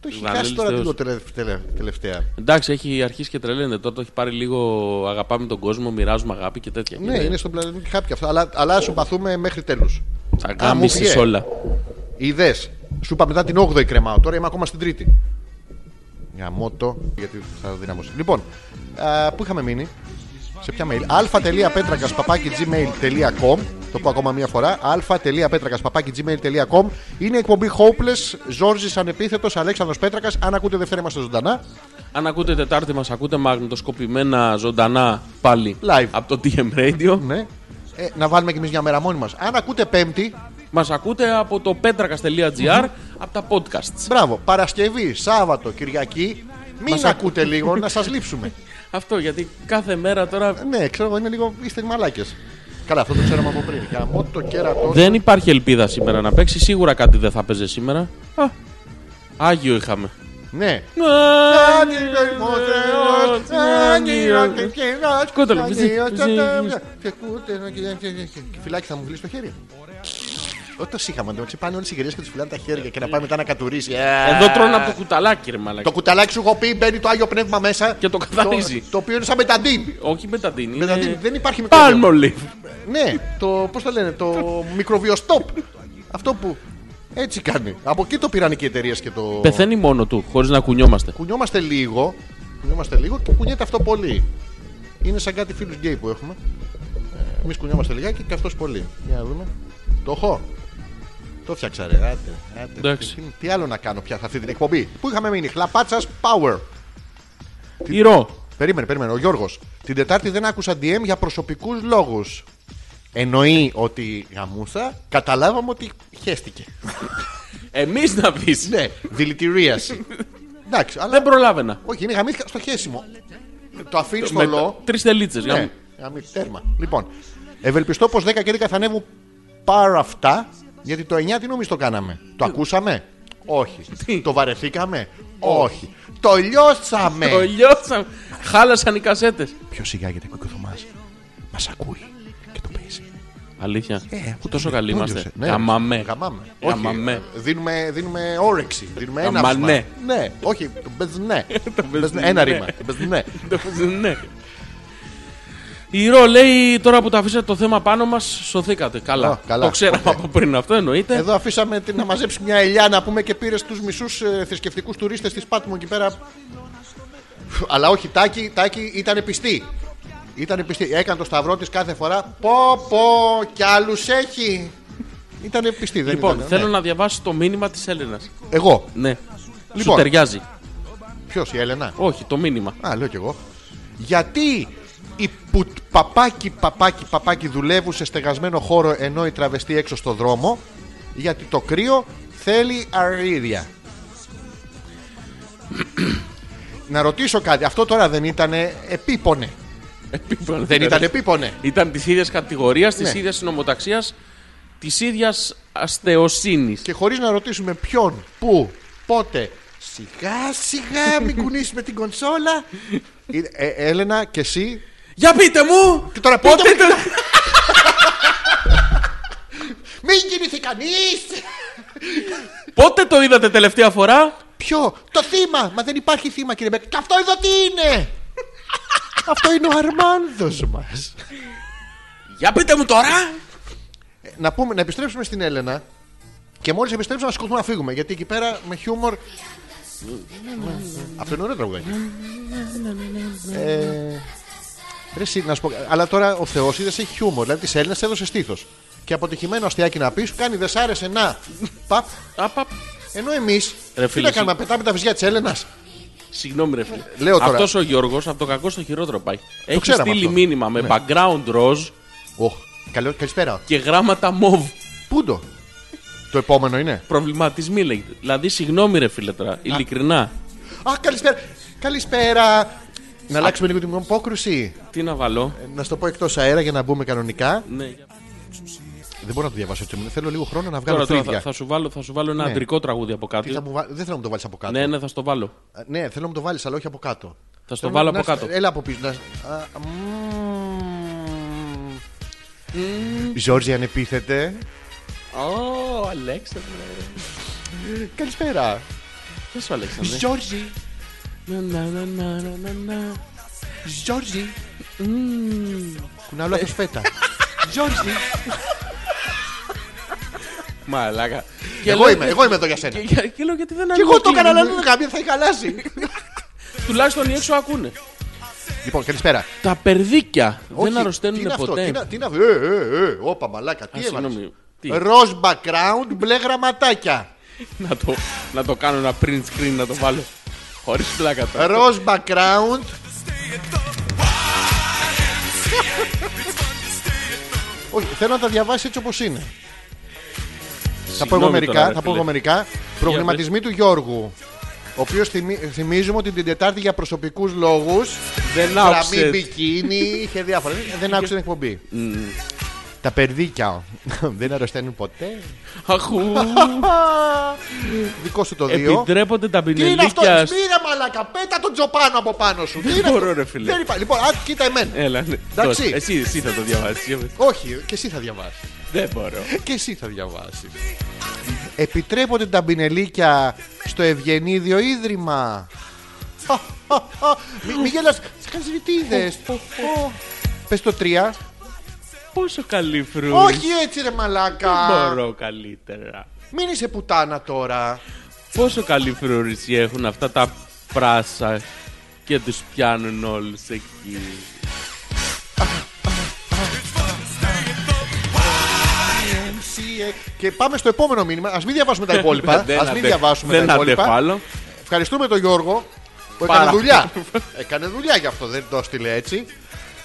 S1: Το έχει
S2: Γανέλης
S1: χάσει τώρα
S2: Θεός.
S1: λίγο τελε- τελε- τελευταία.
S2: Εντάξει, έχει αρχίσει και τρελαίνεται. Τώρα το έχει πάρει λίγο αγαπάμε τον κόσμο, μοιράζουμε αγάπη και τέτοια.
S1: Ναι, είναι στον πλανήτη Χάπη αυτό. Αλλά, αλλά σου παθούμε μέχρι τέλους.
S2: Τα
S1: Α, μου
S2: γάμισες
S1: βγε.
S2: όλα.
S1: Είδε. Σου είπα μετά την 8η κρεμάω. Τώρα είμαι ακόμα στην 3η. Μια μότο, γιατί θα δυναμώσει. Λοιπόν, α, πού είχαμε μείνει. Σε ποια mail. αλφα.πέτρακα gmail.com Το πω ακόμα μία φορά. αλφα.πέτρακα gmail.com Είναι η εκπομπή Hopeless. Ζόρζης ανεπίθετος Αλέξανδρος Πέτρακας. Αν ακούτε Δευτέρα είμαστε ζωντανά.
S2: Αν ακούτε Τετάρτη, μας ακούτε μαγνητοσκοπημένα ζωντανά πάλι
S1: Live.
S2: από το TM Radio.
S1: Ναι. Ε, να βάλουμε κι εμείς μια μέρα μόνοι μας. Αν ακούτε Πέμπτη,
S2: Μας ακούτε από το πέτρακα.gr, από τα podcasts.
S1: Μπράβο. Παρασκευή, Σάββατο, Κυριακή. Μην
S2: Μας
S1: ακούτε λίγο, να σας λείψουμε.
S2: Αυτό γιατί κάθε μέρα τώρα
S1: Ναι, ξέρω εγώ, είναι λίγο. είστε μαλάκες. Καλά, αυτό το ξέραμε από πριν. Για το κέρατο.
S2: Δεν υπάρχει ελπίδα σήμερα να παίξει. Σίγουρα κάτι δεν θα παίζει σήμερα. Α, Άγιο είχαμε.
S1: Ναι.
S2: Άγιος, Άγιος, Άγιος. Σκούτελο, πιζί, πιζί,
S1: ναι, Φυλάκι, θα μου βλύσει το χέρι. Όταν είχαμε αντιμετωπίσει πάνε όλες οι γυρίε και τους φυλάνε τα χέρια και να πάει μετά να κατουρίσει. Ε,
S2: Εδώ τρώνε από το κουταλάκι, ρε
S1: Το
S2: μαλακά.
S1: κουταλάκι σου έχω πει μπαίνει το άγιο πνεύμα μέσα
S2: Και το καθαρίζει.
S1: Το, το οποίο είναι σαν μεταντίν.
S2: Όχι μπεταντίνη.
S1: Μεταντίν, δεν υπάρχει μικροβιοστόπ.
S2: Πάλμολι.
S1: Ναι, το πώς το λένε, το μικροβιοστόπ. Αυτό που έτσι κάνει. Από εκεί το πήραν και οι εταιρείες και το.
S2: Πεθαίνει μόνο του, χωρίς να κουνιόμαστε.
S1: Κουνιόμαστε λίγο. Κουνιόμαστε λίγο και κουνιέται αυτό πολύ. Είναι σαν κάτι φίλους γκέι που έχουμε. Εμείς κουνιόμαστε λιγάκι και αυτός πολύ. Για να δούμε. Το έχω. Το φτιάξα, ρε. Άντε, άντε.
S2: Εντάξει.
S1: Τι, τι άλλο να κάνω πια σε αυτή την εκπομπή. Πού είχαμε μείνει, Χλαπάτσας Power.
S2: Ηρώ.
S1: Περίμενε, περίμενε. Ο Γιώργος. Την Τετάρτη δεν άκουσα DM για προσωπικούς λόγους. Εννοεί ότι γαμούσα, καταλάβαμε ότι χέστηκε.
S2: Εμείς να πεις.
S1: ναι, δηλητηρίαση. Εντάξει, αλλά
S2: Δεν προλάβαινα.
S1: όχι, είναι γαμήθηκα στο χέσιμο. Το αφήνεις στο λό.
S2: Τρεις τελίτσες.
S1: Ναι, γαμί- τέρμα. Λοιπόν, ευελπιστώ πως 10 και 11 θα ανέβουν πάρα αυτά, γιατί το 9 τι νομίζεις το κάναμε. Το ακούσαμε. Όχι. Το βαρεθήκαμε. Όχι. Το λιώσαμε.
S2: Το λιώσαμε. Χάλασαν οι κασέτες.
S1: Ποιος σιγάγεται ο Θωμάς Μας ακούει και το παίζει.
S2: Αλήθεια.
S1: Ε,
S2: Που τόσο καλοί
S1: Δούλεψε.
S2: είμαστε.
S1: Ναι.
S2: Γαμαμέ.
S1: Γαμάμε. Όχι,
S2: Γαμαμέ.
S1: ε, Δίνουμε, δίνουμε όρεξη. Δίνουμε ένα
S2: Γαμανέ.
S1: Ναι. Όχι, το μπες ναι. Το
S2: μπες
S1: μπες ναι.
S2: ναι.
S1: Ένα ρήμα. Το μπες ναι.
S2: ναι. Η Ρο λέει τώρα που τα αφήσατε το θέμα πάνω μας, σωθήκατε. Καλά.
S1: Α, καλά. Ναι.
S2: Το ξέραμε από πριν αυτό, εννοείται.
S1: Εδώ αφήσαμε την, να μαζέψει μια ελιά να πούμε και πήρε του μισούς ε, θρησκευτικούς τουρίστες της Πάτμο εκεί πέρα. Φου, Αλλά όχι, Τάκη, Τάκη ήταν πιστή. Ήταν πιστή. Έκανε το σταυρό της κάθε φορά. Πω, πω, κι άλλους έχει. Ήταν πιστή, δεν
S2: λοιπόν,
S1: ήταν.
S2: θέλω
S1: ναι.
S2: να διαβάσω το μήνυμα της Έλενας.
S1: Εγώ.
S2: Ναι.
S1: Λοιπόν.
S2: Σου ταιριάζει.
S1: Ποιος, η Έλενα.
S2: Όχι, το μήνυμα.
S1: Α, λέω κι εγώ. Γιατί οι πουτ παπάκι παπάκι παπάκι δουλεύουν σε στεγασμένο χώρο ενώ οι τραβεστοί έξω στο δρόμο. Γιατί το κρύο θέλει αρίδια. Να ρωτήσω κάτι. Αυτό τώρα δεν ήταν επίπονε.
S2: Επίπονο.
S1: Ε, Δεν ήταν επίπονε.
S2: Λοιπόν, Ήταν της ίδιας κατηγορίας, της
S1: Ναι.
S2: ίδιας συνομοταξία, της ίδιας αστεοσύνης.
S1: Και χωρίς να ρωτήσουμε ποιον, πού, πότε. Σιγά σιγά μην κουνήσεις με την κονσόλα. Ε, ε, Έλενα και εσύ.
S2: Για πείτε μου!
S1: Και τώρα πότε.
S2: Πότε ήταν.
S1: Μην κινηθεί κανείς.
S2: Πότε το είδατε τελευταία φορά,
S1: Ποιο? Το θύμα! Μα δεν υπάρχει θύμα, κύριε Μπέκ. Και αυτό εδώ τι είναι! αυτό είναι ο Αρμάνδος μας.
S2: Για πείτε μου τώρα!
S1: Ε, να, πούμε, να επιστρέψουμε στην Έλενα. Και μόλις επιστρέψουμε να σκοτώσουμε να φύγουμε. Γιατί εκεί πέρα με χιούμορ. αυτό είναι ωραίο τραγουδάκι. ε, ρε, εσύ, να σου πω, αλλά τώρα ο Θεός είδες σε χιούμορ. Δηλαδή τη Έλληνα έδωσε στήθος. Και αποτυχημένο αστιάκι να πεις, σου κάνει δε σ' άρεσε να. Παπ.
S2: Απ, απ.
S1: Ενώ εμείς.
S2: Ρε,
S1: Τι
S2: φίλε,
S1: να κάνουμε, να πετάμε τα βυζιά της Έλενα.
S2: Συγγνώμη, ρε φίλε.
S1: Λέω τώρα.
S2: Αυτός ο Γιώργος από το κακό στο χειρότερο πάει. Έχει
S1: ξέραμε
S2: στείλει
S1: αυτό. Ναι.
S2: μήνυμα με background ροζ
S1: Καλησπέρα.
S2: και γράμματα μοβ.
S1: Πού το. Το επόμενο είναι.
S2: Προβληματισμοί λέγεται. Δηλαδή, συγγνώμη, ρε φίλε τώρα, ειλικρινά.
S1: Α, καλησπέρα. Καλησπέρα. Να αλλάξουμε λίγο την απόκρουση.
S2: Τι να βάλω.
S1: Ε, Να στο πω εκτός αέρα για να μπούμε κανονικά.
S2: Ναι, για-
S1: Δεν μπορώ να το διαβάσω έτσι. Θέλω λίγο χρόνο να βγάλω
S2: τώρα, τώρα
S1: τρίδια.
S2: θα, θα σου βάλω, θα σου βάλω ένα
S1: Ναι.
S2: αντρικό τραγούδι από
S1: Τι θα
S2: κάτω.
S1: μου βα- Δεν θέλω να μου το βάλεις από κάτω.
S2: Ναι, ναι, θα στο βάλω.
S1: Ε, ναι, θέλω να μου το βάλεις, αλλά όχι από κάτω.
S2: Θα στο
S1: Θέλω
S2: βάλω
S1: να-
S2: από
S1: να-
S2: κάτω.
S1: Έλα από πίσω. να- Α, μμμ. Ζόρζι ανεπίθεται.
S2: Ω, Αλέξανδρε.
S1: Καλησπέρα. Ναι.
S2: Γεια σου, Αλέξανδρε.
S1: Ζόρζι.
S2: Να, να, να, να, να, να, να.
S1: Ζόρζι. Κουνάω λάθο φέτα. Ζόρζι.
S2: Μαλάκα. Και
S1: Εγώ
S2: λέω-
S1: είμαι, εγώ είμαι εδώ για σένα.
S2: και- και- Και λέω γιατί δεν
S1: Και εγώ το έκανα, αλλά
S2: ανοίγει.
S1: δεν καμία θα έχει χαλάσει.
S2: Τουλάχιστον οι έξω ακούνε.
S1: Λοιπόν, καλησπέρα.
S2: Τα περδίκια
S1: Όχι,
S2: δεν αρρωσταίνουν
S1: τι είναι Αυτό, τι
S2: ποτέ.
S1: είναι, τι είναι αυτό. Ε, ε, ε, όπα, μαλάκα, τι
S2: Α,
S1: έβαλες.
S2: συγγνώμη. Τι?
S1: Ροζ background, μπλε γραμματάκια.
S2: Να το, να το κάνω ένα print screen να το βάλω. Χωρίς πλάκα τώρα.
S1: Ροζ background. Όχι, θέλω να τα διαβάσει έτσι όπως είναι. Θα πω
S2: Συγγνώμη
S1: εγώ
S2: τώρα,
S1: μερικά.
S2: ρε
S1: Θα πω
S2: φίλε.
S1: εγώ μερικά. Προγραμματισμοί του Γιώργου. Ο οποίος θυμίζουμε ότι την Τετάρτη για προσωπικούς λόγους.
S2: Δεν
S1: Γραμμή
S2: άκουσε.
S1: μπικίνι, είχε διάφορα. Δεν άκουσες την εκπομπή. Τα περδίκια. Δεν αρρωσταίνουν ποτέ.
S2: Αχού.
S1: Δικό σου το δύο.
S2: Επιτρέπονται τα
S1: Τι είναι αυτό, ρε
S2: πινελίκια. σ-
S1: μοίρα μαλακά, πέτα τον τζοπάνο από πάνω σου. Τι είναι
S2: μπορώ,
S1: αυτό?
S2: ρε φίλε.
S1: Δεν υπάρχει. Λοιπόν, α, κοίτα εμένα.
S2: Έλα, ναι.
S1: Εντάξει.
S2: Δώσε. Εσύ, εσύ θα το διαβάσεις.
S1: Όχι, και εσύ θα διαβάσεις.
S2: Δεν μπορώ.
S1: Και εσύ θα διαβάσεις. Επιτρέπονται τα μπινελίκια στο Ευγενίδιο Ίδρυμα. Μη- Μη γελάς, θα κάνεις τι είδες. Πες το τρία.
S2: Πόσο καλή φρούτη.
S1: Όχι έτσι ρε μαλάκα.
S2: Δεν μπορώ καλύτερα.
S1: Μην είσαι πουτάνα τώρα.
S2: Πόσο καλή φρούρηση έχουν αυτά τα πράσα και τους πιάνουν όλους εκεί.
S1: Και πάμε στο επόμενο μήνυμα. Ας μην διαβάσουμε τα υπόλοιπα.
S2: Δεν
S1: Ας μην
S2: αντε-
S1: διαβάσουμε
S2: δεν
S1: τα υπόλοιπα.
S2: αντεφάλω.
S1: Ευχαριστούμε τον Γιώργο που
S2: Πάρα.
S1: έκανε δουλειά. έκανε δουλειά γι' αυτό, δεν το έστειλε έτσι.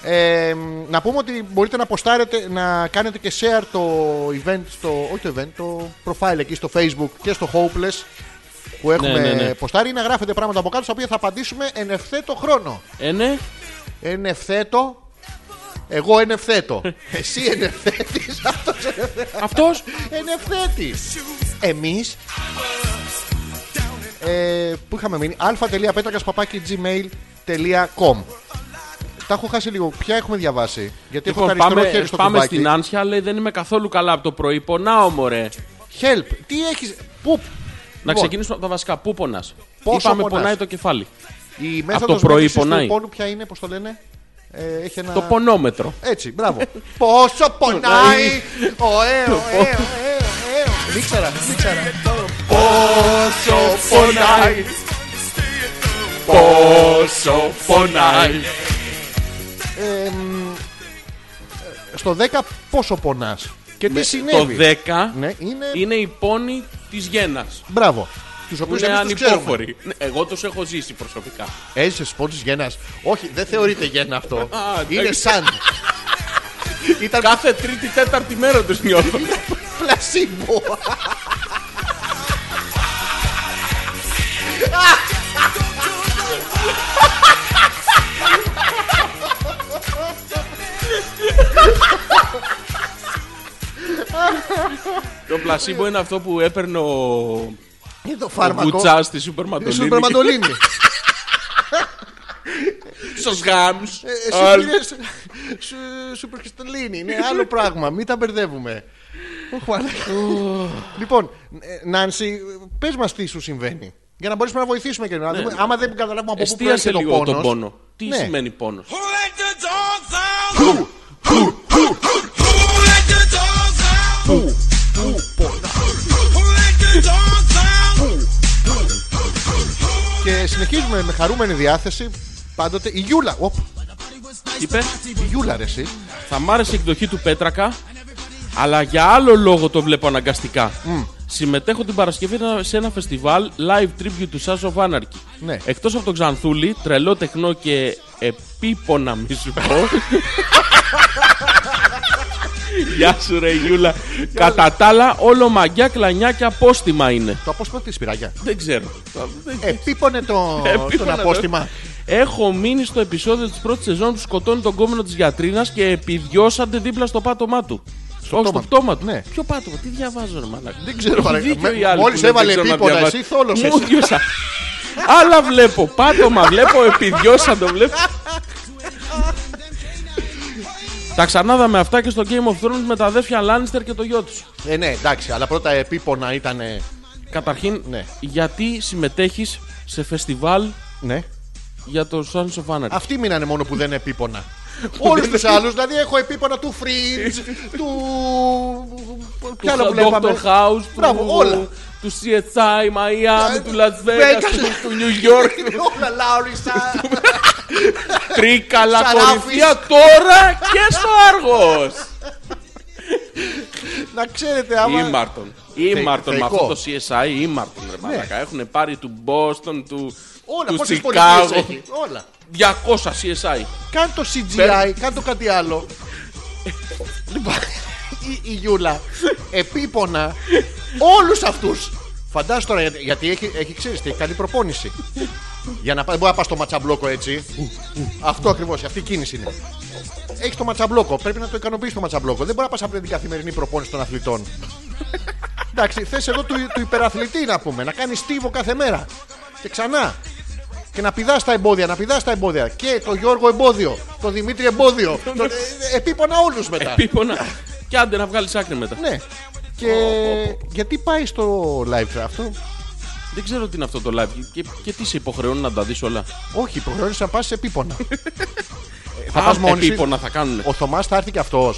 S1: Ε, μ, να πούμε ότι μπορείτε να αποστάρετε, να κάνετε και share το event, στο, όχι το event, το profile εκεί στο facebook και στο hopeless που έχουμε
S2: ναι, ναι.
S1: ποστάρει, να γράφετε πράγματα από κάτω στα οποία θα απαντήσουμε εν ευθέτω χρόνο.
S2: Ε, ναι.
S1: Εν ευθέτω, εγώ εν ευθέτω. Εσύ εν ευθέτης, αυτός εν ευθέτης.
S2: Αυτός.
S1: Εν ευθέτης. Εμείς ε, που είχαμε μείνει αλφα.πέτρακα.gmail.com Τα έχω χάσει λίγο. Ποια έχουμε διαβάσει. Γιατί έχω
S2: Λοιπόν,
S1: το αριστερό
S2: πάμε,
S1: χέρι στο
S2: πάμε
S1: κουμπάκι.
S2: στην Άνσια, λέει δεν είμαι καθόλου καλά από το πρωί. Πονάω, μωρέ.
S1: Help. Τι έχεις. Πού.
S2: Να
S1: Λοιπόν,
S2: ξεκινήσουμε από τα βασικά. Πού πονάς.
S1: Πόσο
S2: Είπαμε
S1: πονάς?
S2: πονάει το κεφάλι.
S1: Η
S2: από το
S1: μέθοδος
S2: πρωί
S1: μέτρησης του
S2: πονάει.
S1: πόνου ποια είναι, πώς το λένε. Ε, έχει ένα...
S2: Το πονόμετρο.
S1: Έτσι, μπράβο. Πόσο πονάει! Ωε, ωε, ωε, ωε. Δεν ήξερα, δεν ήξερα. Πόσο πονάει!
S2: Πόσο πονάει.
S1: Ε, μ, Στο 10 πόσο πονάς και τι
S2: Ναι, Το
S1: συνέβη.
S2: 10
S1: Ναι, είναι...
S2: είναι η πόνη της γέννα.
S1: Μπράβο. Τους οποίους
S2: Είναι
S1: εμείς τους ξέρουμε. Ε,
S2: ανυπόφοροι. Ναι, Εγώ τους έχω ζήσει προσωπικά.
S1: Έζησες πόντους γένας. Όχι, δεν θεωρείται γένα αυτό.
S2: εντάξει.
S1: Είναι σαν. Ήταν
S2: Κάθε τρίτη, τέταρτη μέρα τους νιώθω.
S1: πλασίμπο.
S2: Το πλασίμπο είναι αυτό που έπαιρνε ο
S1: Είναι το
S2: ο
S1: φάρμακο.
S2: Μπουτσάς στη Σούπερ Μαντολίνη.
S1: Σούπερ Μαντολίνη.
S2: Στους γάμους.
S1: Ε,
S2: Άλλ-
S1: Εσύ πήρες σου- Σούπερ Κρυσταλλίνη. Είναι άλλο πράγμα. Μην τα μπερδεύουμε. Ωχ, μαλάκα. Λοιπόν, ε, Νάνση, πες μας τι σου συμβαίνει. Για να μπορέσουμε να βοηθήσουμε και να δούμε. Άμα δεν καταλάβουμε από πού
S2: Ναι. Εστίασε
S1: προέρχεται το
S2: λίγο
S1: πόνος.
S2: τον πόνος. Τι
S1: Ναι.
S2: σημαίνει πόνος.
S1: Και συνεχίζουμε με χαρούμενη διάθεση. Πάντοτε η Γιούλα. Οπ,
S2: Είπε,
S1: η Γιούλα ρε εσύ.
S2: θα μ' άρεσε η εκδοχή του Πέτρακα, αλλά για άλλο λόγο το βλέπω αναγκαστικά. Συμμετέχω την Παρασκευή σε ένα φεστιβάλ live tribute του Sons of Anarchy.
S1: Ναι.
S2: Εκτός από τον Ξανθούλη, τρελό τεχνό και επίπονα μη σου πω. Γεια σου ρε Γιούλα. Κατά τα άλλα όλο μαγιά, κλανιά και απόστημα είναι.
S1: Το απόστημα τη σπηράγια.
S2: Δεν ξέρω. Δεν
S1: Επίπονε το, τον
S2: Ναι, Επίπονε ναι. το-
S1: απόστημα.
S2: Έχω μείνει στο επεισόδιο της πρώτης σεζόν που σκοτώνει τον κόμενο της γιατρίνας και επιδιώσατε δίπλα στο πάτωμά του. Στο Όχι,
S1: πτώμα
S2: στο
S1: του.
S2: πτώμα του.
S1: Ναι.
S2: Ποιο πάτωμα, τι διαβάζω, ρε Μαλάκα.
S1: Δεν ξέρω,
S2: Έχει
S1: παρα-
S2: δίκιο
S1: με-
S2: η άλλη
S1: μόλις
S2: που δεν
S1: έβαλε
S2: ξέρω να
S1: επίπονα,
S2: διαβάζει.
S1: εσύ θόλωσες.
S2: Μου διώσα. Άλλα βλέπω. Πάτωμα βλέπω, επιδιώσα το βλέπω. Τα ξανάδαμε αυτά και στο Game of Thrones με τα αδέρφια Λάνιστερ και το γιο τους.
S1: Ε, ναι, εντάξει, αλλά πρώτα επίπονα ήταν.
S2: Καταρχήν,
S1: Ναι.
S2: γιατί συμμετέχεις σε φεστιβάλ
S1: Ναι.
S2: για το Sons of Anarchy.
S1: Αυτοί μείνανε μόνο που δεν επίπονα. Όλους του άλλους, δηλαδή έχω επίπονα του Fringe, του. Ποια άλλα
S2: του
S1: βλέπαμε.
S2: Dr. House,
S1: Μπράβο,
S2: του,
S1: όλα.
S2: του CSI Miami,
S1: Ε,
S2: του Las Vegas,
S1: Vegas.
S2: του- του New York,
S1: Όλα Λάουρισα.
S2: Τρίκαλα,
S1: Σαράφης.
S2: κορυφαία τώρα και στο Άργος.
S1: Να ξέρετε, άμα.
S2: Ήμαρτον. Ήμαρτον με
S1: θεϊκό.
S2: αυτό το CSI, ήμαρτον ρε μαλάκα. Έχουν πάρει του Boston, του,
S1: Όλα,
S2: του
S1: πόσες πολιτείε
S2: Chicago.
S1: έχει. Όλα.
S2: 200 CSI.
S1: Κάν το CGI, κάν το κάτι άλλο. Λοιπόν, η, η Γιούλα επίπονα όλους αυτούς. Φαντάζομαι τώρα γιατί- γιατί έχει, έχει ξέρεις τι, έχει καλή προπόνηση. Για να πάει, μπορεί να πας στο ματσαμπλόκο έτσι. Αυτό ακριβώς, αυτή η κίνηση είναι. Έχεις το ματσαμπλόκο, πρέπει να το ικανοποιήσει το ματσαμπλόκο. Δεν μπορείς να πας από την καθημερινή προπόνηση των αθλητών. Εντάξει, θες εδώ του, του υπεραθλητή να πούμε, να κάνεις στίβο κάθε μέρα. Και ξανά. Και να πηδάς τα εμπόδια, να πηδάς τα εμπόδια. Και το Γιώργο εμπόδιο, το Δημήτρη εμπόδιο. τον, ε, επίπονα όλους μετά.
S2: Επίπονα. Και άντε να βγάλεις άκρη μετά.
S1: Ναι. Και γιατί πάει στο live αυτό,
S2: Δεν ξέρω τι είναι αυτό το live και, και τι σε υποχρεώνει να τα δεις όλα.
S1: Όχι, υποχρεώνεις να πας σε πίπονα. Ε, θα
S2: Α,
S1: πας μόνη σου.
S2: επίπονα θα κάνουν.
S1: Ο Θωμάς θα έρθει και αυτός.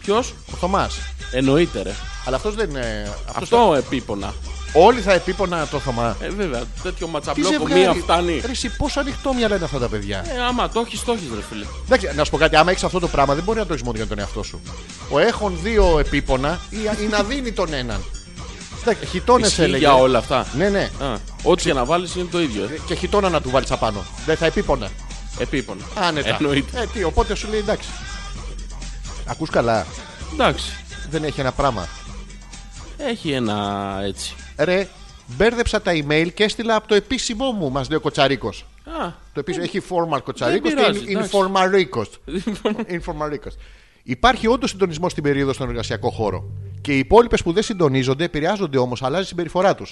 S2: Ποιος?
S1: Ο Θωμάς.
S2: Εννοείται ρε.
S1: Αλλά αυτός δεν είναι. αυτός
S2: Αυτό επίπονα.
S1: Όλοι θα επίπονα το Θωμά.
S2: Ε, βέβαια, τέτοιο
S1: Τι
S2: ματσαμπλόκο
S1: ζευγάρι.
S2: μία φτάνει.
S1: Ρε, εσύ, πόσο ανοιχτό μυαλό είναι αυτά τα παιδιά.
S2: Ε, άμα το έχεις, το έχεις, ρε φίλε.
S1: Εντάξει, να σου πω κάτι, άμα έχεις αυτό το πράγμα, δεν μπορεί να το έχεις μόνο για τον εαυτό σου. Ο έχουν δύο επίπονα ή, ή να δίνει τον έναν. Εντάξει, χιτώνεσαι,
S2: Ισχύει
S1: έλεγε.
S2: για όλα αυτά.
S1: Ναι, ναι.
S2: Α, ό,τι και να βάλεις είναι το ίδιο. Ε.
S1: Και χιτώνα να του βάλεις απάνω. Δεν θα επίπονα.
S2: Επίπονα.
S1: Άνετα.
S2: Εννοείται.
S1: Ε, τι, οπότε σου λέει εντάξει. Ακούς καλά.
S2: Εντάξει.
S1: Δεν έχει ένα πράγμα.
S2: Έχει ένα έτσι.
S1: Ρε, μπέρδεψα τα email και έστειλα από το επίσημό μου, μας λέει ο Κοτσαρίκος.
S2: Α,
S1: Το επίσημο έχει formal Κοτσαρίκος
S2: πειράζει,
S1: και
S2: εντάξει.
S1: informarίκο. Informarίκος. Υπάρχει όντως συντονισμό στην περίοδο στον εργασιακό χώρο. Και οι υπόλοιπες που δεν συντονίζονται επηρεάζονται όμως, αλλάζει η συμπεριφορά τους.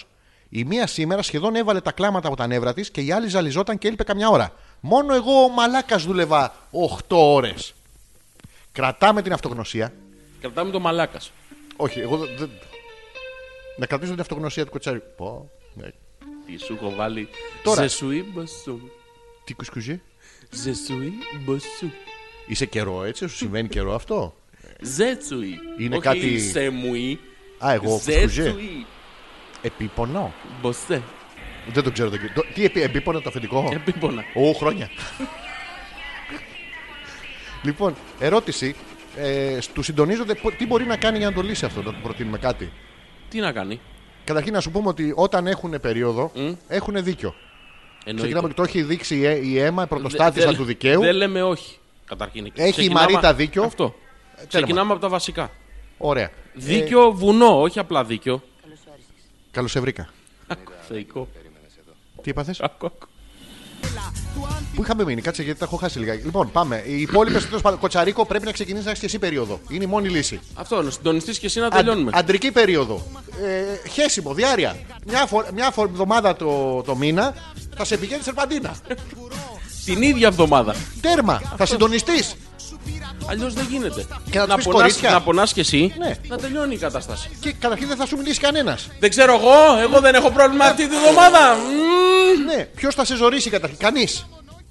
S1: Η μία σήμερα σχεδόν έβαλε τα κλάματα από τα νεύρα της και η άλλη ζαλιζόταν και έλειπε καμιά ώρα. Μόνο εγώ ο μαλάκας δούλευα 8 ώρες. Κρατάμε την αυτογνωσία.
S2: κρατάμε το μαλάκα.
S1: Όχι, εγώ δεν. δεν- Να κρατήσω την αυτογνωσία του κοτσάρι. Πω. ναι.
S2: Τι σου έχω βάλει.
S1: Τώρα.
S2: Je suis bossou.
S1: Τι κουσκουζί.
S2: Je suis bossou.
S1: Είσαι καιρό, έτσι, σου συμβαίνει καιρό αυτό.
S2: Je suis.
S1: Είναι
S2: Όχι
S1: κάτι-
S2: Σε μουί.
S1: Α, εγώ
S2: Je
S1: κουσκουζί.
S2: suis.
S1: Επίπονο.
S2: Bossé.
S1: Δεν το ξέρω. το κοι- το- Τι επί, επίπονο το αφεντικό.
S2: Επίπονα.
S1: Ω, χρόνια. λοιπόν, ερώτηση. Ε, Στους συντονίζονται, πο- τι μπορεί να κάνει για να το λύσει αυτό, να του προτείνουμε κάτι.
S2: Τι να κάνει.
S1: Καταρχήν να σου πούμε ότι όταν έχουν περίοδο, έχουν δίκιο. Ξεκινάμε
S2: Εννοείται.
S1: και το έχει δείξει η Έ- η αίμα, η πρωτοστάτησα
S2: Δεν-
S1: του δικαίου.
S2: Δεν λέμε όχι. Καταρχήν.
S1: η
S2: Ξεκινάμε-
S1: Μαρίτα δίκιο.
S2: Αυτό. Ξεκινάμε από τα βασικά.
S1: Ωραία.
S2: Δίκιο βουνό, όχι απλά δίκιο.
S1: Καλώς σε βρήκα.
S2: Θεϊκό.
S1: Τι είπατε.
S2: Άκου, άκου.
S1: Πού είχαμε μείνει, κάτσε γιατί τα έχω χάσει λίγα. Λοιπόν, πάμε. Οι υπόλοιπες τέλος πάντων. Κοτσαρίκο πρέπει να ξεκινήσεις να έχεις και εσύ περίοδο. Είναι η μόνη λύση.
S2: Αυτό, να συντονιστείς και εσύ να
S1: Αν-
S2: τελειώνουμε.
S1: αντρική περίοδο. Ε, χέσιμο, διάρκεια. Μια, φο- μια φο- εβδομάδα το, το μήνα θα σε πηγαίνει σε παντίνα.
S2: Την ίδια εβδομάδα.
S1: Τέρμα, θα συντονιστείς.
S2: Αλλιώς δεν γίνεται.
S1: Και να τους πεις
S2: πονάς,
S1: κορίτσια.
S2: να πονάς και εσύ
S1: Ναι.
S2: να τελειώνει η κατάσταση.
S1: Και καταρχήν δεν θα σου μιλήσει κανένας.
S2: Δεν ξέρω εγώ, εγώ δεν έχω πρόβλημα αυτή τη εβδομάδα. Μμμ.
S1: Ναι, ποιος θα σε ζωρίσει καταρχήν, κανείς.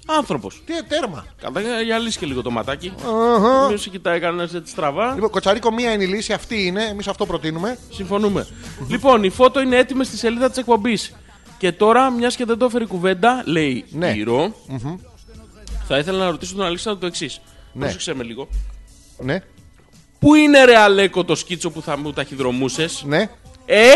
S2: Άνθρωπος.
S1: Τι τέρμα.
S2: Κατά γυαλίσει και λίγο το ματάκι. Μην σε κοιτάει κανένας έτσι στραβά.
S1: Λοιπόν, κοτσαρίκο, μία είναι η λύση, αυτή είναι, εμείς αυτό προτείνουμε.
S2: Συμφωνούμε. λοιπόν, η φώτο είναι έτοιμη στη σελίδα της εκπομπής. Και τώρα, μιας και δεν το έφερε η κουβέντα, λέει
S1: Ναι.
S2: Κύρο, θα ήθελα να ρωτήσω τον Αλέξανδρο το εξής.
S1: Ναι.
S2: Πρόσεξε με λίγο.
S1: Ναι,
S2: Πού είναι ρε Αλέκο το σκίτσο που θα μου ταχυδρομούσε.
S1: ναι,
S2: Ε!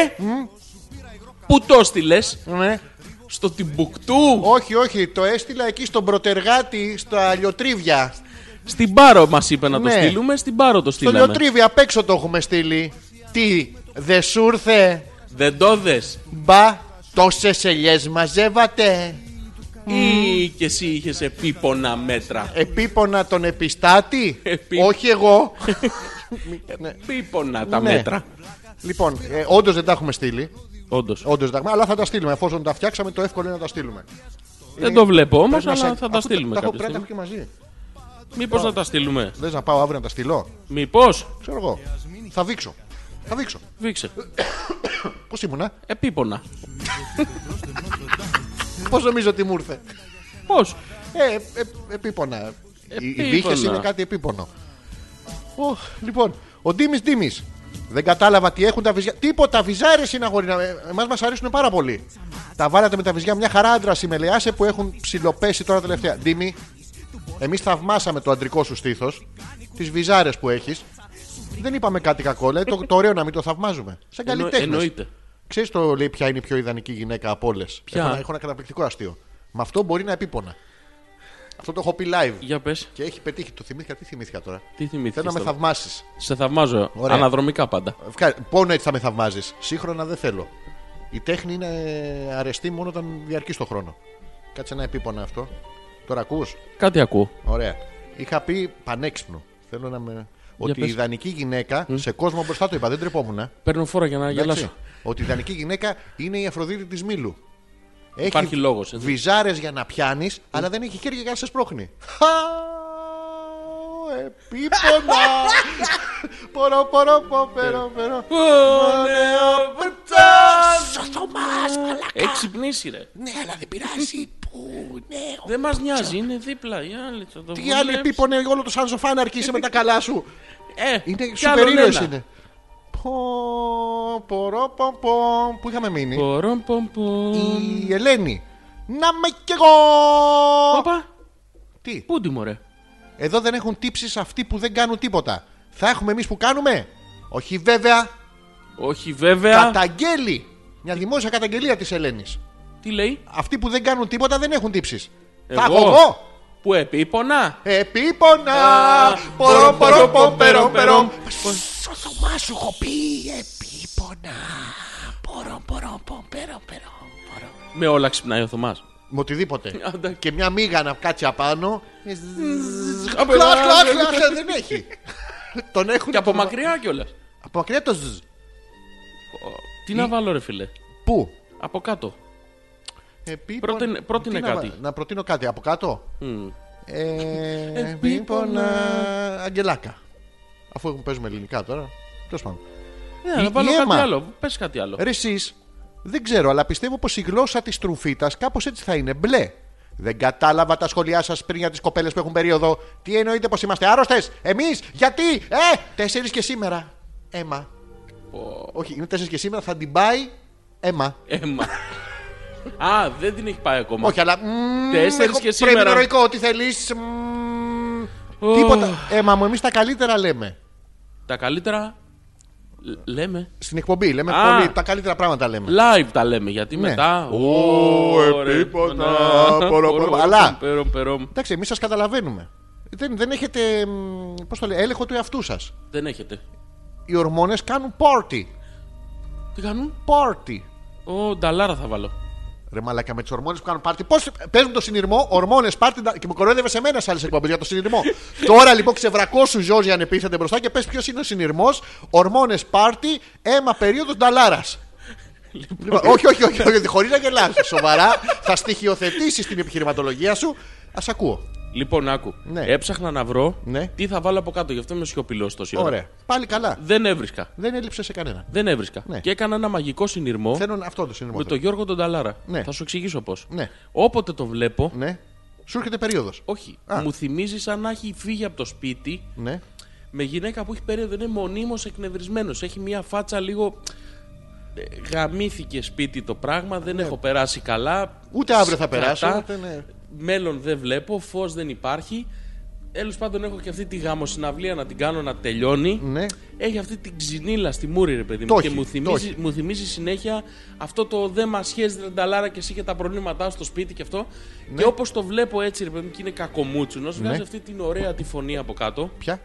S2: Πού το στείλε,
S1: ναι.
S2: στο Τιμπουκτού,
S1: Όχι, όχι, το έστειλα εκεί στον προτεργάτη, στα λιοτρίβια.
S2: στην Πάρο μας είπε να το
S1: Ναι.
S2: στείλουμε, στην Πάρο
S1: Στο
S2: το στείλαμε.
S1: λιοτρίβια απ' έξω το έχουμε στείλει. Τι, δεν σου ήρθε.
S2: Δεν το δες.
S1: Μπα, τόσες ελιές μαζεύατε.
S2: Ή και εσύ είχες επίπονα μέτρα.
S1: Επίπονα τον επιστάτη.
S2: Επί-
S1: Όχι εγώ.
S2: Επίπονα τα
S1: Ναι.
S2: μέτρα.
S1: λοιπόν, ε, όντως δεν τα έχουμε στείλει.
S2: Όντως.
S1: Όντως δεν τα έχουμε, αλλά θα τα στείλουμε. Εφόσον τα φτιάξαμε, το εύκολο είναι να τα στείλουμε.
S2: Δεν το βλέπω όμως,
S1: Πρέπει να
S2: αλλά
S1: σε-
S2: θα
S1: Ακούτε,
S2: τα στείλουμε
S1: Τα έχω
S2: κάποια
S1: πρέπει να τα
S2: στιγμή.
S1: έχω και μαζί.
S2: Μήπως να τα στείλουμε.
S1: Δεν να πάω αύριο να τα στείλω.
S2: Μήπως.
S1: Ξέρω εγώ. Θα δείξω. Θα δείξω.
S2: Βήξε.
S1: Πώς ήμουνα,
S2: Επίπονα.
S1: πώς νομίζω ότι μου ήρθε.
S2: Πώς.
S1: Ε, ε, ε, επίπονα. Οι- Οι
S2: Επίπονα.
S1: βύχες είναι κάτι επίπονο. Ω, λοιπόν, ο Ντίμης Ντίμης. Δεν κατάλαβα τι έχουν τα βυζιά. Τίποτα, βυζάρες είναι αγόρινα. Εμάς μας αρέσουν πάρα πολύ. Τα βάλατε με τα βυζιά μια χαρά άντρα η Μελεάσε που έχουν ψηλοπέσει τώρα τελευταία. Ντίμη, εμείς θαυμάσαμε το αντρικό σου στήθος, τις βυζάρες που έχεις. Δεν είπαμε κάτι κακό, λέει. Το, το ωραίο να μην το θαυμάζουμε. Σαν
S2: Εννο-
S1: καλλιτέχνες.
S2: εννοείται.
S1: Ξέρεις το λέει ποια είναι η πιο ιδανική γυναίκα από όλες.
S2: Ποια?
S1: Έχω, ένα- έχω ένα καταπληκτικό αστείο. Με αυτό μπορεί να επίπονα. Αυτό το έχω πει live.
S2: Για πες,
S1: Και έχει πετύχει. Το θυμήθηκα, τι θυμήθηκα τώρα.
S2: τι θυμήθηκες
S1: Θέλω να με
S2: τώρα?
S1: θαυμάσεις.
S2: Σε θαυμάζω.
S1: Ωραία.
S2: Αναδρομικά πάντα.
S1: Πόνο έτσι θα με θαυμάζεις. Σύγχρονα δεν θέλω. Η τέχνη είναι αρεστή μόνο όταν διαρκεί το χρόνο. Κάτσε ένα επίπονα αυτό. Τώρα ακούς.
S2: Κάτι ακούω.
S1: Ωραία. Είχα πει πανέξυπνο. Θέλω να με. Ότι η
S2: πες.
S1: ιδανική γυναίκα, σε κόσμο μπροστά το είπα, δεν τρεπόμουν. ε.
S2: Παίρνω φόρα για να
S1: Εντάξει.
S2: γελάσω.
S1: Ότι η ιδανική γυναίκα είναι η Αφροδίτη της Μήλου. Έχει
S2: Υπάρχει λόγος, έτσι.
S1: Βυζάρες για να πιάνεις, αλλά δεν έχει χέρια για να σε σπρώχνει. Χα! Επίπονα! Πορο, πορο, πο, περο, περο. ναι,
S2: ναι, Έχει ξυπνήσει, ρε.
S1: Ναι, αλλά δεν πειράζει. Πού, ναι.
S2: Δεν μας νοιάζει, είναι δίπλα. Οι άλλοι θα το
S1: Τι άλλη
S2: βουλέψουν.
S1: επίπονε όλο το σανζοφάν αρκεί με τα καλά σου.
S2: Ε,
S1: Είναι
S2: κι
S1: σούπερ
S2: άλλον
S1: ήρωες
S2: ένα.
S1: είναι. Πο, πορο, πο, πο. Πού είχαμε μείνει.
S2: Πορομ, πομ, πομ.
S1: Η Ελένη. Να με κι εγώ!
S2: Όπα,
S1: Τι,
S2: πούντι μου, ρε.
S1: εδώ δεν έχουν τύψεις αυτοί που δεν κάνουν τίποτα. Θα έχουμε εμείς που κάνουμε. Όχι βέβαια.
S2: Όχι, βέβαια.
S1: Καταγγέλει. Μια δημόσια καταγγελία της Ελένης.
S2: Τι λέει,
S1: Αυτοί που δεν κάνουν τίποτα δεν έχουν τύψεις. Θα
S2: Εγώ.
S1: έχω εγώ.
S2: που επίπονα.
S1: Επίπονα!
S2: Α,
S1: Πορο, πορο, πο, περο, περο.
S2: Πώς-
S1: Θωμά σου έχω πει επίπονα. Πορο, πορο, πο, περο, περο.
S2: Με όλα ξυπνάει ο Θωμάς.
S1: Με οτιδήποτε.
S2: Α, εντάξει.
S1: Και μια μίγα να κάτσει απάνω.
S2: Ε, Απ'
S1: Κλακ,
S2: εδώ,
S1: κλακ,
S2: ρε.
S1: κλακ, δεν έχει. Τον έχουν
S2: Και από μακριά κιόλας.
S1: Από μακριά το ζζ.
S2: Τι να βάλω, ρε φίλε.
S1: Πού?
S2: Από κάτω.
S1: Επίπονα.
S2: Πρότεινε- πρότεινε
S1: Τι να
S2: κάτι.
S1: βα- Να προτείνω κάτι. Από κάτω. Ε, Επίπονα. Αγγελάκα. Αφού παίζουμε ελληνικά τώρα. Τέλος πάντων.
S2: Ναι,
S1: Η-
S2: να βάλω
S1: η
S2: κάτι
S1: αίμα.
S2: άλλο. Πες κάτι άλλο.
S1: Ρε εσείς, δεν ξέρω, αλλά πιστεύω πως η γλώσσα της τρουφίτας κάπως έτσι θα είναι. Μπλε. Δεν κατάλαβα τα σχόλιά σας πριν για τις κοπέλες που έχουν περίοδο. Τι εννοείτε πως είμαστε άρρωστες, εμείς, γιατί, ε! Τέσσερις και σήμερα. Έμα. Όχι, είναι τέσσερις και σήμερα, θα την πάει αίμα.
S2: Έμα. Α, δεν την έχει πάει ακόμα.
S1: Όχι, αλλά. μμμ,
S2: Τέσσερις
S1: έχω
S2: και σήμερα.
S1: προημεροϊκό, ό,τι θέλεις.
S2: Ω.
S1: Τίποτα. Έμα μου, εμείς τα καλύτερα λέμε.
S2: Τα καλύτερα. λ- Λέμε.
S1: Στην εκπομπή λέμε
S2: Α.
S1: πολύ. Τα καλύτερα πράγματα λέμε.
S2: Live τα λέμε γιατί μετά.
S1: Ναι. Ω,
S2: Ωραία.
S1: επίποτα.
S2: Να.
S1: Πορο, πορο. Αλλά.
S2: Περομ, περομ.
S1: Εντάξει, εμείς σας καταλαβαίνουμε. Δεν, δεν έχετε μ, πώς το λέει, έλεγχο του εαυτού σας.
S2: Δεν έχετε.
S1: Οι ορμόνες κάνουν party.
S2: Τι κάνουν.
S1: Party.
S2: Ω, νταλάρα θα βάλω.
S1: Ρε μαλακά με τις ορμόνες που κάνουν party. Πώς παίζουν το συνειρμό, ορμόνες, party. τα- Και μου κοροϊδεύε σε μένα σε άλλες εκπομπές για το συνειρμό. Τώρα λοιπόν ξεβρακώσου Ζόζι αν επίθετε μπροστά και πες ποιος είναι ο συνειρμός. Ορμόνες, party, αίμα περίοδος νταλάρας. Λοιπόν, όχι, όχι, όχι, όχι χωρίς να γελάς Σοβαρά, θα στοιχειοθετήσεις την επιχειρηματολογία σου. Ας ακούω.
S2: Λοιπόν, άκου.
S1: Ναι.
S2: Έψαχνα να βρω
S1: Ναι.
S2: τι θα βάλω από κάτω. Γι' αυτό είμαι σιωπηλός τόση ώρα.
S1: Ωραία. Πάλι καλά.
S2: Δεν έβρισκα.
S1: Δεν έλειψε σε κανένα.
S2: Δεν έβρισκα.
S1: Ναι.
S2: Και έκανα ένα μαγικό συνειρμό
S1: Θέλω να- αυτό το συνειρμό.
S2: με τον Γιώργο τον Ταλάρα.
S1: Ναι.
S2: Θα σου εξηγήσω πώς.
S1: Ναι.
S2: Όποτε το βλέπω.
S1: Ναι. Σου έρχεται περίοδος.
S2: Όχι.
S1: Α.
S2: Μου θυμίζει σαν να έχει φύγει από το σπίτι
S1: Ναι.
S2: με γυναίκα που έχει περίοδο. Είναι μονίμως εκνευρισμένος. Έχει μια φάτσα λίγο. ε, Γαμήθηκε σπίτι το πράγμα. Δεν έχω περάσει καλά.
S1: Ναι. Ούτε αύριο θα
S2: Σκατά.
S1: περάσω. Ούτε, ναι.
S2: Μέλλον δεν βλέπω. Φως δεν υπάρχει. Έλο πάντων έχω και αυτή τη γαμοσυναυλία να την κάνω να τελειώνει.
S1: Ναι.
S2: Έχει αυτή την ξυνήλα στη μούρη, ρε παιδί
S1: Το
S2: μου. Και
S1: έχει,
S2: μου
S1: το
S2: θυμίζει,
S1: έχει.
S2: μου θυμίζει συνέχεια αυτό το δε μας σχέζει ρενταλάρα και εσύ και τα προβλήματά σου στο σπίτι και αυτό.
S1: Ναι.
S2: Και όπως το βλέπω έτσι, ρε παιδί μου, και είναι κακομούτσουνος, βγάζει αυτή την ωραία τη φωνή από κάτω.
S1: Ποια.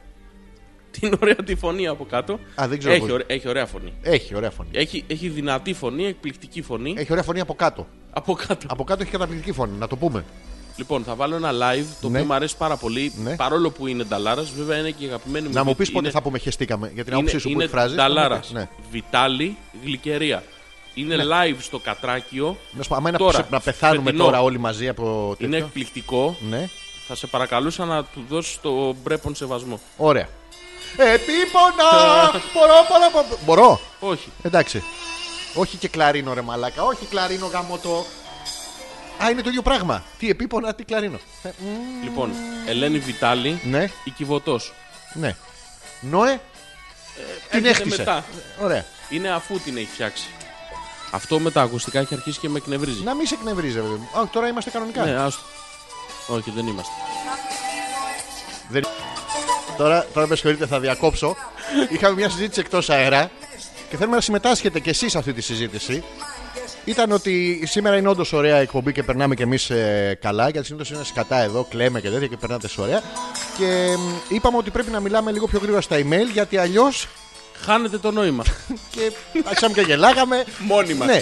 S2: Την ωραία τη φωνή από κάτω.
S1: Α, δεν ξέρω
S2: Έχει,
S1: πώς.
S2: ωραία, έχει ωραία φωνή.
S1: Έχει ωραία φωνή.
S2: Έχει, έχει δυνατή φωνή, εκπληκτική φωνή.
S1: Έχει ωραία φωνή από κάτω.
S2: Από κάτω.
S1: Από κάτω έχει καταπληκτική φωνή, να το πούμε.
S2: Λοιπόν, θα βάλω ένα live το
S1: Ναι.
S2: οποίο μου αρέσει πάρα πολύ.
S1: Ναι.
S2: Παρόλο που είναι νταλάρας, βέβαια είναι και η αγαπημένη μου.
S1: Να μου
S2: βι-
S1: πεις πότε
S2: είναι-
S1: θα πούμε χεστήκαμε για την
S2: Είναι,
S1: άποψή σου που
S2: είναι
S1: εκφράζει.
S2: νταλάρας.
S1: Ναι.
S2: Βιτάλι, γλυκερία. Είναι live στο κατράκιο.
S1: Να σου πω, άμα είναι
S2: Τώρα,
S1: να ψε- να πεθάνουμε
S2: φετινό.
S1: τώρα όλοι μαζί από τέτοιο.
S2: Είναι εκπληκτικό.
S1: Ναι.
S2: Θα σε παρακαλούσα να του δώσεις το μπρέπον σεβασμό.
S1: Ωραία. Επίπονα! μπορώ, μπορώ, μπορώ. Μπορώ.
S2: Όχι.
S1: Εντάξει. Όχι και κλαρίνο ρε μαλάκα. Όχι κλαρίνο γαμώτο. Α, είναι το ίδιο πράγμα. Τι επίπονα, τι κλαρίνο. Ε, μ,
S2: Λοιπόν, Ελένη Βιτάλη,
S1: Ναι.
S2: η κυβωτό.
S1: Ναι. Νόε. την έχτισε.
S2: Ε, μετά.
S1: Ωραία.
S2: Είναι αφού την έχει φτιάξει. Αυτό με τα ακουστικά έχει αρχίσει και με εκνευρίζει.
S1: Να μην σε εκνευρίζει, ρε παιδί μου. Α, τώρα είμαστε κανονικά.
S2: Ναι, άστο. Όχι, δεν είμαστε.
S1: Τώρα, τώρα με συγχωρείτε, θα διακόψω. Είχαμε μια συζήτηση εκτός αέρα και θέλουμε να συμμετάσχετε κι εσείς σε αυτή τη συζήτηση. ήταν ότι σήμερα είναι όντως ωραία εκπομπή και περνάμε κι εμείς καλά. Γιατί συνήθως είναι σκατά εδώ, κλαίμε και τέτοια και περνάτε εσείς ωραία. Και μ, είπαμε ότι πρέπει να μιλάμε λίγο πιο γρήγορα στα email γιατί αλλιώς.
S2: Χάνετε το νόημα.
S1: και άρχισαμε και γελάγαμε.
S2: Μόνοι μας.
S1: Ναι.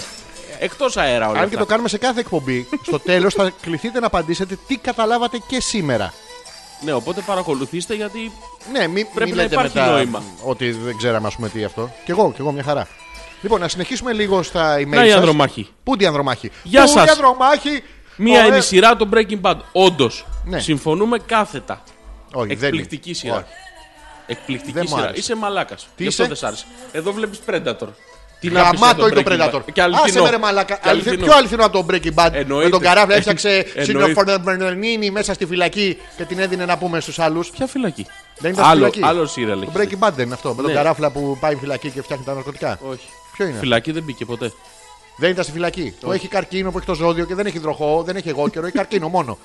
S2: Εκτός αέρα όλα.
S1: Αν και
S2: Αυτά.
S1: το κάνουμε σε κάθε εκπομπή, στο τέλος θα κληθείτε να απαντήσετε τι καταλάβατε και σήμερα.
S2: Ναι, οπότε παρακολουθήστε γιατί.
S1: Ναι, μην
S2: Πρέπει
S1: μη
S2: να
S1: λέτε
S2: υπάρχει
S1: μετά
S2: νόημα.
S1: Ότι δεν ξέραμε, ας πούμε, τι αυτό. Κι εγώ, κι εγώ, μια χαρά. Λοιπόν, να συνεχίσουμε λίγο στα email.
S2: Να η
S1: σας.
S2: Ανδρομάχη.
S1: Πού είναι η Ανδρομάχη.
S2: Γεια
S1: Πού είναι η
S2: σας.
S1: Ανδρομάχη.
S2: Μία
S1: Ωραία.
S2: είναι η σειρά των Breaking Bad. Όντως.
S1: Ναι.
S2: Συμφωνούμε κάθετα.
S1: Όχι, δεν είναι.
S2: Εκπληκτική σειρά.
S1: Όχι.
S2: Εκπληκτική
S1: Δεν μου
S2: σειρά.
S1: άρεσε.
S2: Είσαι μαλάκας. Τι
S1: είσαι?
S2: αυτό δεν σ' άρεσε. Εδώ βλέπεις Predator. Τι να πεις για
S1: Γαμάτο είναι το
S2: Breaking Bad.
S1: Predator.
S2: Και αληθινό.
S1: Άσε με ρε μαλακα.
S2: Και αληθινό.
S1: Πιο αληθινό από τον Breaking Bad. Με
S2: Εννοείται.
S1: τον καράφλα έφτιαξε
S2: Εννοείται.
S1: Σινοφρονερνίνη μέσα στη φυλακή και την έδινε να πούμε στους άλλους.
S2: Ποια φυλακή.
S1: Δεν ήταν στη
S2: άλλο,
S1: φυλακή.
S2: άλλο σειρά
S1: Το
S2: λέγεται.
S1: Breaking Bad δεν είναι αυτό. Με τον
S2: Ναι.
S1: καράφλα που πάει φυλακή και φτιάχνει τα ναρκωτικά.
S2: Όχι.
S1: Ποιο είναι.
S2: Φυλακή δεν μπήκε ποτέ.
S1: Δεν ήταν στη φυλακή. Που έχει καρκίνο, που έχει το ζώδιο και δεν έχει τροχό, δεν έχει εγώ καιρό, έχει καρκίνο μόνο.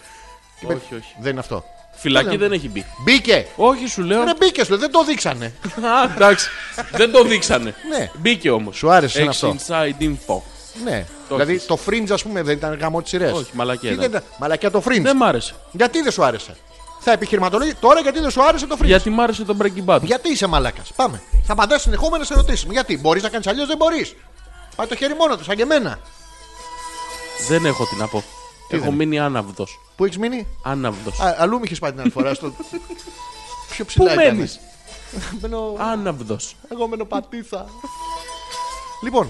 S2: όχι, όχι.
S1: Δεν είναι αυτό.
S2: Φυλακή
S1: λέμε.
S2: δεν έχει μπει.
S1: Μπήκε!
S2: Όχι, σου λέω.
S1: Δεν μπήκε, σου λέει, δεν το δείξανε.
S2: Α, εντάξει. δεν το δείξανε.
S1: Ναι.
S2: Μπήκε όμως.
S1: Σου άρεσε ένα αυτό.
S2: inside info.
S1: ναι.
S2: Το
S1: δηλαδή
S2: έχεις.
S1: το fringe, ας πούμε, δεν ήταν γαμό της σειρές.
S2: Όχι, μαλακία ήταν. Ναι,
S1: Μαλακιά το fringe.
S2: Δεν μ' άρεσε.
S1: Γιατί δεν σου άρεσε. Θα επιχειρηματολογεί τώρα γιατί δεν σου άρεσε το fringe.
S2: Γιατί μ' άρεσε το Breaking Bad.
S1: Γιατί είσαι μαλάκας. Πάμε. Θα απαντάς συνεχόμενες ερωτήσεις. Γιατί μπορείς να κάνεις αλλιώς δεν μπορείς. Πάει το χέρι μόνο του, σαν και εμένα.
S2: Δεν έχω τι να πω. έχω
S1: δεν-
S2: μείνει άναυδος.
S1: Πού έχεις μείνει.
S2: Άναυδος.
S1: Α, αλλού με είχε πάει την άλλη φορά. Στο... Πιο
S2: Πού
S1: ψηλά ήταν.
S2: μένεις,
S1: Μένω-
S2: Άναυδος.
S1: Εγώ μένω πατήσα. λοιπόν,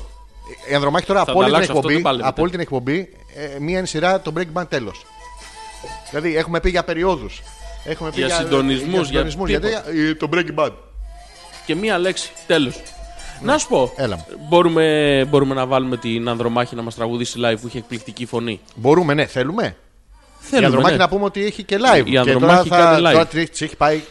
S1: η Ανδρομάχη τώρα από
S2: τα
S1: όλη, την
S2: αλλάξω αυτό,
S1: εκπομπή,
S2: δεν πάλευε
S1: από
S2: τότε.
S1: όλη την εκπομπή, ε, μία είναι η σειρά το Break Band τέλος. Δηλαδή έχουμε πει για περιόδους. Έχουμε πει
S2: Για συντονισμούς,
S1: για
S2: για
S1: συντονισμούς, γιατί ε, το Break Band.
S2: Και μία λέξη. Τέλος. Να σου πω.
S1: Ναι. Έλα μου.
S2: Μπορούμε, μπορούμε να βάλουμε την Ανδρομάχη να μας τραγουδήσει live που είχε εκπληκτική φωνή.
S1: Μπορούμε, ναι, θέλουμε. η
S2: Θέλουμε,
S1: Ανδρομάχη
S2: ναι.
S1: να πούμε ότι έχει και live.
S2: Η
S1: και
S2: Ανδρομάχη
S1: τώρα θα,
S2: κάνει live.
S1: Τώρα της- της έχει πάει.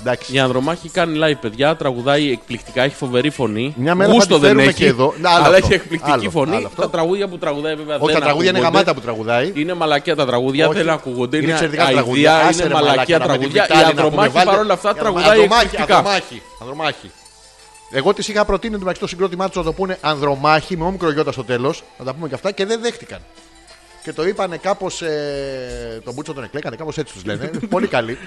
S1: Εντάξει.
S2: Η Ανδρομάχη κάνει live, παιδιά. Τραγουδάει εκπληκτικά, έχει φοβερή φωνή.
S1: Μια μέρα θα
S2: Γούστο
S1: τη
S2: δεν
S1: φέρουμε
S2: έχει,
S1: και εδώ. Να, άλλο
S2: αλλά
S1: αυτό.
S2: έχει εκπληκτική
S1: Άλλο,
S2: φωνή.
S1: άλλο αυτό.
S2: τα τραγούδια που τραγουδάει, βέβαια.
S1: Όχι,
S2: δεν
S1: τα τραγούδια είναι
S2: ακούγονται.
S1: γαμάτα που τραγουδάει.
S2: Είναι μαλακιά τα τραγούδια,
S1: Όχι.
S2: δεν ακούγονται.
S1: Είναι
S2: Είναι,
S1: εξαιρετικά
S2: αηδία,
S1: τραγούδια. Άσε,
S2: είναι
S1: ρε,
S2: μαλακιά
S1: να με την
S2: τραγούδια. Η
S1: Βιτάλη να πούμε,
S2: Ανδρομάχη
S1: βάλτε-
S2: παρόλα αυτά
S1: Η Ανδρο-
S2: τραγουδάει
S1: Ανδρομάχη,
S2: εκπληκτικά.
S1: Ανδρομάχη, Ανδρομάχη. Εγώ τη είχα προτείνει ότι το συγκρότημά του να το πούνε Ανδρομάχη με όμικρο γιώτα στο τέλος. Να τα πούμε και αυτά και δεν δέχτηκαν. Και το είπανε κάπως. Ε, τον Μπούτσο τον εκλέκανε, κάπως έτσι τους λένε. Πολύ καλή.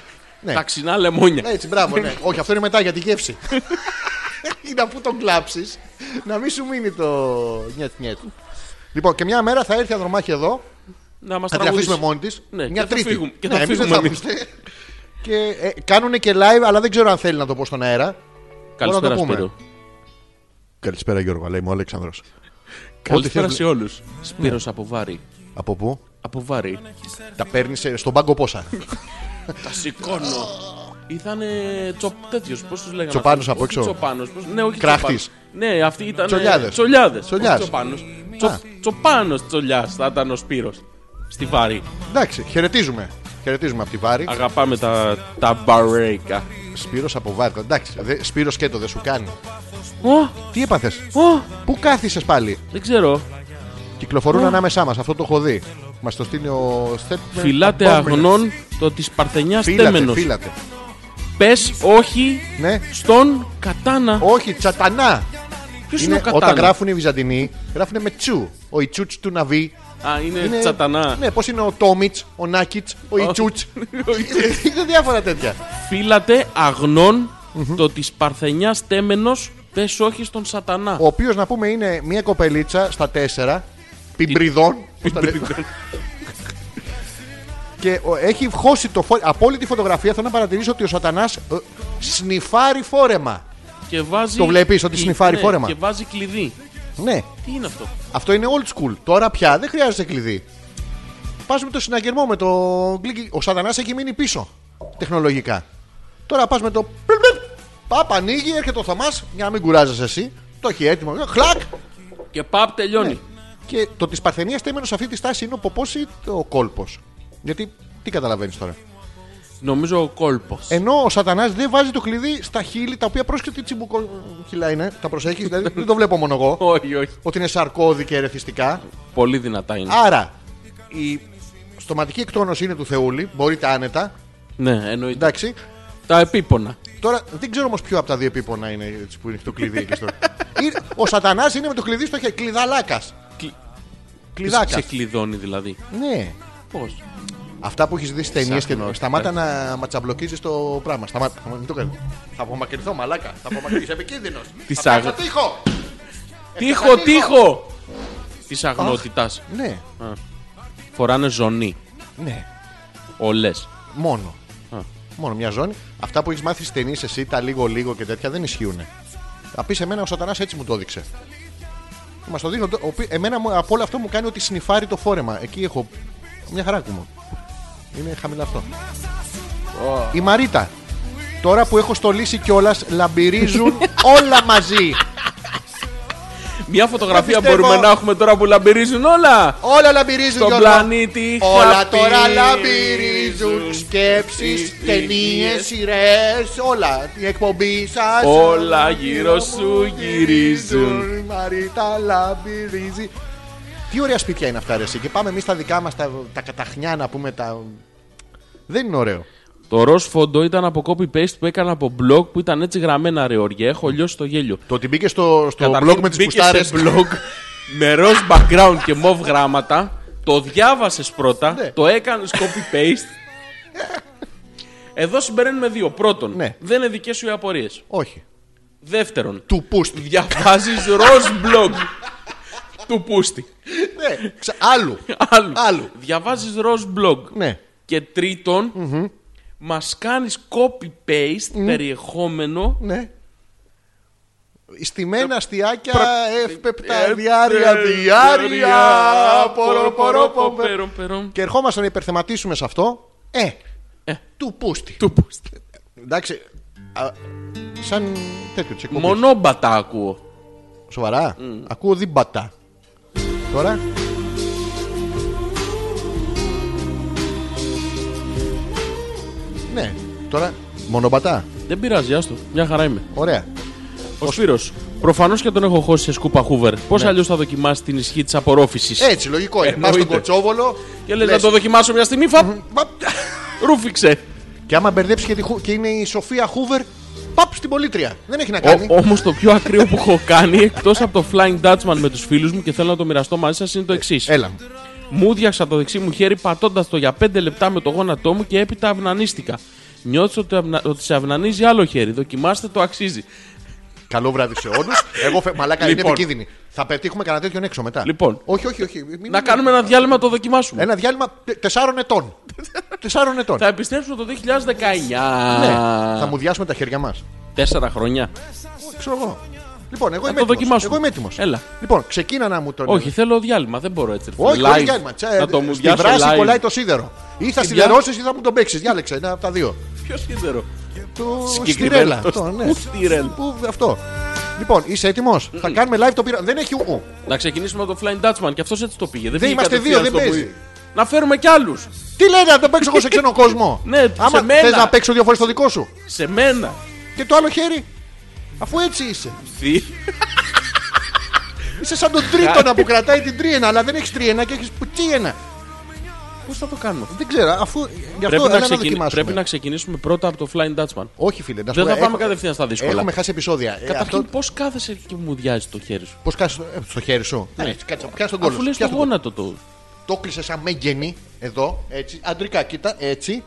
S1: Ναι.
S2: Τα ξινά λεμόνια.
S1: Έτσι, μπράβο, ναι. Όχι, αυτό είναι μετά για τη γεύση. Ή να που τον κλάψεις, να μην σου μείνει το νιέτ νιέτ. Λοιπόν, και μια μέρα θα έρθει η Ανδρομάχη εδώ
S2: Να μας
S1: θα την αφήσουμε
S2: τραγουδήσει.
S1: μόνη της.
S2: Ναι,
S1: μια
S2: και θα
S1: τρίτη.
S2: φύγουμε- και θα
S1: Ναι, εμείς δεν
S2: φύγουμε
S1: θα είμαστε. και ε, κάνουν και live, αλλά δεν ξέρω αν θέλει να το πω στον αέρα.
S2: Καλησπέρα,
S1: Μπορούμε να το
S2: Σπύρο.
S1: Καλησπέρα Γιώργο, λέει μου ο Αλέξανδρος.
S2: Καλησπέρα
S1: θέλεις.
S2: σε όλους.
S1: Ναι.
S2: Σπύρος από βάρη.
S1: Από πού?
S2: Από βάρη.
S1: Τα παίρνεις στον πάγκο πόσα.
S2: Τα σηκώνω. Ήταν τσοπ... τέτοιος, πώς τους λέγανε.
S1: Τσοπάνος από
S2: αυτούς. Όχι
S1: έξω.
S2: Τσοπάνος, πώς... Ναι, όχι
S1: Κράχτης.
S2: τσοπάνος. Ναι, αυτοί ήταν.
S1: Τσολιάδες.
S2: Τσολιάδες.
S1: Τσολιάς.
S2: Όχι Τσοπάνος. Τσο... Τσοπάνος τσολιάς θα ήταν ο Σπύρος. Στη Βάρη.
S1: Εντάξει, χαιρετίζουμε. Χαιρετίζουμε από τη Βάρη.
S2: Αγαπάμε τα, τα μπαρέικα.
S1: Σπύρος από Βάρη. Εντάξει, δε, Σπύρος και το δεν σου κάνει.
S2: Ω,
S1: Τι έπαθες,
S2: ω,
S1: πού κάθισες πάλι.
S2: δεν ξέρω.
S1: Κυκλοφορούν ανάμεσά μας, αυτό το έχω δει. Μας το στείλει ο Στέπ.
S2: Φυλάτε αγνών το της Παρθενιάς
S1: Ναι. Φύλατε,
S2: τέμενος.
S1: φύλατε.
S2: Πες όχι
S1: Ναι.
S2: στον κατάνα.
S1: Όχι, τσατανά.
S2: Ποιος είναι,
S1: Είναι,
S2: ο κατάνα.
S1: όταν γράφουν οι Βυζαντινοί, γράφουν με τσου. Ο Ιτσούτ του Ναβί.
S2: Α, είναι, Ε, τσατανά.
S1: Ναι, πώς είναι ο Τόμιτ, ο Νάκιτ, ο Ιτσούτ. Είναι διάφορα τέτοια.
S2: Φύλατε αγνών το της Παρθενιάς τέμενος. Πες όχι στον σατανά.
S1: Ο οποίος να πούμε είναι μια κοπελίτσα στα τέσσερα, πιμπριδών. πώς τα λένε. Και ο- έχει χώσει το φόρεμα. Από όλη τη φωτογραφία θέλω να παρατηρήσω ότι ο Σατανάς σνιφάρει φόρεμα.
S2: Και βάζει...
S1: Το βλέπεις ότι
S2: κλει-
S1: σνιφάρει
S2: ναι,
S1: φόρεμα.
S2: Και βάζει κλειδί.
S1: Ναι,
S2: Τι είναι αυτό.
S1: αυτό είναι old school. Τώρα πια δεν χρειάζεται κλειδί. Πας με το συναγερμό με το γκλίκι. Ο Σατανάς έχει μείνει πίσω τεχνολογικά. Τώρα πας με το. πλπ, πλπ. Παπ, ανοίγει, έρχεται ο Θωμάς για να μην κουράζεσαι εσύ. Το έχει έτοιμο. Χλακ!
S2: Και παπ
S1: Ναι.
S2: τελειώνει.
S1: Και το της Παρθενίας τέμενο σε αυτή τη στάση είναι ο ποπός ή ο κόλπος. Γιατί τι καταλαβαίνεις τώρα.
S2: Νομίζω ο κόλπος.
S1: Ενώ ο Σατανάς δεν βάζει το κλειδί στα χείλη τα οποία πρόσκειται τσιμπουκο. χειλά είναι, τα προσέχεις, δηλαδή δεν το βλέπω μόνο εγώ.
S2: όχι, όχι.
S1: ότι είναι σαρκώδη και ερεθιστικά.
S2: Πολύ δυνατά είναι.
S1: Άρα η στοματική εκτόνωση είναι του Θεούλη, μπορείτε άνετα.
S2: Ναι, εννοείται.
S1: Εντάξει.
S2: Τα επίπονα.
S1: Τώρα δεν ξέρω όμως ποιο από τα δύο επίπονα είναι έτσι, που είναι το κλειδί. εκεί στο- Ή- ο Σατανάς είναι με το κλειδί στο χέρι, κλειδαλάκας.
S2: Κλει-
S1: Κλειδάκας.
S2: Ξεκλειδώνει δηλαδή.
S1: Ναι.
S2: Πώς.
S1: Αυτά που έχεις δει στις ταινίες και
S2: Ψάχνω.
S1: σταμάτα να ματσαμπλοκίζεις το πράγμα. Σταμάτα. Σταμάτα, Μην το κάνεις. Θα απομακρυνθώ, μαλάκα. Θα απομακρυνθείς. Επικίνδυνο.
S2: Της
S1: Θα
S2: άγνω-
S1: πέσω τείχο. Ε,
S2: Τείχο, τείχο! Τη αγνότητας.
S1: Ναι,
S2: Φοράνε ζωνή.
S1: ναι.
S2: Όλες.
S1: Μόνο.
S2: Α.
S1: Μόνο μια ζώνη. Αυτά που έχεις μάθει στις ταινίες εσύ, τα λίγο-λίγο και τέτοια δεν ισχύουν. Θα πεις εμένα ο Σατανάς έτσι μου το έδειξε. Μα το δείχνω. Εμένα μου- από όλο αυτό μου κάνει ότι συνυφάρει το φόρεμα. Εκεί έχω μια χαρά μου. Είναι χαμηλά αυτό. Η Μαρίτα. Τώρα που έχω στολίσει κιόλας, λαμπυρίζουν όλα μαζί.
S2: Μια φωτογραφία
S1: Δεν πιστεύω.
S2: μπορούμε να έχουμε τώρα που λαμπυρίζουν όλα.
S1: Όλα λαμπυρίζουν
S2: Στον
S1: Γιώργο.
S2: πλανήτη
S1: Όλα
S2: χαπί.
S1: τώρα λαμπυρίζουν. Σκέψεις,
S2: Τι-
S1: ταινίε,
S2: τι-
S1: σειρές, όλα. Η εκπομπή σας.
S2: Όλα γύρω σου γυρίζουν.
S1: Μαρίτα λαμπυρίζει. Τι ωραία σπίτια είναι αυτά, ρε, εσύ. Και πάμε εμείς τα δικά μας, τα, τα καταχνιά να πούμε τα. Δεν είναι ωραίο.
S2: Το ροζ φόντο ήταν από copy-paste που έκανα από blog που ήταν έτσι γραμμένα ρε Οργέ. Έχω λιώσει το γέλιο.
S1: Το ότι μπήκε στο, στο
S2: Καταρχήν
S1: blog με τις
S2: μπήκε σε
S1: κουστάρε.
S2: blog με ροζ background και μοβ γράμματα. Το διάβασες πρώτα,
S1: Ναι.
S2: το έκανες copy-paste. Εδώ συμπεραίνουμε δύο. Πρώτον,
S1: Ναι.
S2: δεν είναι δικές σου οι απορίες.
S1: Όχι.
S2: Δεύτερον,
S1: Του πούστη.
S2: διαβάζεις ροζ blog του πούστη.
S1: ναι. Ξα- Άλλου.
S2: Άλλου.
S1: Άλλου.
S2: Διαβάζεις ροζ blog.
S1: Ναι.
S2: Και τρίτον, μας κάνεις copy-paste περιεχόμενο
S1: Ναι. Στημένα αστιάκια,
S2: Ε,
S1: εύπεπτα, διάρρεια,
S2: ε,
S1: διάρρεια, πορο, πορο, πορο, πορο.
S2: περο, περο.
S1: Και ερχόμαστε να υπερθεματίσουμε σε αυτό. Ε,
S2: Ε.
S1: του πούστη.
S2: Του πούστη.
S1: Εντάξει. α, σαν τέτοιο τσεκούπι.
S2: Μονόμπατα ακούω.
S1: Σοβαρά.
S2: Mm.
S1: Ακούω δίμπατα. Τώρα. Ναι, τώρα μονοπατά.
S2: Δεν πειράζει, άστο. Μια χαρά είμαι.
S1: Ωραία.
S2: Ο Σπύρος. Προφανώς και τον έχω χώσει σε σκούπα Hoover. Πώς αλλιώς αλλιώς θα δοκιμάσεις την ισχύ της απορρόφησης.
S1: Έτσι, λογικό είναι. Πας στον
S2: Εννοείται.
S1: κοτσόβολο.
S2: και λες να το δοκιμάσω μια στιγμή, φαπ.
S1: Μα-
S2: Ρούφιξε.
S1: Και άμα μπερδέψει και, τη Χου- και είναι η Σοφία Χούβερ, παπ στην πολίτρια. Δεν έχει να κάνει.
S2: Όμως το πιο ακραίο που έχω κάνει εκτός από το Flying Dutchman με τους φίλους μου και θέλω να το μοιραστώ μαζί σας είναι το εξής.
S1: Έλα. μου.
S2: Μου διάξα το δεξί μου χέρι πατώντας το για 5 λεπτά με το γόνατό μου και έπειτα αυνανίστηκα. Νιώθω ότι, αυνα... ότι σε αυνανίζει άλλο χέρι. Δοκιμάστε, το αξίζει.
S1: Καλό βράδυ σε όλους. Εγώ φε... μαλάκα είναι
S2: Λοιπόν.
S1: επικίνδυνη. Θα πετύχουμε κανένα τέτοιον έξω μετά.
S2: Λοιπόν.
S1: Όχι, όχι, όχι. Μην-
S2: Να κάνουμε ένα διάλειμμα, το δοκιμάσουμε.
S1: Ένα διάλειμμα τε- τεσσάρων ετών. τεσσάρων ετών.
S2: Θα επιστρέψουμε το 2019.
S1: Ναι. Θα μου διάσουμε τα χέρια μας.
S2: Τέσσερα χρόνια.
S1: Ξέρω εγώ. Λοιπόν, εγώ είμαι
S2: το
S1: έτοιμος.
S2: δοκιμάσουμε.
S1: Εγώ είμαι έτοιμος.
S2: Έλα.
S1: Λοιπόν, ξεκίνα να μου τον.
S2: Όχι, θέλω διάλειμμα. Δεν μπορώ έτσι. ρε φίλε.
S1: όχι,
S2: Live.
S1: όχι διάλειμμα. Τσα-
S2: Να το μου
S1: Στην
S2: διάσω
S1: βράση
S2: live.
S1: κολλάει το σίδερο. Ή θα
S2: Στην ποια?
S1: σιδερώσεις ή θα μου τον παίξεις. Διάλεξε ένα από τα δύο.
S2: Ποιο σίδερο.
S1: Το
S2: Συγκεκριμένο.
S1: Στιρέλα.
S2: Το
S1: Αυτό, ναι.
S2: Πού Στιρέλ?
S1: Πού αυτό. Λοιπόν, είσαι έτοιμος. Θα κάνουμε live το πειρα... Δεν έχει ου.
S2: Να ξεκινήσουμε με το Flying Dutchman και αυτός έτσι το πήγε. Δεν, πήγε
S1: είμαστε δύο,
S2: κατευθείαν
S1: δεν
S2: στο
S1: παίζει.
S2: που- Να φέρουμε κι άλλους.
S1: Τι λένε, να το παίξω εγώ σε ξένο κόσμο.
S2: Ναι, σε
S1: Άμα
S2: μένα.
S1: θες να παίξω δύο φορές το δικό σου.
S2: Σε μένα.
S1: Και το άλλο χέρι. Αφού έτσι είσαι.
S2: Δι-
S1: Είσαι σαν τον τρίτονα που κρατάει την τρίενα, αλλά δεν έχεις τρίενα και έχεις πουτσίενα.
S2: Πώς θα το κάνουμε. αυτό?
S1: Δεν ξέρω, αφού. Γι' αυτό
S2: Πρέπει, να,
S1: έλα να
S2: ξεκινη-
S1: δοκιμάσουμε.
S2: πρέπει να ξεκινήσουμε πρώτα από το Flying Dutchman.
S1: Όχι, φίλε, να σου
S2: Δεν
S1: πω,
S2: θα πάμε
S1: έχουμε-
S2: κατευθείαν στα δύσκολα.
S1: Έχουμε χάσει επεισόδια. Ε,
S2: Καταρχήν,
S1: αυτό...
S2: πώς κάθεσαι και μου διάζεις το χέρι σου.
S1: Πώς κάτσε στο χέρι σου. Ναι. Κάτσε, πιάσε τον κόλλο.
S2: Αφού
S1: σου,
S2: λε το
S1: πιάσε τον κόλλο.
S2: γόνατο του.
S1: Το κλείσες σαν μέγενη εδώ, έτσι. Αντρικά, κοίτα, έτσι.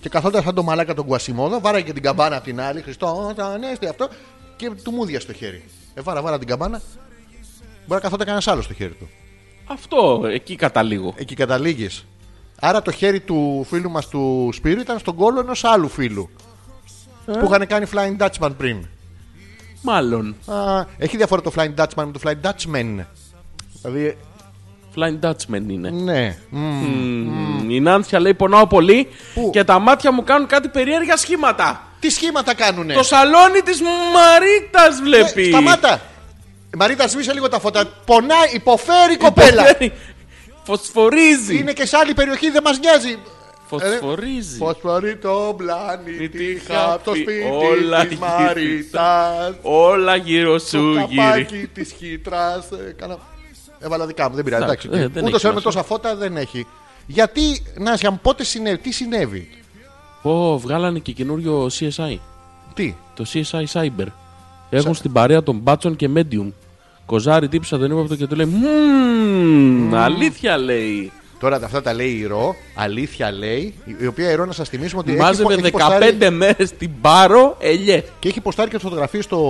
S1: Και καθόταν σαν το μαλάκα τον Κουασιμόδο, βάραγε και την καμπάνα από την άλλη. Χριστό, τα ανέστη αυτό. Και του μούδια στο χέρι. Ε, βάρα, βάρα την καμπάνα. Μπορεί να καθόταν κανένας άλλος στο χέρι του.
S2: Αυτό εκεί καταλήγω.
S1: Εκεί καταλήγεις. Άρα το χέρι του φίλου μας του Σπύρου ήταν στον κόλο ενός άλλου φίλου. Που είχαν κάνει Flying Dutchman πριν.
S2: Μάλλον.
S1: Α, έχει διαφορά το Flying Dutchman με το Flying Dutchman. Δηλαδή,
S2: Flying Dutchman είναι.
S1: ναι. Μμμ.
S2: Μμμ. Η Νάνθια λέει: Πονάω πολύ
S1: Πού?
S2: και τα μάτια μου κάνουν κάτι περίεργα σχήματα.
S1: Τι σχήματα κάνουνε.
S2: Το σαλόνι της Μαρίτας
S1: Ε,
S2: βλέπει.
S1: Σταμάτα. Μαρίτα, σβήσε λίγο τα φώτα. Πονάει, υποφέρει
S2: Ε,
S1: η κοπέλα.
S2: Υποφέρει. Φωσφορίζει.
S1: Είναι ε, και σε άλλη περιοχή, δεν μας νοιάζει.
S2: Φωσφορίζει.
S1: Φωσφορεί το πλανήτη, το
S2: χάπι,
S1: σπίτι
S2: όλα
S1: της
S2: γυρίζουν.
S1: Μαρίτας.
S2: Όλα γύρω σου
S1: Το
S2: γύρι.
S1: καπάκι της χύτρας. Κάνα... Έβαλα δικά μου, δεν πειράζει.
S2: Εντάξει,
S1: Εντάξει,
S2: ε, δεν
S1: Ούτως
S2: έχει
S1: ή με
S2: σημασία.
S1: τόσα φώτα δεν έχει. Γιατί, Νάσια μου, πότε συνέβη, τι συνέβη.
S2: Πω, βγάλανε και καινούριο CSI.
S1: Τι,
S2: Το CSI Cyber. Έχουν στην παρέα των μπάτσων και Medium. Κοζάρι τύπησα τον ύποπτο και του λέει Μμμ, αλήθεια λέει.
S1: Τώρα τα- αυτά τα λέει η Ρο, αλήθεια λέει, η- η οποία η Ρο να σας θυμίσουμε ότι. έχει πο-
S2: Μάζευε
S1: έχει ποστάρει-
S2: 15 μέρες την πάρο ελιέ.
S1: Και έχει ποστάρει και φωτογραφίες στο.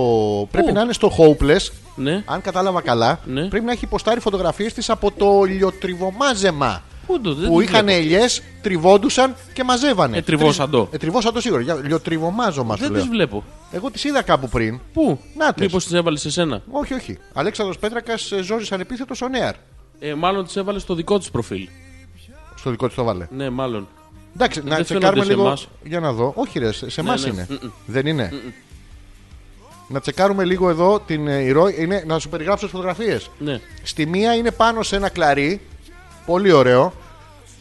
S1: Πρέπει να είναι στο Hopeless.
S2: Ναι.
S1: Αν κατάλαβα καλά,
S2: Ναι.
S1: πρέπει να έχει ποστάρει φωτογραφίες της από το λιοτριβομάζεμα.
S2: Πού το, δεν
S1: που
S2: το
S1: είχαν
S2: βλέπω.
S1: ελιές, τριβόντουσαν και μαζεύανε.
S2: Ε, τριβώσαν το.
S1: Ε, τριβώσαν το σίγουρα. Για- Λιοτριβομάζωμα σου
S2: Δεν
S1: λέω.
S2: τις βλέπω.
S1: Εγώ τις είδα κάπου πριν.
S2: Πού?
S1: Να τες.
S2: Μήπως τις έβαλες σε σένα.
S1: Όχι, όχι. Αλέξανδρος ε, Πέτρακα, Ζόρι ανεπίθετος ο Νέαρ.
S2: Ε, μάλλον τις έβαλες στο δικό της προφίλ.
S1: Στο δικό της το βάλε.
S2: Ναι, μάλλον.
S1: Εντάξει, να
S2: φαίνονται
S1: τσεκάρουμε
S2: σε
S1: λίγο.
S2: εμάς.
S1: Για να δω. Όχι, ρε, σε εμάς
S2: ναι.
S1: είναι. Δεν είναι. Να τσεκάρουμε λίγο εδώ την ε, η Ρο- είναι Να σου περιγράψω τις φωτογραφίες.
S2: Ναι.
S1: Στη μία είναι πάνω σε ένα κλαρί. Πολύ ωραίο.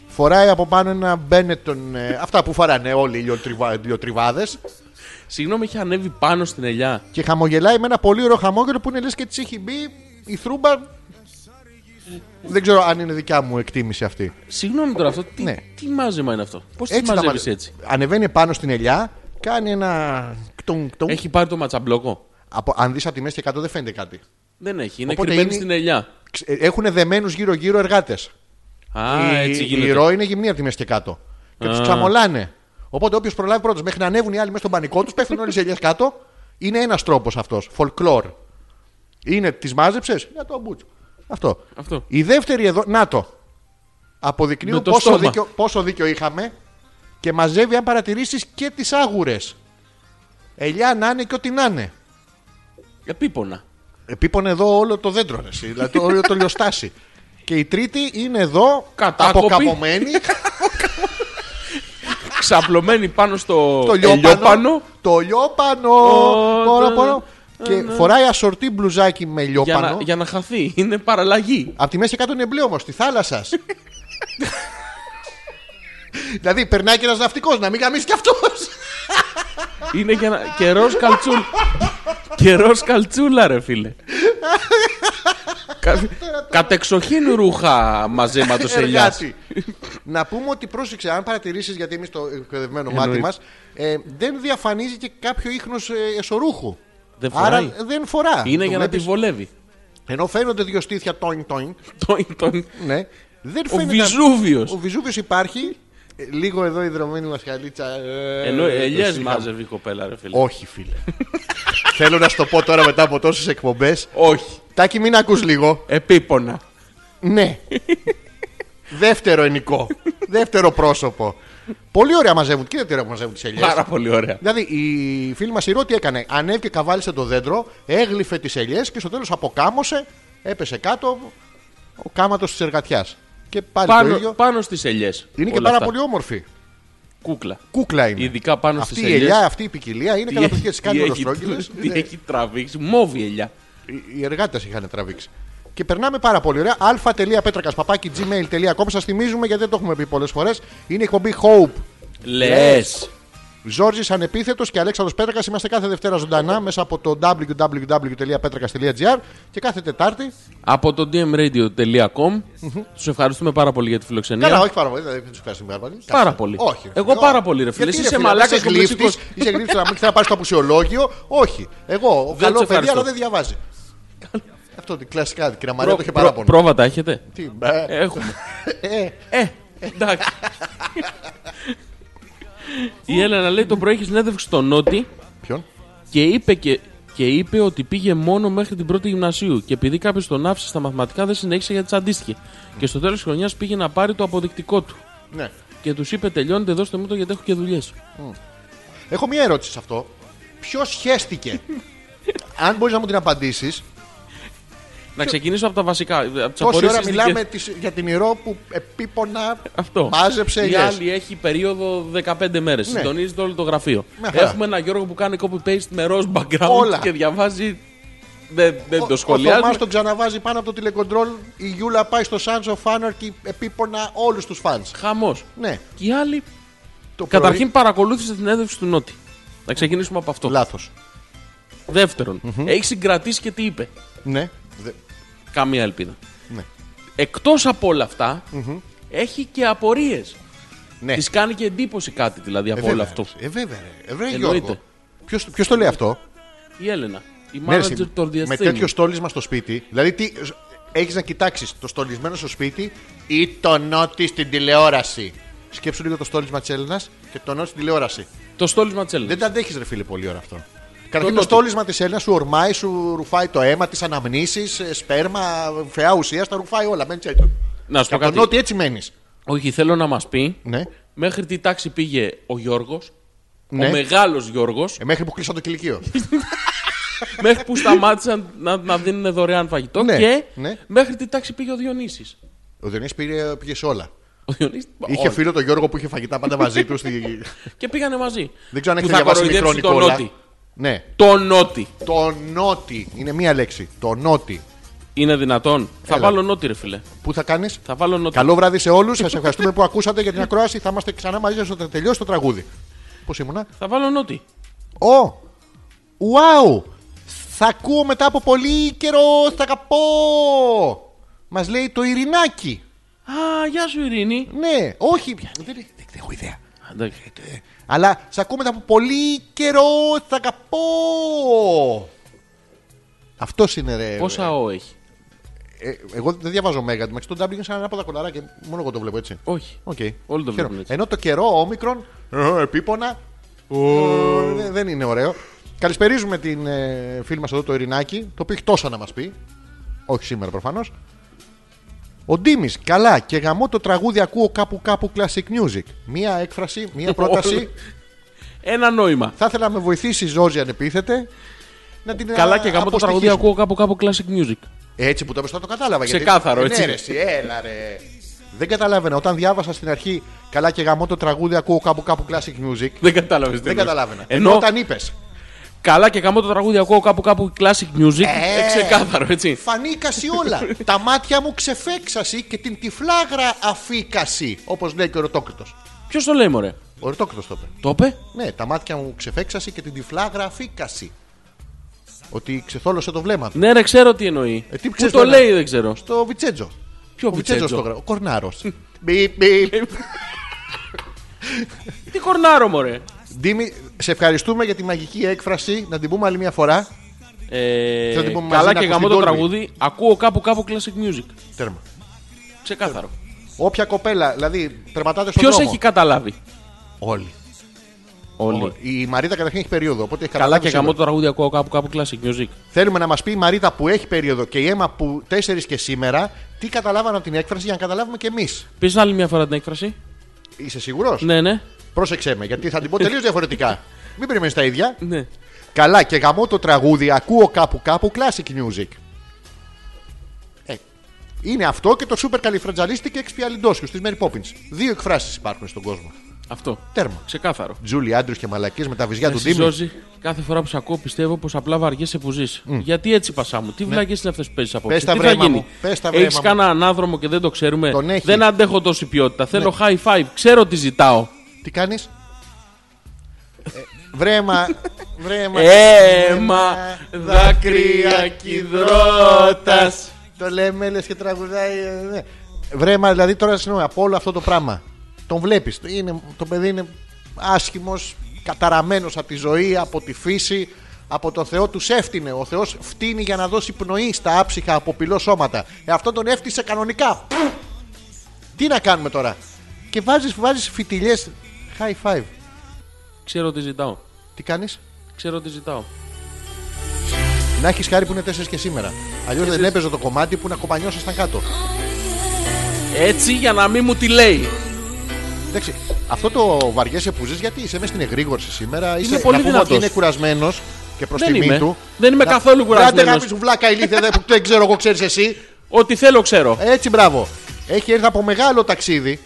S1: Φοράει από πάνω ένα μπένετον. ε, αυτά που φοράνε όλοι οι λιοτριβα- λιοτριβάδες.
S2: Συγγνώμη, είχε ανέβει πάνω στην ελιά.
S1: Και χαμογελάει με ένα πολύ ωραίο χαμόγελο που είναι λες και της έχει μπει η θρούμπα. Δεν ξέρω αν είναι δικιά μου εκτίμηση αυτή.
S2: Συγγνώμη τώρα αυτό. Τι,
S1: Ναι.
S2: τι μάζεμα είναι αυτό. Πώς τι
S1: Έτσι τα
S2: μαζεύεις
S1: μαζε-
S2: έτσι.
S1: Ανεβαίνει πάνω στην ελιά, κάνει ένα. κτουνγκ, κτουνγκ.
S2: Έχει πάρει το ματσαμπλόκο.
S1: Από, αν δεις από τη μέση και κάτω δεν φαίνεται κάτι.
S2: Δεν έχει. Είναι
S1: Οπότε
S2: κρυμμένη
S1: είναι-
S2: στην ελιά.
S1: Έχουν δεμένους γύρω-γύρω εργάτες.
S2: Α, έτσι
S1: Η
S2: γίνεται.
S1: ροή είναι γυμνή από τη μέση και κάτω. Και τους τσαμολάνε. Οπότε όποιος προλάβει πρώτος μέχρι να ανέβουν οι άλλοι μέσα στον πανικό τους, πέφτουν όλες οι ελιές κάτω. Είναι ένας τρόπος αυτός. Folklore. Είναι τις μάζεψες, να το αμπούτσο. Αυτό.
S2: Αυτό.
S1: Η δεύτερη εδώ, να το. Αποδεικνύουν
S2: Με το
S1: πόσο
S2: στόμα.
S1: δίκιο, πόσο δίκιο είχαμε και μαζεύει αν παρατηρήσεις και τις άγουρες. Ελιά να είναι και ό,τι να είναι.
S2: Επίπονα.
S1: Επίπονε εδώ όλο το δέντρο, ρε, εσύ, δηλαδή το- όλο το λιοστάσι. και η τρίτη είναι εδώ,
S2: Κατάκοπη.
S1: αποκαπωμένη,
S2: Ξαπλωμένη πάνω στο
S1: το λιόπανο.
S2: ελιόπανο.
S1: το λιόπανο!
S2: Ε, Ω,
S1: Πόρο,
S2: το-
S1: πόρο. Και φοράει ασορτή μπλουζάκι με
S2: Για
S1: λιόπανο.
S2: να, για να χαθεί. Είναι παραλλαγή.
S1: Απ' τη μέση και κάτω είναι μπλε όμω, στη θάλασσα. δηλαδή περνάει και ένας ναυτικός, να μην γαμίσει κι αυτός.
S2: Είναι για να. Καιρός καλτσούλα. Καιρός καλτσούλα, ρε φίλε. Κα... Κατεξοχήν ρούχα
S1: Ε,
S2: μαζέματο ελιά.
S1: να πούμε ότι πρόσεξε, αν παρατηρήσεις, γιατί εμείς το εκπαιδευμένο μάτι μα,
S2: Εννοείται.
S1: δεν διαφανίζει και κάποιο ίχνος εσωρούχου.
S2: Δεν φοράει.
S1: Άρα δεν φορά.
S2: Είναι
S1: Το
S2: για να τη
S1: βλέπεις.
S2: βολεύει.
S1: Ενώ φαίνονται δύο στήθια τόιν τόιν.
S2: Τον- τον-
S1: Ναι. Δεν
S2: Ο
S1: φαίνεται- Ο
S2: Βιζούβιο.
S1: Βιζούβιος υπάρχει. Ε, Λίγο εδώ η δρομένη μας χαλίτσα. ε,
S2: Ενώ
S1: το
S2: ελιέ
S1: σύγχαμα.
S2: μάζευε η κοπέλα, ρε φίλε.
S1: Όχι, φίλε. Θέλω να σου το πω τώρα μετά από τόσες εκπομπές.
S2: Όχι.
S1: Τάκι, μην ακούς λίγο.
S2: Επίπονα.
S1: Ναι. Δεύτερο ενικό. Δεύτερο πρόσωπο. Πολύ ωραία μαζεύουν. Κοίτα τι ωραία που μαζεύουν τις ελιές.
S2: Πάρα πολύ ωραία.
S1: Δηλαδή η φίλη μας η Ρώτη έκανε. Ανέβηκε, καβάλισε το δέντρο, έγλυφε τις ελιές και στο τέλος αποκάμωσε, έπεσε κάτω ο κάματο της εργατιάς. Και πάλι το
S2: Πάνω,
S1: ίδιο.
S2: πάνω στις ελιές.
S1: είναι και πάρα πολύ όμορφη.
S2: Κούκλα.
S1: Κούκλα είναι.
S2: Ειδικά πάνω
S1: αυτή
S2: στις
S1: η
S2: ελιές.
S1: ελιά, αυτή η ποικιλία είναι
S2: Τι
S1: καταπληκτική.
S2: έχει-
S1: Τις κάνει
S2: τι
S1: όλο
S2: έχει-
S1: στρόγγυλες.
S2: Τι έχει τραβήξει. Μόβι ελιά.
S1: Οι- Οι εργάτες είχαν τραβήξει. Και περνάμε πάρα πολύ ωραία. αλφα.πέτρακα παπάκι gmail.com. Σας θυμίζουμε γιατί δεν το έχουμε πει πολλές φορές. Είναι η εκπομπή Hope.
S2: Λες.
S1: Ζόρζης Ανεπίθετος και Αλέξανδρος Πέτρακας. Είμαστε κάθε Δευτέρα ζωντανά μέσα από το www.petrakas.gr και κάθε Τετάρτη.
S2: Από το dmradio.com. Τους ευχαριστούμε πάρα πολύ για τη φιλοξενία.
S1: Καλά, όχι πάρα πολύ. δηλαδή, Δεν τους ευχαριστούμε πάρα πολύ.
S2: Πάρα
S1: Κάτσε.
S2: πολύ.
S1: Όχι.
S2: Εγώ πάρα πολύ, ρε φίλε.
S1: Γιατί,
S2: Είσαι
S1: φίλε,
S2: μαλάκας
S1: είσαι
S2: και
S1: γλύφτης,
S2: μουσικός.
S1: Είσαι γλύφτης να μην θέλει να πάρει το απουσιολόγιο. Όχι. Εγώ, ο
S2: σε
S1: καλό παιδί,
S2: ευχαριστώ.
S1: αλλά δεν διαβάζει. Αυτό είναι κλασικά. Κυρία Μαρία
S2: Προ-
S1: το είχε
S2: προ-
S1: παράπονο.
S2: Πρόβατα έχετε.
S1: Τι, μπε.
S2: Έχουμε.
S1: λοιπόν. Ε,
S2: Ε, εντάξει. Η Έλενα λέει το πρωί είχε συνέντευξη στο Νότι
S1: Ποιον.
S2: και είπε, και, και είπε ότι πήγε μόνο μέχρι την πρώτη γυμνασίου. Και επειδή κάποιος τον άφησε στα μαθηματικά δεν συνέχισε γιατί τσαντίστηκε. Και στο τέλος της χρονιάς πήγε να πάρει το αποδεικτικό του.
S1: Ναι.
S2: Και τους είπε: Τελειώνετε, δώστε μου το γιατί έχω και δουλειές.
S1: Έχω μία ερώτηση σε αυτό. Ποιος χέστηκε. Αν μπορείς να μου την απαντήσεις,
S2: Να ξεκινήσω από τα βασικά. Από τις
S1: τόση ώρα
S2: απορρίψεις
S1: μιλάμε
S2: δικές-
S1: τις- για την ηρώ που επίπονα
S2: Αυτό.
S1: μάζεψε
S2: Η
S1: ελιές.
S2: άλλη έχει περίοδο 15 μέρε. Συντονίζεται όλο το γραφείο.
S1: Μια χαρά.
S2: Έχουμε ένα Γιώργο που κάνει copy-paste με ροζ background
S1: Όλα.
S2: και διαβάζει. Δεν, δεν
S1: Ο-
S2: Ε, το
S1: Ο
S2: σχολιάζει.
S1: Θωμάς τον ξαναβάζει πάνω από το τηλεκοντρόλ. Η Γιούλα πάει στο Sons of Anarchy επίπονα όλους τους φανς.
S2: Χαμός.
S1: Ναι.
S2: Και η άλλη.
S1: Το
S2: Καταρχήν παρακολούθησε την έδευση του Νότι. Να ξεκινήσουμε από αυτό.
S1: Λάθος.
S2: Δεύτερον, έχει συγκρατήσει και τι είπε.
S1: Ναι. Δε-
S2: Καμία ελπίδα.
S1: Ναι.
S2: Εκτός από όλα αυτά, έχει και απορίες.
S1: ναι.
S2: Τη κάνει και εντύπωση κάτι δηλαδή
S1: Ε,
S2: από
S1: βέβαια,
S2: όλο αυτό.
S1: ρε. Ε, βέβαια, ρε. Ε, βρε,
S2: Εννοείται.
S1: Γιώργο. Ποιος, ποιος το λέει αυτό.
S2: Η Έλενα. Η
S1: Ναι, ρε, συ-
S2: manager των
S1: με
S2: διαστήμων.
S1: τέτοιο στόλισμα στο σπίτι, δηλαδή τι, έχεις να κοιτάξεις το στολισμένο στο σπίτι ή το νότι στην τηλεόραση. Σκέψου λίγο το στόλισμα της Έλληνας και το νότι στην τηλεόραση.
S2: Το στόλισμα της Έλληνα.
S1: Δεν τα αντέχεις ρε φίλε πολύ ώρα αυτό. Καταρχήν το,
S2: νότι.
S1: στόλισμα της Έλληνας σου ορμάει, σου ρουφάει το αίμα, τις αναμνήσεις, ε, σπέρμα, φαιά ουσία, τα ρουφάει όλα. Μένεις έτσι.
S2: Να σου
S1: Και
S2: πω
S1: από το
S2: κάτι.
S1: νότι έτσι μένεις.
S2: Όχι, θέλω να μας πει
S1: Ναι.
S2: μέχρι τι τάξη πήγε ο Γιώργος.
S1: Ναι.
S2: Ο μεγάλος Γιώργος.
S1: Ε, μέχρι που κλείσαν το κηλικείο.
S2: μέχρι που σταμάτησαν να, να δίνουν δωρεάν φαγητό.
S1: Ναι,
S2: Και
S1: ναι.
S2: μέχρι τι τάξη πήγε ο Διονύσης.
S1: Ο Διονύσης πήρε, πήγε σε όλα.
S2: Ο Διονύσης...
S1: Είχε
S2: όλα.
S1: φίλο τον Γιώργο που είχε φαγητά πάντα μαζί του. στη-
S2: Και πήγανε μαζί.
S1: Δεν ξέρω αν
S2: Που
S1: έχετε
S2: θα
S1: διαβάσει μικρό
S2: κοροϊδέψει τον
S1: Νικόλα.
S2: Νότι.
S1: Ναι.
S2: Το Νότι.
S1: Το νότι. Είναι μία λέξη. Το νότι.
S2: Είναι δυνατόν. Θα βάλω Νότι, ρε φίλε.
S1: Πού θα κάνεις.
S2: Θα βάλω Νότι.
S1: Καλό βράδυ σε όλους. Σας ευχαριστούμε που ακούσατε για την ακρόαση. Θα είμαστε ξανά μαζί σας όταν τελειώσει το τραγούδι. Πώς ήμουνα.
S2: Θα βάλω Νότι.
S1: Ω! Ουάου! Θα ακούω μετά από πολύ καιρό. Θα αγαπώ! Μας λέει το Ειρηνάκι.
S2: Α, γεια σου, Ειρήνη.
S1: Ναι, όχι πια. Δεν, δεν- δεν έχω ιδέα.
S2: Α, εντάξει.
S1: Ε, Αλλά σε ακούμε μετά από πολύ καιρό. Θα αγαπώ! Αυτός είναι ρε.
S2: Πόσα ο έχει.
S1: Ε, εγώ δεν διαβάζω μέγα. Εν τω μεταξύ, Το W είναι σαν ένα από τα κολαρά και μόνο εγώ το βλέπω έτσι.
S2: Όχι.
S1: Οκ.
S2: Όλοι το
S1: Χαίρομαι.
S2: βλέπουν έτσι.
S1: Ενώ το καιρό, όμικρον, ε, επίπονα. ε, δε- δεν είναι ωραίο. Καλησπερίζουμε την ε, φίλη μας εδώ το Ειρηνάκη, το οποίο έχει τόσα να μας πει. Όχι σήμερα προφανώς. Ο Ντίμης, καλά και γαμώ το τραγούδι ακούω κάπου κάπου classic music. Μία έκφραση, μία πρόταση.
S2: Ένα νόημα.
S1: Θα ήθελα να με βοηθήσει η Ζόζη αν επίθεται. Να την
S2: Καλά και γαμώ το τραγούδι
S1: αποστοιχίσουμε.
S2: ακούω κάπου κάπου classic music.
S1: Έτσι που το έπεσε, το κατάλαβα. γιατί-
S2: Ξεκάθαρο,
S1: Ε,
S2: έτσι
S1: ναι,
S2: είναι.
S1: ρε, εσύ, έλα ρε. Δεν καταλάβαινα. Όταν διάβασα στην αρχή καλά και γαμώ το τραγούδι, ακούω κάπου κάπου classic music.
S2: Δεν κατάλαβες.
S1: Δεν καταλάβαινα. Ενώ,
S2: Ενώ
S1: όταν είπες.
S2: καλά και γαμώ το τραγούδι ακούω κάπου κάπου classic music.
S1: Ε.
S2: Ε, ξεκάθαρο, έτσι.
S1: Φανήκαση όλα. Τα μάτια μου ξεφέξαση και την τυφλάγρα αφήκαση. Όπως λέει και ο Ρετόκριτο.
S2: Ποιος το λέει, μωρέ.
S1: Ο Ρετόκριτο το είπε.
S2: Το είπε.
S1: Ναι, τα μάτια μου ξεφέξαση και την τυφλάγρα αφήκαση. Ότι ξεθόλωσε το βλέμμα του.
S2: Ναι, ρε, ξέρω τι εννοεί.
S1: Ε, τι
S2: Πού
S1: ξέρεις
S2: το
S1: τώρα.
S2: λέει, δεν ξέρω.
S1: Στο Βιτσέτζο.
S2: Ποιο
S1: Ο Βιτσέτζος
S2: Ναι. Βιτσέτζο?
S1: το γράφει. Ο Κορνάρος. Μπιπ, μπιπ.
S2: Τι κορνάρο, μωρέ.
S1: Ντίμη, σε ευχαριστούμε για τη μαγική έκφραση. Να την πούμε άλλη μια φορά.
S2: Ε,
S1: Θέλω να την πούμε μαζί
S2: καλά
S1: να
S2: και
S1: ακούς
S2: γαμώ
S1: την
S2: το
S1: Dolby.
S2: τραγούδι ακούω κάπου κάπου classic music.
S1: Τέρμα.
S2: Ξεκάθαρο.
S1: Όποια κοπέλα, δηλαδή περπατάτε στον
S2: Ποιος
S1: Ε, δρόμο.
S2: έχει καταλάβει.
S1: Όλοι.
S2: Όλοι.
S1: Η Μαρίτα καταρχήν έχει περίοδο. Οπότε έχει
S2: Καλά και
S1: καταλάβει
S2: γαμώ
S1: σίγουρα.
S2: το τραγούδι ακούω κάπου κάπου classic music.
S1: Θέλουμε να μας πει η Μαρίτα που έχει περίοδο και η Έμα που 4 και σήμερα, τι καταλάβανε από την έκφραση για να καταλάβουμε κι εμείς.
S2: Πεις άλλη μια φορά την έκφραση.
S1: Είσαι σίγουρος?
S2: Ναι, ναι.
S1: Πρόσεξε με, γιατί θα την πω τελείως διαφορετικά. Μην περιμένεις τα ίδια.
S2: ναι.
S1: Καλά και γαμώ το τραγούδι, ακούω κάπου κάπου classic music. Ε, είναι αυτό και το super καλυφραντζαλίστη και εξφιαλιντόσιο της Mary Poppins. Δύο εκφράσεις υπάρχουν στον κόσμο.
S2: Αυτό.
S1: Τέρμα.
S2: Ξεκάθαρο.
S1: Τζούλι άντρου και μαλακίε με τα βυζιά του
S2: Εσύ,
S1: Ντίμη.
S2: Ζώζη, κάθε φορά που σε ακούω πιστεύω πως απλά βαριέσαι που ζεις. Γιατί έτσι πασά μου, τι βλακίε είναι αυτές που παίζεις απόψε.
S1: Ναι. Πες τα
S2: τι
S1: βρέμα
S2: θα γίνει.
S1: μου, πες τα
S2: Έχεις
S1: βρέμα μου.
S2: κανένα ανάδρομο και δεν το ξέρουμε.
S1: Τον έχεις. Ναι.
S2: Δεν αντέχω τόση ποιότητα. Θέλω high five. Ξέρω τι ζητάω.
S1: Τι κάνεις. βρέμα. Βρέμα.
S2: Αίμα,
S1: Ναι.
S2: δάκρυα, κυδρότας.
S1: Το λέμε λες και τραγουδάει. ε, ναι. Βρέμα, δηλαδή τώρα συγγνώμη από όλο αυτό το πράγμα. Τον βλέπεις. Το παιδί είναι άσχημος, καταραμένος από τη ζωή, από τη φύση. Από τον Θεό τους έφτιανε. Ο Θεός φτύνει για να δώσει πνοή στα άψυχα αποπυλό σώματα. Ε, αυτό τον έφτιασε κανονικά. Πφ! Τι να κάνουμε τώρα. Και βάζεις βάζεις φιτιλιές. High five.
S2: Ξέρω τι ζητάω.
S1: Τι κάνεις.
S2: Ξέρω τι ζητάω.
S1: Να έχεις χάρη που είναι 4 και σήμερα. Αλλιώς δεν έπαιζε το κομμάτι που να κομπανιώσασταν κάτω.
S2: Έτσι για να μην μου τη λέει.
S1: Εντάξει, αυτό το βαριέσαι που ζεις γιατί είσαι μέσα στην εγρήγορση σήμερα. Είσαι
S2: πολύ
S1: να πούμε
S2: δυνατός.
S1: ότι είναι κουρασμένος και προς
S2: Δεν
S1: τιμή
S2: είμαι.
S1: του.
S2: Δεν είμαι καθόλου κουρασμένος.
S1: Κάντε γάμι σου βλάκα ηλίθεια δεν, που δεν ξέρω εγώ, ξέρεις εσύ.
S2: Ό,τι θέλω, ξέρω.
S1: Έτσι, μπράβο. Έχει έρθει από μεγάλο ταξίδι.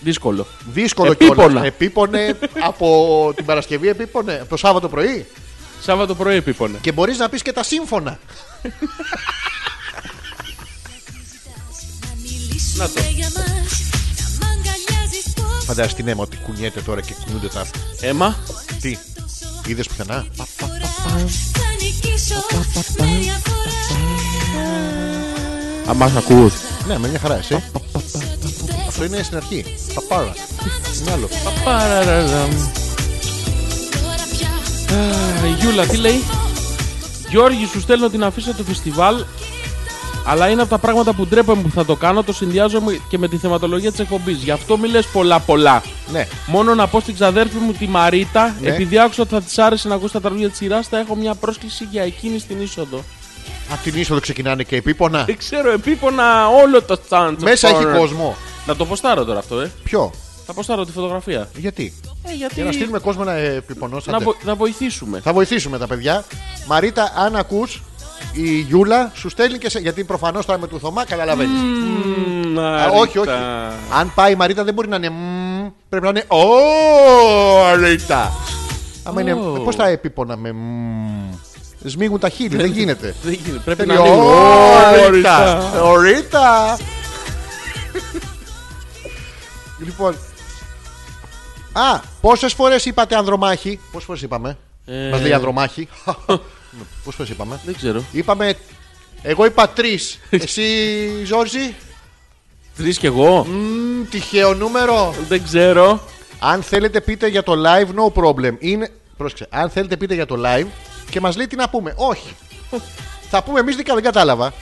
S2: Δύσκολο.
S1: Δύσκολο
S2: Επίπονα.
S1: κιόλας. Επίπονε από την Παρασκευή, επίπονε από το Σάββατο πρωί.
S2: Σάββατο πρωί επίπονε.
S1: Και μπορείς να πεις και τα σύμφωνα.
S8: Να μιλήσουμε για μας Να μ' αγκαλιάζεις πως
S1: Φαντάζεσαι την αίμα ότι κουνιέται τώρα και κουνούνται τα.
S2: Έμα,
S1: Τι, είδες πουθενά.
S8: φορά Θα νικήσω με διαφορά
S2: αμάς ακούς.
S1: Ναι, με μια χαρά, εσύ. Αυτό
S8: Αυτό
S1: είναι στην αρχή. Παπάρας. Είναι άλλο.
S2: Παραραραμ.
S8: Τώρα πια
S2: Α, Η Γιούλα τι λέει. Γιώργη, σου στέλνω την αφίσα του φεστιβάλ, αλλά είναι από τα πράγματα που ντρέπομαι που θα το κάνω. Το συνδυάζω με- και με τη θεματολογία της εκπομπής. Γι' αυτό μην λε πολλά-πολλά.
S1: Ναι.
S2: Μόνο να πω στην ξαδέρφη μου τη Μαρίτα,
S1: Ναι.
S2: επειδή άκουσα ότι θα της άρεσε να ακούσει τα τραγούδια της σειράς, θα έχω μια πρόσκληση για εκείνη στην είσοδο.
S1: Απ' την είσοδο ξεκινάνε και επίπονα.
S2: Δεν ξέρω, επίπονα όλο το stand.
S1: Μέσα έχει κόσμο.
S2: Να το ποστάρω τώρα αυτό, ε.
S1: Ποιο,
S2: Θα ποστάρω τη φωτογραφία.
S1: γιατί.
S2: Ε, γιατί.
S1: Για να στείλουμε κόσμο να ε, επιπονώσατε.
S2: να, βο- να βοηθήσουμε.
S1: Θα βοηθήσουμε τα παιδιά. Μαρίτα, αν ακούς, η Γιούλα σου στέλνει και σε. Γιατί προφανώς τώρα με του Θωμά καταλαβαίνεις.
S2: Να,
S1: Α, όχι, όχι.
S2: Ρίτα.
S1: Αν πάει η Μαρίτα δεν μπορεί να είναι. μμμ, Πρέπει να είναι. Ω, Ρίτα. Άμα είναι.
S2: Ω.
S1: Πώς θα επίπονα με. μμμ. Σμίγουν τα χείλη, δεν γίνεται.
S2: Δεν γίνεται. Πρέπει
S1: Θέλει.
S2: να λίγο.
S1: «Ω,
S2: Ρίτα.
S1: Ρίτα. Ω, Ρίτα. Λοιπόν. Α, πόσες φορές είπατε ανδρομάχη. Πόσες φορές είπαμε.
S2: Ε.
S1: Μας λέει ανδρομάχη. Πόσες φορές είπαμε.
S2: Δεν ξέρω.
S1: Είπαμε. Εγώ είπα τρεις. Εσύ, Ζόρζι,
S2: Τρεις κι εγώ.
S1: μ, τυχαίο νούμερο.
S2: Δεν ξέρω.
S1: Αν θέλετε, πείτε για το live, no problem. Είναι... Πρόσεξε. Αν θέλετε, πείτε για το live και μας λέει τι να πούμε. Όχι. θα πούμε εμείς δικά, δεν κατάλαβα.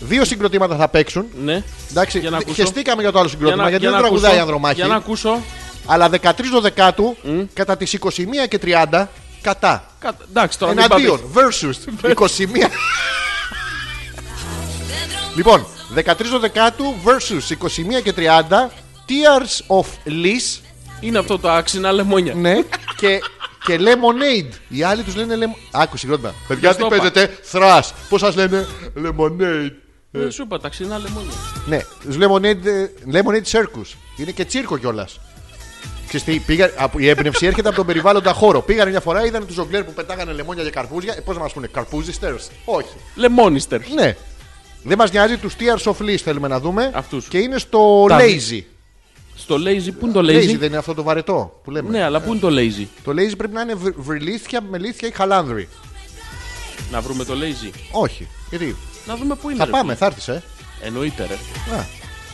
S1: Δύο συγκροτήματα θα παίξουν.
S2: Ναι.
S1: Εντάξει,
S2: Για να ακούσω.
S1: χεστήκαμε για το άλλο συγκρότημα γιατί δεν τραγουδάει
S2: ακούσω.
S1: ανδρομάχη.
S2: Για να ακούσω.
S1: Αλλά 13 Δεκάτου κατά τις 21 και 30 κατά.
S2: Κα- Εντάξει τώρα. μην
S1: Εναντίον.
S2: πάμε.
S1: Versus. 21. λοιπόν, 13 Δεκάτου versus 21 και 30. Tears of Lies.
S2: Είναι αυτό το άξινα λεμόνια.
S1: Ναι. και, και lemonade. Οι άλλοι τους λένε lemon. Άκου, συγγνώμη. Παιδιά,
S2: Ποιος
S1: τι
S2: το
S1: παίζετε. Thrash. Πώς σας λένε. Lemonade.
S2: Ε, Σου είπα ταξινά λεμόνια.
S1: Ναι, τους lemonade, ε, lemonade circus. Είναι και τσίρκο κιόλας. η έμπνευση έρχεται από τον περιβάλλοντα χώρο. Πήγανε μια φορά, είδαν τους ζογκλέρ που πετάγανε λεμόνια και καρπούζια. Ε, Πώς να μας πούνε, καρπούζιστερς. Όχι.
S2: Λεμόνιστερ.
S1: Ναι. Δεν μας νοιάζει τους Tears of Lies θέλουμε να δούμε.
S2: Αυτούς.
S1: Και είναι στο
S2: Τα-
S1: lazy.
S2: Στο lazy. Πού είναι το
S1: Lazy
S2: lazy.
S1: δεν είναι αυτό το βαρετό που λέμε.
S2: Ναι, αλλά πού είναι το lazy.
S1: Το lazy πρέπει να είναι βρ- βρυλίθια, μελίθια ή χαλάνδρη.
S2: Να βρούμε το lazy.
S1: Όχι. Γιατί
S2: Να δούμε πού είναι.
S1: θα
S2: ρε,
S1: πάμε, θα έρθεις, ε.
S2: φίλε. Εννοείται ρε.
S1: Να.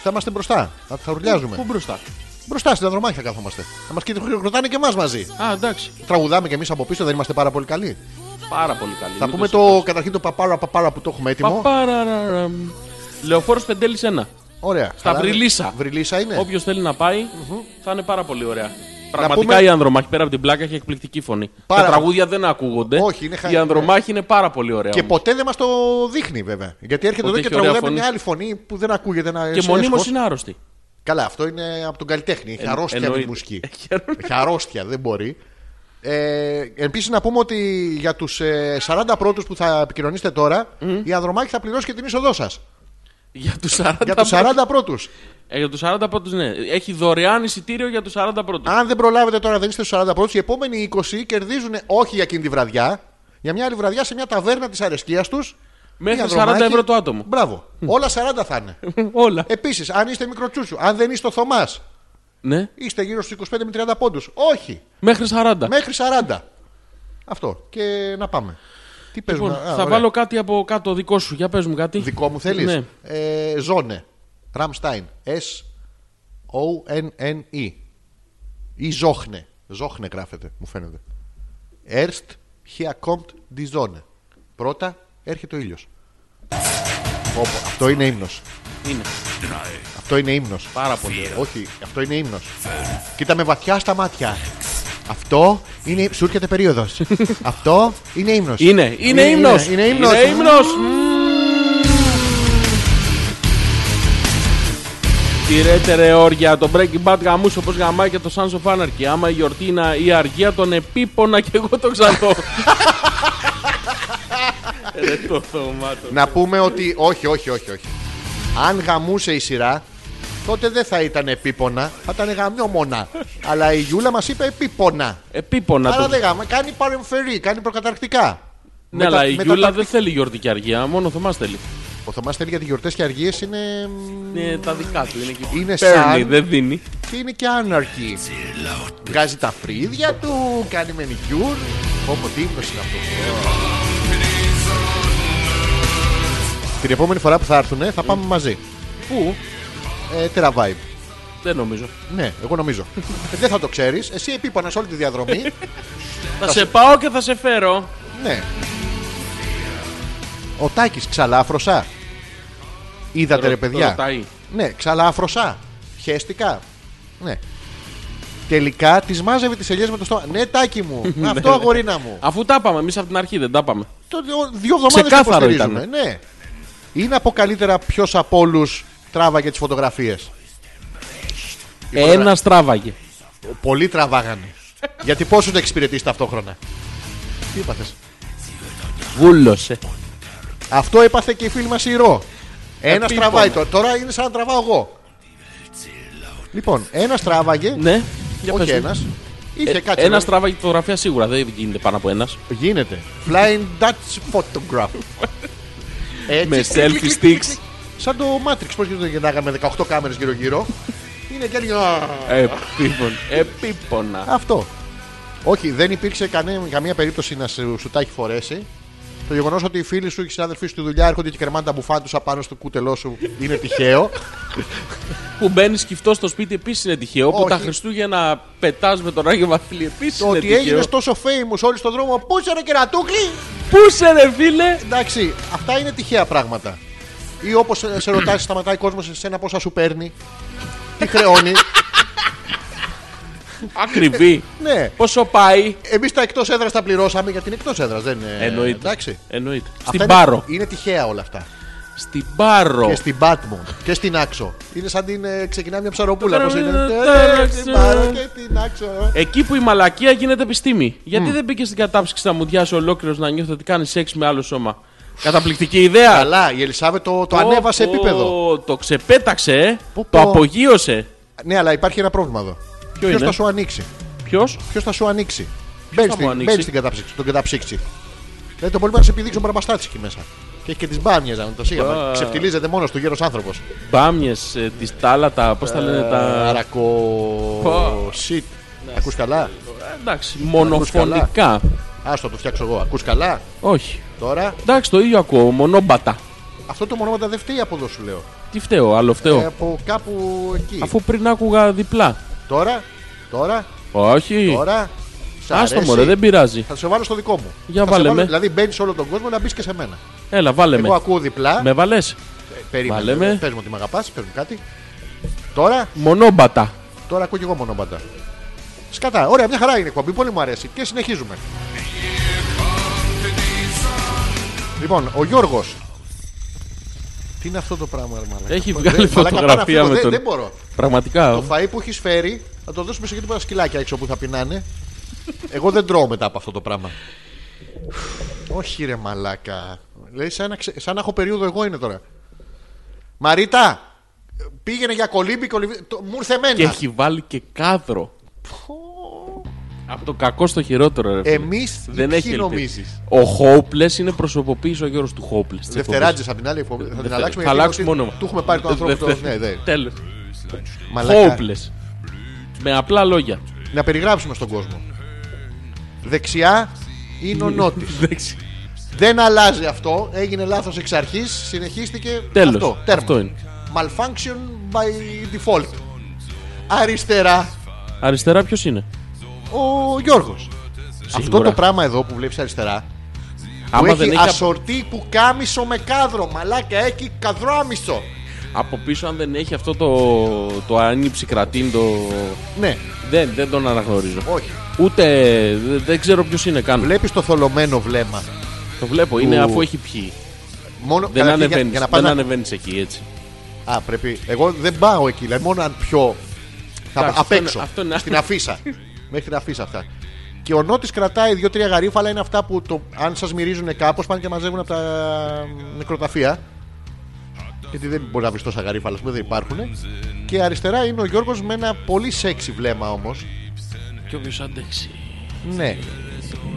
S1: Θα είμαστε μπροστά. Θα, θα
S2: Πού
S1: ουρλιάζουμε.
S2: μπροστά.
S1: Μπροστά στην ανδρομάχη θα καθόμαστε. Θα μας χειροκροτάνε και εμάς μαζί.
S2: Α, εντάξει.
S1: τραγουδάμε κι εμείς από πίσω, δεν είμαστε πάρα πολύ καλοί.
S2: Πάρα πολύ καλή.
S1: Θα
S2: Μην
S1: πούμε
S2: συζητάς.
S1: το καταρχήν το παπάρα παπάρα που το έχουμε έτοιμο.
S2: Παπαραραραμ. Λεωφόρος Πεντέλης 1.
S1: Ωραία.
S2: Στα
S1: Καλά,
S2: Βρυλίσσα.
S1: ναι. Βρυλίσσα είναι.
S2: Όποιος θέλει να πάει, θα είναι πάρα πολύ ωραία. Πραγματικά
S1: πούμε-
S2: η Ανδρομάχη πέρα από την πλάκα έχει εκπληκτική φωνή.
S1: Πάρα-
S2: Τα τραγούδια δεν ακούγονται.
S1: Όχι, είναι χα-
S2: Η Ανδρομάχη είναι πάρα πολύ ωραία.
S1: Και
S2: όμως.
S1: ποτέ δεν μας το δείχνει βέβαια. Γιατί έρχεται
S2: Ότι
S1: εδώ και
S2: έχει ωραία
S1: τραγουδάει με μια
S2: φωνή.
S1: άλλη φωνή που δεν ακούγεται να
S2: και
S1: σε
S2: μονίμως
S1: έσχος.
S2: είναι άρρωστη.
S1: Καλά, αυτό είναι από τον καλλιτέχνη. Έχει
S2: Ε,
S1: αρρώστια με τη
S2: εννοείται.
S1: μουσική.
S2: Έχει αρρώστια.
S1: Έχει αρρώστια, δεν μπορεί. Ε, Επίσης να πούμε ότι για τους 40 πρώτους που θα επικοινωνήσετε τώρα, η Ανδρομάχη θα πληρώσει και την είσοδό σας.
S2: Για τους 40,
S1: Για του 40 πρώτου.
S2: Ε, για τους 40 πρώτους, ναι. Έχει δωρεάν εισιτήριο για τους 40 πρώτους.
S1: Αν δεν προλάβετε τώρα, δεν είστε στου 40 πρώτους, οι επόμενοι 20 κερδίζουν όχι για εκείνη τη βραδιά, για μια άλλη βραδιά σε μια ταβέρνα της αρεσκίας τους.
S2: Μέχρι 40 ευρώ το άτομο.
S1: Μπράβο. Όλα 40 θα είναι.
S2: Όλα.
S1: Επίσης, αν είστε μικροτσούσου, αν δεν είστε ο Θωμάς,
S2: Ναι.
S1: είστε γύρω στους 25 με 30 πόντους. Όχι.
S2: Μέχρι 40.
S1: Μέχρι 40. Αυτό. Και να πάμε. Τι παίζουμε.
S2: Λοιπόν,
S1: α,
S2: θα
S1: ωραία.
S2: βάλω κάτι από κάτω δικό σου. Για πες μου κάτι.
S1: Δικό μου θέλεις.
S2: Ναι.
S1: Ε, ζώνε. Ραμστάιν. S-O-N-N-E. Ή ζόχνε. Ζόχνε γράφεται, μου φαίνεται. Erst hier kommt die Sonne. Πρώτα έρχεται ο ήλιος. Πω, πω, αυτό είναι ύμνος.
S2: Είναι.
S1: Αυτό είναι ύμνος.
S2: Πάρα πολύ ωραία.
S1: Όχι, αυτό είναι ύμνος. Κοίτα με βαθιά στα μάτια. Αυτό είναι. Σου έρχεται περίοδος. αυτό είναι ύμνος.
S2: Είναι, είναι ύμνος.
S1: Είναι ύμνος.
S2: Είναι ύμνος. Τηρέτε ρε όρια, το Breaking Bad γαμούσε όπως γαμάει και το Sons of Anarchy. Άμα η γιορτή είναι η αργία, τον επίπονα και εγώ το ξανθώ. ρε το θωμάτο.
S1: Να πούμε ότι όχι, όχι, όχι, όχι. Αν γαμούσε η σειρά, τότε δεν θα ήταν επίπονα, θα ήταν γαμιόμονα. Αλλά η Γιούλα μας είπε επίπονα.
S2: Επίπονα
S1: Άρα
S2: το.
S1: δεν γάμα, κάνει παρεμφερή, κάνει προκαταρκτικά.
S2: Ναι,
S1: Μετα-
S2: αλλά η
S1: μετα-
S2: Γιούλα δεν θέλει γιορτή και αργία, μόνο ο Θωμάς θέλει.
S1: Ο Θωμάς θέλει για τις γιορτές και αργίες είναι. μ,
S2: Είναι τα δικά του, είναι εκεί που
S1: Είναι
S2: παίρνει,
S1: σαν-
S2: δεν δίνει.
S1: και είναι και άναρχη. Βγάζει τα φρύδια του, κάνει μενικιούρ. Όπως τι ύπνος είναι αυτό. Την επόμενη φορά που θα έρθουν θα πάμε μαζί.
S2: Πού,
S1: Ε, Τέρα vibe.
S2: δεν νομίζω.
S1: Ναι, εγώ νομίζω. Δεν θα το ξέρεις. Εσύ επίπανα όλη τη διαδρομή.
S2: Θα σε πάω και θα σε φέρω.
S1: Ναι. Ο Τάκης ξαλάφρωσα. Είδατε ρε
S2: Ρω-
S1: παιδιά.
S2: ρωτάει.
S1: Ναι, ξαλάφρωσα. Χαίστηκα. Ναι. Τελικά τη μάζευε τις ελιές με το στόμα. Ναι, τάκι μου. Αυτό αγορίνα μου.
S2: Αφού τα είπαμε, εμείς από την αρχή δεν τα είπαμε.
S1: Το δυο- δύο εβδομάδες
S2: Ξεκάθαρο
S1: υποστηρίζουμε.
S2: ήταν.
S1: Ναι. Ή να πω καλύτερα ποιος από όλους τράβαγε τις φωτογραφίες. Λοιπόν,
S2: Ένα τράβαγε.
S1: Πολλοί τραβάγανε. Γιατί πόσου να εξυπηρετήσει ταυτόχρονα. Τι είπατε.
S2: Βούλωσε.
S1: Αυτό έπαθε και η φίλη μας η Ρο. Ένα
S2: Επίπονα.
S1: τραβάει το. Τώρα είναι σαν να τραβάω εγώ. Λοιπόν, ένα τράβαγε.
S2: Ναι, για
S1: όχι
S2: πες μου. Ε,
S1: ένας. Ε, Είχε κάτι.
S2: Ένα τράβαγε τη φωτογραφία σίγουρα, δεν γίνεται πάνω από ένας.
S1: Γίνεται. Flying Dutch photograph. Έτσι,
S2: Με
S1: κλικ, κλικ,
S2: selfie
S1: κλικ, κλικ,
S2: sticks.
S1: Σαν το Matrix, πώς γινόταν γυρνάγα με 18 κάμερες γύρω-γύρω. Είναι και έλεγε, «Α».
S2: Επίπον. Επίπονα.
S1: Αυτό. Όχι, δεν υπήρξε κανέ- καμία περίπτωση να σου, σου τα έχει φορέσει. Το γεγονός ότι οι φίλοι σου και οι συνάδελφοί σου στη δουλειά έρχονται και κρεμάνε τα μπουφά του απάνω στο κούτελό σου είναι τυχαίο.
S2: Που μπαίνεις σκυφτός στο σπίτι επίσης είναι τυχαίο. Που
S1: Όχι.
S2: τα Χριστούγεννα πετάς με τον Άγιο Βασίλη επίσης
S1: το
S2: είναι
S1: ότι έγινε
S2: τυχαίο.
S1: τόσο famous όλοι στον δρόμο, πού είσαι ρε κερατούκλι!
S2: Πού σε ρε φίλε!
S1: Εντάξει, αυτά είναι τυχαία πράγματα. Ή όπως σε ρωτάει, σταματάει ο κόσμος σε σένα πόσα σου παίρνει. Τι χρεώνει.
S2: Ακριβή.
S1: ναι.
S2: Πόσο πάει.
S1: Εμείς τα εκτός έδρας τα πληρώσαμε γιατί είναι εκτός έδρας, δεν είναι.
S2: Εννοείται.
S1: Ε, Εντάξει.
S2: Εννοείται.
S1: Αυτά
S2: Στην Πάρο.
S1: Είναι, είναι τυχαία όλα αυτά.
S2: Στην Πάρο.
S1: Και στην Batman και στην Άξο. Είναι σαν την. ε, ξεκινάει μια ψαροπούλα. Πώ είναι. Ε, Στην Πάρο και την Άξο.
S2: Εκεί που η μαλακία γίνεται επιστήμη. Γιατί δεν μπήκε στην κατάψυξη να μουδιάσει ολόκληρος να νιώθει ότι κάνεις σεξ με άλλο σώμα. Καταπληκτική ιδέα.
S1: Καλά, η Ελισάβετ το, το
S2: Πω,
S1: ανέβασε
S2: πω,
S1: επίπεδο.
S2: Το ξεπέταξε, ε.
S1: Πω, πω.
S2: το απογείωσε.
S1: Ναι, αλλά υπάρχει ένα πρόβλημα εδώ. Ποιος
S2: είναι?
S1: θα σου ανοίξει.
S2: Ποιος.
S1: Ποιος θα σου ανοίξει.
S2: θα
S1: Μπαίνει
S2: μου
S1: στην,
S2: ανοίξει?
S1: μπαίνεις στην κατάψυξη, τον καταψύκτη. Δηλαδή το πολύ να σε επιδείξει ο μπαρμπαστάτη εκεί μέσα. Και έχει και τις μπάμιες να το σίγαμα.
S2: Μπα.
S1: Ξεφτιλίζεται μόνος του γέρος άνθρωπος.
S2: Μπάμιες, τη ε, τάλατα, πώς τα λένε τα.
S1: Αρακό.
S2: Πω.
S1: Σιτ. Ακούς καλά.
S2: Ε, Εντάξει, μονοφωνικά.
S1: Άστο το φτιάξω εγώ. Ακούς καλά.
S2: Όχι.
S1: Τώρα
S2: Εντάξει, το ίδιο ακούω. Μονόμπατα.
S1: αυτό το μονόματα δεν φταίει από εδώ σου λέω.
S2: Τι φταίω, άλλο
S1: Ε,
S2: φταίω.
S1: από κάπου εκεί.
S2: Αφού πριν άκουγα διπλά.
S1: Τώρα, τώρα,
S2: Όχι.
S1: τώρα. Σ'
S2: Άστο
S1: αρέσει.
S2: μωρέ, δεν πειράζει.
S1: Θα σε βάλω στο δικό μου.
S2: Για
S1: Θα σε
S2: βάλε
S1: βάλω-
S2: με.
S1: Δηλαδή μπαίνεις όλο τον κόσμο να μπεις και σε μένα.
S2: Έλα, βάλε
S1: Εγώ
S2: με.
S1: ακούω διπλά.
S2: Με βαλέ.
S1: Ε, Περίμενε.
S2: Βάλε με.
S1: Πες μου ότι με αγαπάς, πες μου κάτι. Τώρα,
S2: Μονόμπατα.
S1: τώρα ακούω και εγώ μονόμπαντα. Σκατά. Ωραία, μια χαρά είναι η εκπομπή. Πολύ μου αρέσει. Και συνεχίζουμε. Λοιπόν, ο Γιώργος. Τι είναι αυτό το πράγμα, ρε μαλάκα.
S2: Έχει
S1: Δεν-
S2: βγάλει
S1: Ε, μαλάκα, πάω να
S2: φωτογραφία
S1: φύγω.
S2: με
S1: Δεν-
S2: τον-
S1: Δεν μπορώ.
S2: Πραγματικά.
S1: Το φαΐ που έχεις φέρει θα το δώσουμε σε τίποτα σκυλάκια έξω που θα πεινάνε. Εγώ δεν τρώω μετά από αυτό το πράγμα. Όχι ρε μαλάκα. Λέει σαν να, ξε- σαν να έχω περίοδο εγώ είναι τώρα. Μαρίτα, πήγαινε για κολύμπι, κολύμπι. Το... Μου ήρθε εμένα.
S2: Και έχει βάλει και κάδρο. Από το κακό στο χειρότερο,
S1: Ε,
S2: ρε. φίλε.
S1: Εμείς οι
S2: δεν
S1: ποιοι
S2: έχει ελπίδα.
S1: νομίζεις?
S2: Ο Χόπλε είναι προσωποποίηση ο γέρο του Χόπλε.
S1: Δευτεράτζε από την άλλη εκπομπή. Θα την αλλάξουμε.
S2: Θα
S1: γιατί
S2: αλλάξουμε
S1: νομίζω
S2: όνομα.
S1: Του έχουμε πάρει τον άνθρωπο. το- Ναι, ναι.
S2: Τέλος.
S1: Μαλάκα.
S2: Χόπλε. Με απλά λόγια.
S1: Να περιγράψουμε στον κόσμο. Δεξιά είναι ο Νότης.
S2: Εντάξει.
S1: Δεν αλλάζει αυτό. Έγινε λάθος εξ αρχής. Συνεχίστηκε.
S2: Τέλος.
S1: Αυτό, τέρμα.
S2: Αυτό είναι.
S1: Malfunction by default. Αριστερά
S2: Αριστερά ποιος είναι.
S1: ο Γιώργος. Αυτό το πράγμα εδώ που βλέπεις αριστερά. Που
S2: Άμα
S1: έχει,
S2: δεν έχει απ-
S1: ασορτή που κάμισο με κάδρο. Μαλάκα έχει καδράμισο.
S2: από πίσω, αν δεν έχει αυτό το, το άνυψη κρατήν, το.
S1: Ναι,
S2: Δεν, δεν τον αναγνωρίζω.
S1: όχι.
S2: Ούτε. δε- Δεν ξέρω ποιος είναι καν.
S1: Βλέπεις το θολωμένο βλέμμα.
S2: Το βλέπω. Είναι
S1: Ου.
S2: αφού έχει πιει.
S1: Μόνο
S2: Δεν
S1: καταρχήν, για,
S2: ανεβαίνεις
S1: για να πας να-
S2: εκεί έτσι.
S1: Α, πρέπει. Εγώ δεν πάω εκεί. Δηλαδή, μόνο αν πιω. Θα
S2: Εντάξει,
S1: απ'
S2: αυτό είναι-
S1: έξω.
S2: αυτό είναι-
S1: στην αφίσα. Μέχρι την αφίσα αυτά. Και ο Νότης κρατάει δύο-τρία γαρίφαλα. Είναι αυτά που το, αν σας μυρίζουν κάπως πάνε και μαζεύουν από τα νεκροταφεία. Γιατί δεν μπορεί να βρεις τόσα γαρίφαλα, ας πούμε, δεν υπάρχουν. Και αριστερά είναι ο Γιώργος με ένα πολύ σεξι βλέμμα όμως.
S2: Και όποιο αντέξει.
S1: Ναι.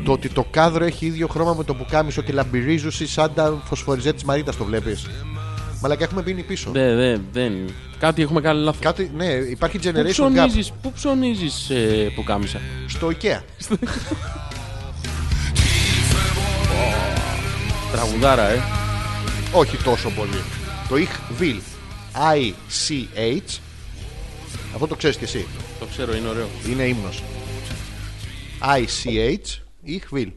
S1: Το ότι το κάδρο έχει ίδιο χρώμα με το πουκάμισο και λαμπυρίζουση σαν τα φωσφοριζέ της Μαρίτας το βλέπεις. Μαλακά έχουμε μείνει πίσω.
S2: Δεν, δεν, δεν. Κάτι έχουμε κάνει λάθος.
S1: Κάτι, ναι, υπάρχει
S2: Πού
S1: generation gap.
S2: ψωνίζεις, πού ψωνίζεις ε, που κάμισα.
S1: στο IKEA.
S2: Τραγουδάρα, ε.
S1: Όχι τόσο πολύ. Το Ich will. I-C-H. Αυτό το ξέρεις και εσύ.
S2: Το ξέρω, είναι ωραίο.
S1: Είναι ύμνος. I-C-H. Ich will.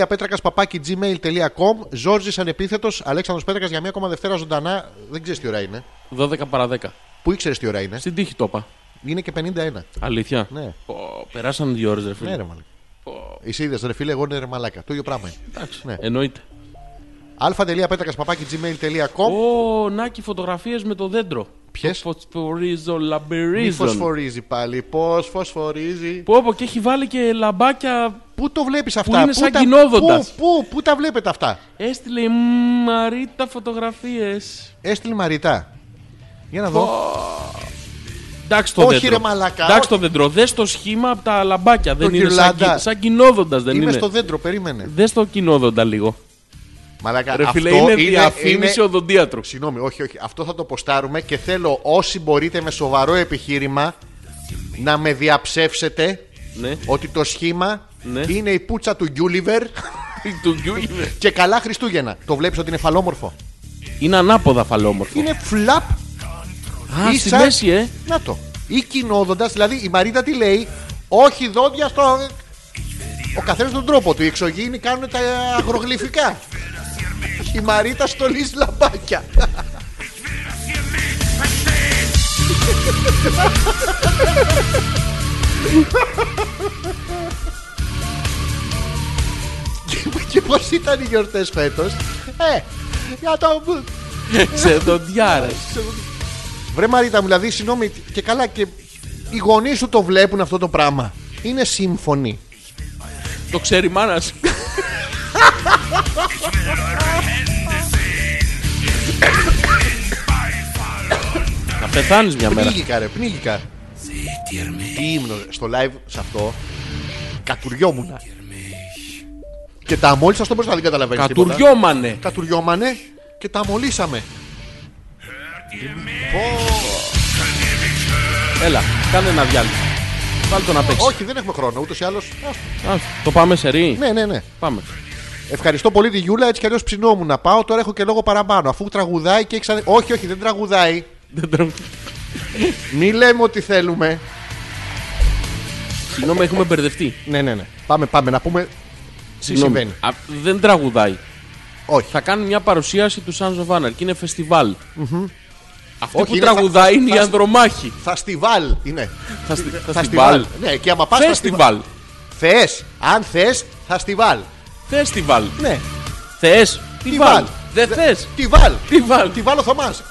S1: α.πέτρακα.gmail.com Ζόρζης ανεπίθετος, Αλέξανδρος Πέτρακας για μία ακόμα Δευτέρα ζωντανά. Δεν ξέρεις τι ώρα είναι.
S2: 12 παρα 10.
S1: Πού ήξερες τι ώρα είναι.
S2: Στην τύχη το είπα.
S1: Είναι και 51.
S2: Αλήθεια.
S1: Ναι.
S2: Πω, περάσαν δύο ώρες, ρε φίλε.
S1: Ναι, ρε μαλάκα. Εσύ είδες, ρε φίλε, εγώ είναι ρε μαλάκα. Το ίδιο πράγμα είναι. Ναι.
S2: Εννοείται.
S1: α.πέτρακα.gmail.com
S2: Ω, Νάκη, φωτογραφίες με το δέντρο.
S1: Ποιες?
S2: Το Φωσφορίζω
S1: Μη
S2: λαμπερίζον.
S1: φωσφορίζει πάλι. Πώς φωσφορίζει.
S2: Πω, πω, και έχει βάλει και λαμπάκια.
S1: Πού το βλέπεις αυτά,
S2: είναι σαν
S1: τα-
S2: κοινόδοντας.
S1: Πού, πού, πού τα βλέπετε αυτά.
S2: Έστειλε η Μαρίτα φωτογραφίες.
S1: Έστειλε Μαριτά. Για να δω.
S2: Εντάξει το
S1: Όχι,
S2: δέντρο.
S1: ρε μαλάκα,
S2: Εντάξει
S1: όχι.
S2: το δέντρο. Δες το σχήμα από τα λαμπάκια. δεν είναι σαν,
S1: γυρλάντα.
S2: κι- σαν κοινόδοντας, δεν
S1: Είμαι
S2: είναι.
S1: στο δέντρο, περίμενε.
S2: Δες το κοινόδοντα λίγο.
S1: Μαλάκα,
S2: Ρε φίλε,
S1: αυτό
S2: είναι διαφήμιση
S1: είναι-
S2: οδοντίατρου.
S1: Συγγνώμη, όχι, όχι. Αυτό θα το ποστάρουμε και θέλω όσοι μπορείτε με σοβαρό επιχείρημα να με διαψεύσετε
S2: Ναι.
S1: ότι το σχήμα
S2: Ναι.
S1: είναι η πούτσα του Γκιούλιβερ
S2: Του Γιούλιβερ.
S1: και καλά Χριστούγεννα. Το βλέπεις ότι είναι φαλόμορφο.
S2: Είναι ανάποδα φαλόμορφο.
S1: Είναι φλαπ
S2: Α, στη
S1: ίσα-
S2: μέση, ε.
S1: Να το. Ή κοινόδοντα, δηλαδή η Μαρίτα τι λέει, Όχι δόντια στο. Ο καθένας τον τρόπο του. Οι εξωγήινοι κάνουν τα αγρογλυφικά. Η Μαρίτα στολίζει λαμπάκια. Και- Και πώς ήταν οι γιορτές φέτος. Ε, για το.
S2: Σε δοντιάρε.
S1: Βρε Μαρίτα μου, δηλαδή, συγγνώμη και καλά και οι γονείς σου το βλέπουν αυτό το πράγμα. Είναι σύμφωνοι.
S2: Το ξέρει η μάνα. Να πεθάνεις μια μέρα.
S1: Πνίγηκα, ρε, πνίγηκα. Τι ύμνο, ρε. στο live σε αυτό κατουριόμουν. Και τα αμόλυσα στο μπροστά, δεν καταλαβαίνεις τίποτα.
S2: Κατουριόμανε.
S1: Κατουριόμανε και τα αμολύσαμε.
S2: Έλα, κάνε ένα διάλειμμα. Βάλ το να παίξεις.
S1: Όχι, δεν έχουμε χρόνο, ούτως ή άλλως.
S2: Το πάμε σε ρί.
S1: Ναι, ναι, ναι.
S2: Πάμε.
S1: Ευχαριστώ πολύ τη Γιούλα, έτσι κι αλλιώς ψινόμουν να πάω. Τώρα έχω και λόγο παραπάνω. Αφού τραγουδάει και έχει ξανα- Όχι, όχι, δεν τραγουδάει.
S2: Δεν τρέχω.
S1: Μη λέμε ότι θέλουμε.
S2: Συγγνώμη, έχουμε μπερδευτεί.
S1: Ναι, ναι, ναι. Πάμε, πάμε να πούμε. Τι
S2: Συγγνώμη.
S1: συμβαίνει.
S2: Α, Δεν τραγουδάει.
S1: Όχι.
S2: Θα κάνουν μια παρουσίαση του Sons of Anarchy. Είναι φεστιβάλ. Αυτή
S1: Όχι,
S2: που
S1: είναι
S2: τραγουδάει
S1: θα-
S2: είναι η
S1: θα-
S2: Ανδρομάχη.
S1: Θα στιβάλ είναι.
S2: Θα στη- θα
S1: Θα
S2: στιβάλ.
S1: στιβάλ. Ναι, και άμα πας θα στιβάλ.
S2: Φεστιβάλ.
S1: Θες, αν θες, θα στιβάλ.
S2: Φεστιβάλ.
S1: Ναι.
S2: Θες. Τι βάλ. Δεν θες.
S1: Τι βάλ.
S2: Τι βάλ.
S1: Τι βάλω θα μας.